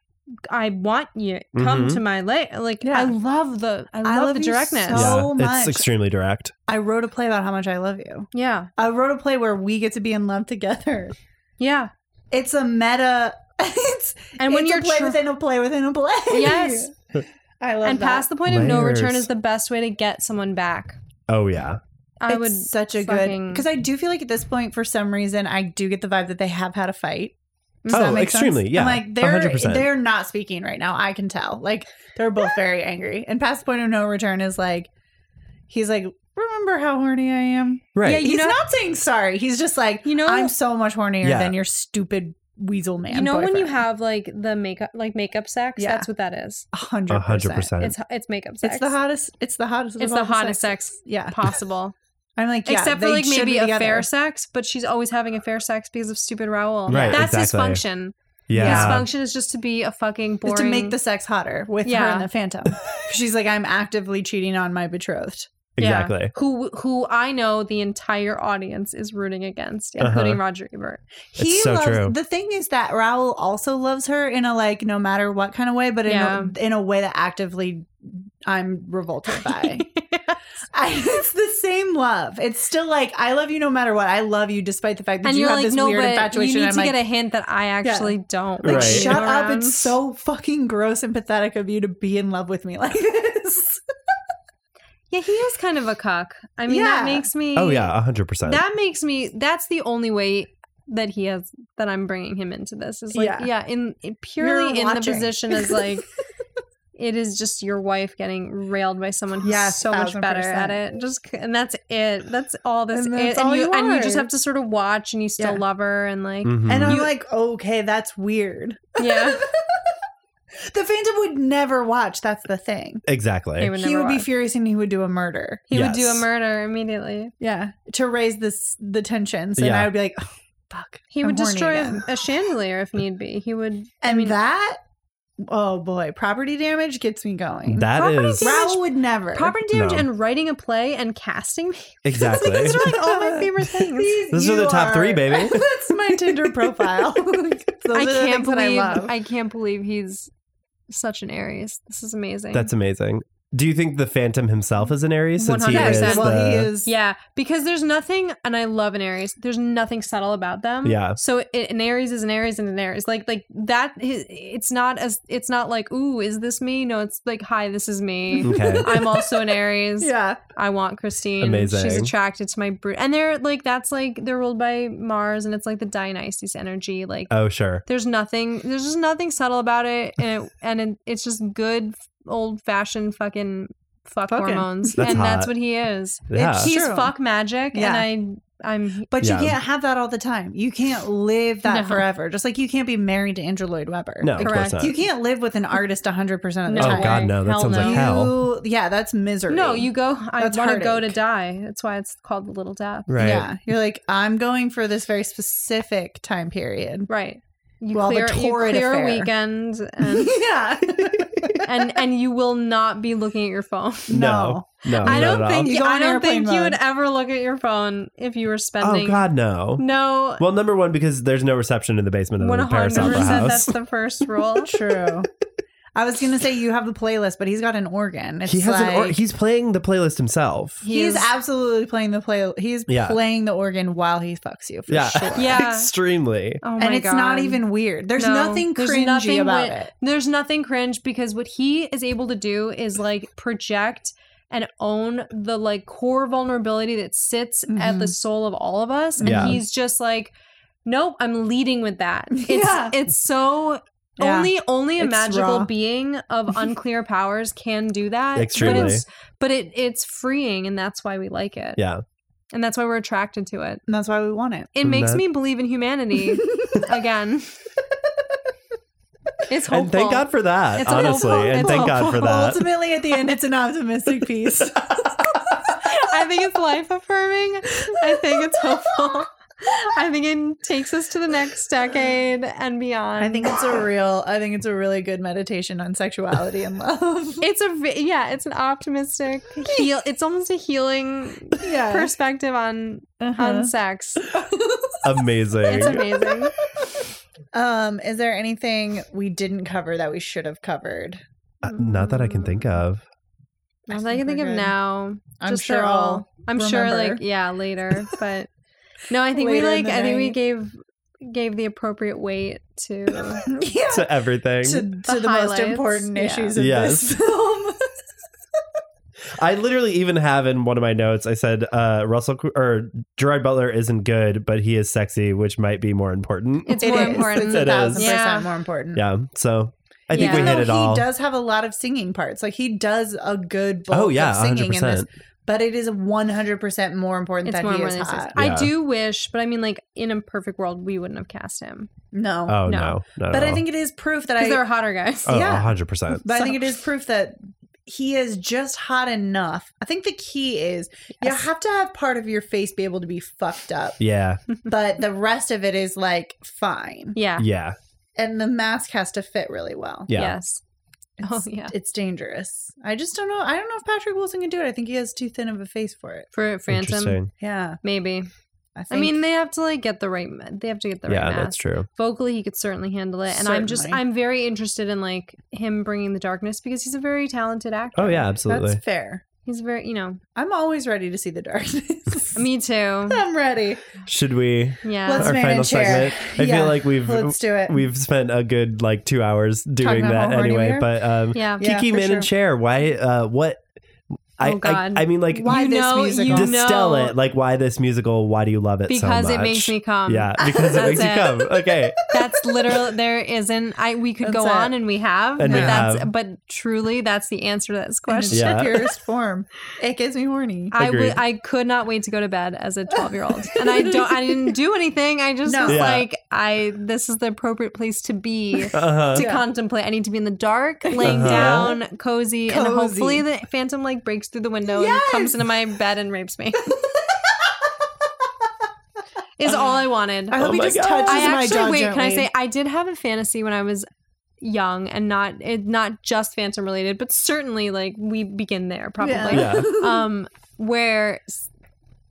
I want you come Mhm. to my lake. Like Mm-hmm. Yeah. I love the I love, love the you directness. so yeah, much. it's extremely direct. I wrote a play about how much I love you. yeah. I wrote a play where we get to be in love together. Yeah. It's a meta. It's And when it's you're a play tr- within a play within a play. Yes. I love and that. past the point of no return Layers. is the best way to get someone back. Oh yeah, I it's would such a good fucking- because I do feel like at this point for some reason I do get the vibe that they have had a fight. Does Oh, that make sense? extremely, yeah, I'm like they're 100%. they're not speaking right now. I can tell. Like they're both very angry. And past the point of no return is like he's like remember how horny I am. right. Yeah, you he's know- not saying sorry. He's just like You know- I'm so much hornier Yeah. than your stupid weasel man. you know when you boyfriend." have like the makeup like makeup sex. Yeah. That's what that is. A hundred A hundred percent. It's it's makeup sex. It's the hottest. It's the hottest. of It's all the hottest sex, sexes. Yeah, possible. I'm like, yeah, Except for they like should maybe be a together. fair sex, but she's always having a fair sex because of stupid Raoul. Right, That's his exactly. function. His Yeah, function is just to be a fucking boring. Is to make the sex hotter with her Yeah. and the phantom. She's like, I'm actively cheating on my betrothed. Yeah. exactly. who who I know the entire audience is rooting against, including Uh-huh. Roger Ebert. He It's so loves true. the thing is that Raoul also loves her in a like no matter what kind of way, but in Yeah. a, in a way that actively I'm revolted by. I, it's the same love. It's still like I love you no matter what. I love you despite the fact that and you you're have like, this no, weird but you infatuation. need I'm to like, get a hint that I actually don't. Like, Right. you shut up. around. It's so fucking gross and pathetic of you to be in love with me like this. Yeah, he is kind of a cuck. I mean, Yeah. that makes me. Oh yeah, hundred percent. that makes me. That's the only way that he has that I'm bringing him into this is like, Yeah. yeah, in, in- purely in the watching. position as like. It is just your wife getting railed by someone who's Yes, so much thousand better at percent. it. Just c- and that's it. That's all this And is. that's and all you, you and you are. just have to sort of watch and you still Yeah. love her and like Mhm. And I'm You- like, okay, that's weird. yeah. The Phantom would never watch. That's the thing. exactly. would He never would be watch. furious and he would do a murder. He would do a Yes. murder immediately. Yeah. To raise this the tensions. And Yeah. I would be like, oh, fuck. He I'm would horny destroy again. a, a chandelier if need be. He would. And I mean, that, oh boy, property damage gets me going. That Property is damage- Raoul would never. property damage No. and writing a play and casting. exactly. These are like all my favorite things. These- Those are the you top three, baby. that's my Tinder profile. Those I are the can't things that believe. I love. can't believe he's such an Aries. This is amazing. That's amazing. Do you think the Phantom himself is an Aries since he is 100%. the well, he is. Yeah, because there's nothing, and I love an Aries. There's nothing subtle about them. Yeah. So it, an Aries is an Aries and an Aries. Like like that. Is, it's not as it's not like ooh is this me? No, it's like hi this is me. okay? I'm also an Aries. Yeah. I want Christine. She's Amazing. attracted to my brute, and they're like that's like they're ruled by Mars, and it's like the Dionysus energy. Like Oh sure, there's nothing. There's just nothing subtle about it, and it, and it, it's just good old fashioned fucking fuck Fucking. hormones, That's and that's hot. what he is. Yeah. He's True. fuck magic, Yeah. and I I'm But Yeah. you can't have that all the time. You can't live that No. forever. Just like you can't be married to Andrew Lloyd Webber. no, Like, of course correct. not. you can't live with an artist 100% of the No oh time. way. god, no, that Hell sounds no. like hell. You, yeah, that's misery. no. You go. I That's want to go to heartache. die. That's why it's called the little death. Right. Yeah. You're like, I'm going for this very specific time period. Right. You Well, the clear, you torrid clear a affair. weekend, and, yeah. and and you will not be looking at your phone. No, no, I Oh, not don't at all. think You go I on don't think airplane you would mode. ever look at your phone if you were Oh spending. god, no. No, Well, number one, because there's no reception in the basement of one the Paris hundred Opera percent. That's House. the first rule. True. I was going to say you have the playlist, but he's got an organ. It's He has an or- like- he's playing the playlist himself. He's absolutely playing the play. He's Yeah. playing the organ while he fucks you. For Yeah. sure. Yeah. Extremely. Oh my and it's not God. even weird. There's No, nothing there's cringy nothing about wi- it. There's nothing cringe because what he is able to do is like project and own the like core vulnerability that sits at Mm-hmm. the soul of all of us, and Yeah. he's just like, nope, I'm leading with that. It's Yeah. it's so. Yeah. Only, only a It's magical raw. being of unclear powers can do that. Extremely. but it's, but it, it's freeing, and that's why we like it, Yeah. and that's why we're attracted to it. And that's why we want it. It And makes that- me believe in humanity again. It's hopeful. And thank God for that, It's honestly. hopeful. And It's thank God for hopeful. that. Ultimately, at the end, it's an optimistic piece. I think it's life affirming. I think it's hopeful. I think it takes us to the next decade and beyond. I think it's a real. I think it's a really good meditation on sexuality and love. it's a ve- yeah, it's an optimistic heal. It's almost a healing yeah. perspective on Uh-huh. on sex. It's Amazing. amazing. Um, is there anything we didn't cover that we should have covered? Uh, Not that I can think of. All that I can think think of we're good. now. I'm just sure they're I'll. all. I'm sure, remember. like yeah, later. But no, I think Later we in like. the I think we night. gave gave the appropriate weight to Yeah. To everything. To, to the most highlights, important yeah. issues of Yes. this film. I literally even have in one of my notes, I said, uh, Russell Cr- or Gerard Butler isn't good, but he is sexy, which might be more important. It's It more is. important. It's a It is. thousand Yeah. percent more important. yeah. So I think Yeah. we Even hit though it all. He does have a lot of singing parts. Like he does a good bulk oh, yeah. of singing in this, 100%. but it is 100% more important It's that more he more is than hot. I Yeah. do wish, but I mean, like in a perfect world, we wouldn't have cast him No. Oh, no. No. Not at but I all. think it is proof that because I there are hotter guys. Oh, yeah. 100%. but I So- think it is proof that he is just hot enough. I think the key is Yes. you have to have part of your face be able to be fucked up, Yeah. but the rest of it is like fine. Yeah. Yeah. And the mask has to fit really well. Yeah. Yes. It's, Oh, yeah. It's dangerous. I just don't know. I don't know if Patrick Wilson can do it. I think he has too thin of a face for it. For Phantom, Interesting. Yeah. maybe. I, I think mean, they have to like get the right. ma- They have to get the Yeah, right that's mask. true. Vocally, he could certainly handle it, and I'm just Certainly. I'm very interested in like him bringing the darkness because he's a very talented actor. Oh, yeah, absolutely. That's fair. He's very you know. I'm always ready to see the darkness. Me too. Yeah. I'm ready. Should we Let's our man and final chair. segment? I Yeah. feel like we've Let's do it. we've spent a good like two hours doing about that how horny we anyway. are? But um, yeah. Yeah, Kiki for Man and Chair, why? Uh, what? I, Oh, God. I I mean, like Why you this know, musical? You distill know, it. Like why this musical? Why do you love it? so because it makes much? me come. Yeah, because it That's makes you it. come. Okay, That's literally there isn't. I we could That's go it. on and we have, And but we that's have. but truly that's the answer to this Question question. Yeah. purest form. It gets me horny. I would Agreed. I could not wait to go to bed as a 12 year old. And I don't I didn't do anything. I just No. was Yeah. like I this is the appropriate place to be. uh-huh. To Yeah. contemplate, I need to be in the dark, laying Uh-huh. down, cozy, and Cozy. hopefully the phantom like breaks through the window and Yes! comes into my bed and rapes me. is all I wanted. I hope Oh he my just God. touches I my actually jaw wait. Can I gently. say I did have a fantasy when I was young, and not it not just Phantom related, but certainly like we begin there probably. Yeah. Um, where s-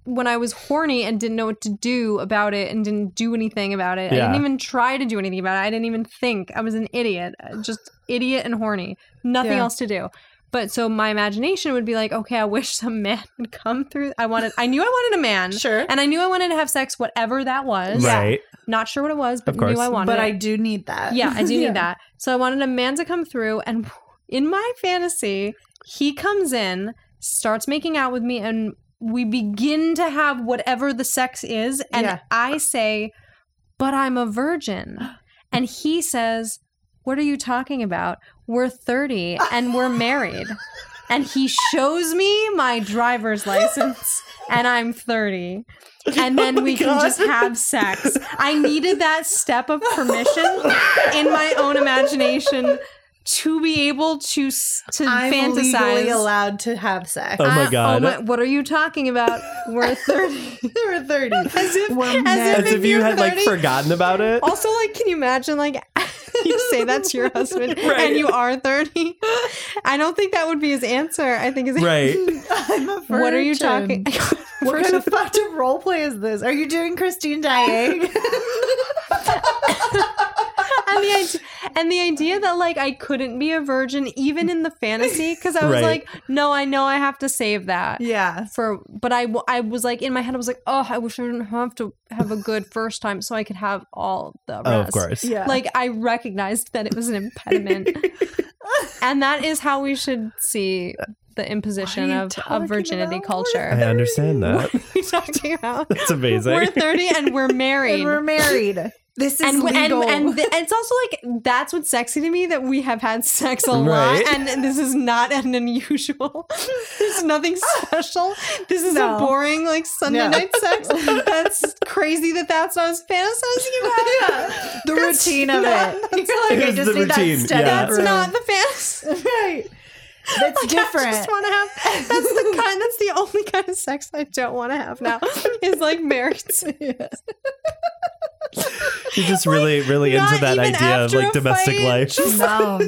when I was horny and didn't know what to do about it, and didn't do anything about it. I Yeah. didn't even try to do anything about it. I didn't even think. I was an idiot, Uh, just idiot and horny. Nothing Yeah. else to do. But so my imagination would be like, okay, I wish some man would come through. I wanted, I knew I wanted a man, Sure. and I knew I wanted to have sex, whatever that was. Yeah. Right. Not sure what it was, but Of knew course. I wanted. But it. I do need that. Yeah, I do need that. So I wanted a man to come through, and in my fantasy, he comes in, starts making out with me, and we begin to have whatever the sex is. And Yeah. I say, But I'm a virgin. And he says, What are you talking about? We're 30 and we're married. And he shows me my driver's license, and I'm 30 and then Oh my we can God. just have sex. I needed that step of permission in my own imagination to be able to s- to I'm legally fantasize. allowed to have sex. Oh my Uh, God. what are you talking about? We're thirty. We're 30. As if, as if As if you you're had like 30 forgotten about it. Also, like, can you imagine? Like, you say that's your husband, Right. and you are thirty. I don't think that would be his answer. I think his Right. I'm a virgin. What are you talking? What kind of fucked up role play is this? Are you doing Christine Dying? and the idea, and the idea that like I couldn't be a virgin even in the fantasy because I was Right. like, no, I know I have to save that yeah. for. But I w- I was like in my head I was like, oh, I wish I didn't have to have a good first time so I could have all the rest. Oh, of course. Yeah. Like I recognized that it was an impediment, and that is how we should see the imposition you of, talking of virginity about? I culture. understand that. What are you talking about? It's amazing. We're thirty and we're married. and we're married. This is and w- and legal. and, th- it's also like that's what's sexy to me that we have had sex a Right. lot and this is not an unusual there's nothing special this is No. a boring like sunday Yeah. night sex that's crazy that that's what i was fantasizing about yeah, the routine of not- it. You're like, I Here's just the need routine. that step. Yeah. up that's room. not the fantasy right. That's I different. just want to have. That's the kind. That's the only kind of sex I don't want to have now. Is like married. sex. You're just really, really not into that even idea of after like a domestic fight, life. just- no. I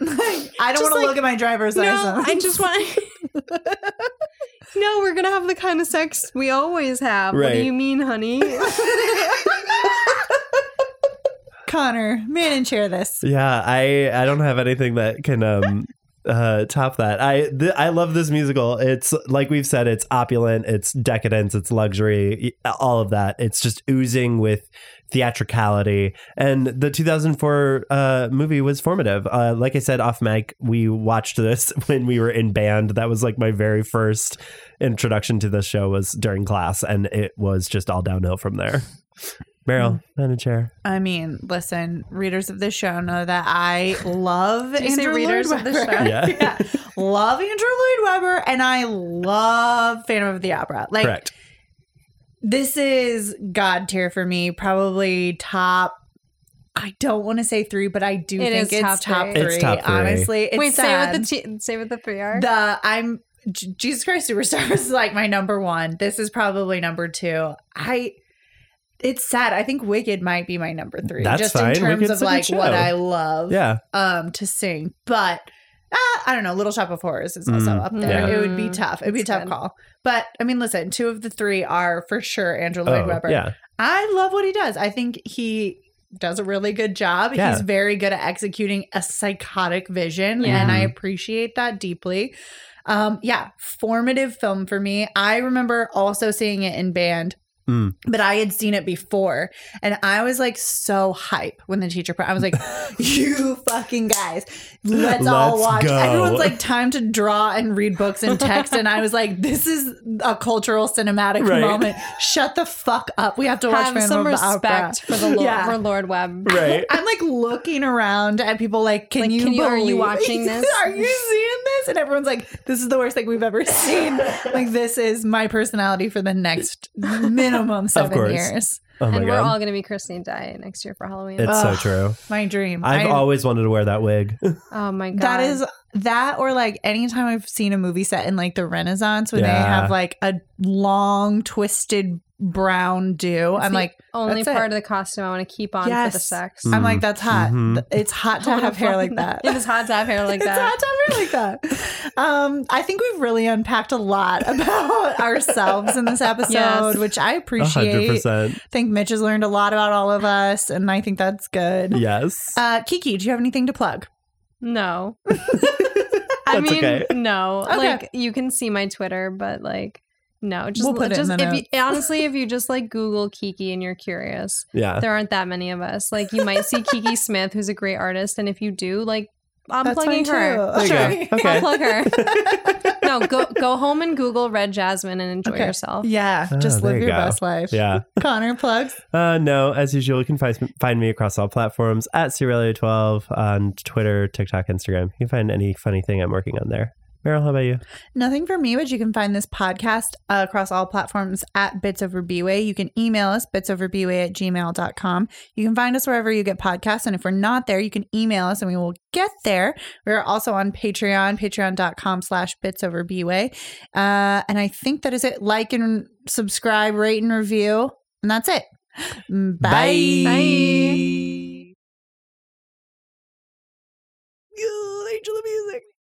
don't Just want to like- look at my driver's No, license. I just want. no, we're gonna have the kind of sex we always have. What do Right. you mean, honey? Connor, man and share this. Yeah, I I don't have anything that can um uh top that. I th- I love this musical. It's like we've said it's opulent, it's decadence, it's luxury, y- all of that. It's just oozing with theatricality. And the 2004 uh movie was formative. Uh like I said off mic, we watched this when we were in band. That was like my very first introduction to this show was during class and it was just all downhill from there. Meryl, man and chair. I mean, listen, readers of this show know that I love you say Andrew readers Lloyd of the Webber. show? Yeah. Love Andrew Lloyd Webber and I love Phantom of the Opera. Like Correct. this is god tier for me, probably top I don't want to say 3, but I do It think is it's top top, three. 3. It's top three. Honestly, it's Wait, sad. say what the t- say what the three are. the I'm J- Jesus Christ Superstar is like my number one. This is probably number two. I it's sad. I think Wicked might be my number three. That's just fine. in terms Wicked's a of good like what show. I love Yeah. um to sing. But uh, I don't know, Little Shop of Horrors is also Mm, up there. yeah. It would be tough. It'd be a tough That's good. call. But I mean, listen, two of the three are for sure Andrew Lloyd Oh, Webber. Yeah. I love what he does. I think he does a really good job. Yeah. He's very good at executing a psychotic vision, Yeah. and I Mhm. appreciate that deeply. Um, yeah, formative film for me. I remember also seeing it in band. Mm. But I had seen it before, and I was like so hype when the teacher. I was like, "You fucking guys, let's, all Let's watch." go. Everyone's like, "Time to draw and read books and text," and I was like, "This is a cultural cinematic Right. moment. Shut the fuck up. We have to watch Have Phantom some of the Opera." respect for the Lord, Yeah. for Lord Webb. Right. I'm like looking around at people like, can Like, you, can you- are you believe- watching this? are you seeing this? And everyone's like, this is the worst thing we've ever seen. like this is my personality for the next minimum seven course. years. Oh my and we're god. all gonna be Christine Diet next year for Halloween. it's Ugh. so true. My dream. I've I- always wanted to wear that wig. oh my god, that is that or like anytime I've seen a movie set in like the Renaissance when they Yeah. have like a long twisted brown do. I'm the like, only that's it. part of the costume I want to keep on for the Yes. Mm. sex. I'm like, Mhm. that's hot. Mhm. Th- It's hot to I wanna have hair like fucking- that. It is hot to have hair like it's that. hot to have hair like that. Um, I think we've really unpacked a lot about ourselves in this episode, Yes. which I A hundred appreciate. I percent. think Mitch has learned a lot about all of us, and I think that's good. Yes. Uh, Kiki, do you have anything to plug? No. I That's mean, okay. no, Okay. like you can see my Twitter, but like no, just We'll put it in just the if you, honestly, if you just like Google Kiki and you're curious, Uh. Yeah. there aren't that many of us. Like you might see Kiki Smith, who's a great artist, and if you do, like I'm That's plugging fine, her. too. There you go. Sure. Okay. I'll plug her. no, go go home and Google Red Jasmine and enjoy Okay. yourself. Yeah, just Oh, there live you your go. best life. Yeah. Connor plugs. Uh, no, as usual, you can find, find me across all platforms at Cirellia12 on Twitter, TikTok, Instagram. You can find any funny thing I'm working on there. Meryl, how about you? Nothing for me, but you can find this podcast uh, across all platforms at Bits Over Bway. You can email us, bitsoverbway at gmail.com. You can find us wherever you get podcasts. And if we're not there, you can email us and we will get there. We're also on Patreon, patreon.com slash bitsoverbway. Uh, and I think that is it. Like and subscribe, rate and review. And that's it. Mm, Bye. Bye. Angel of Music.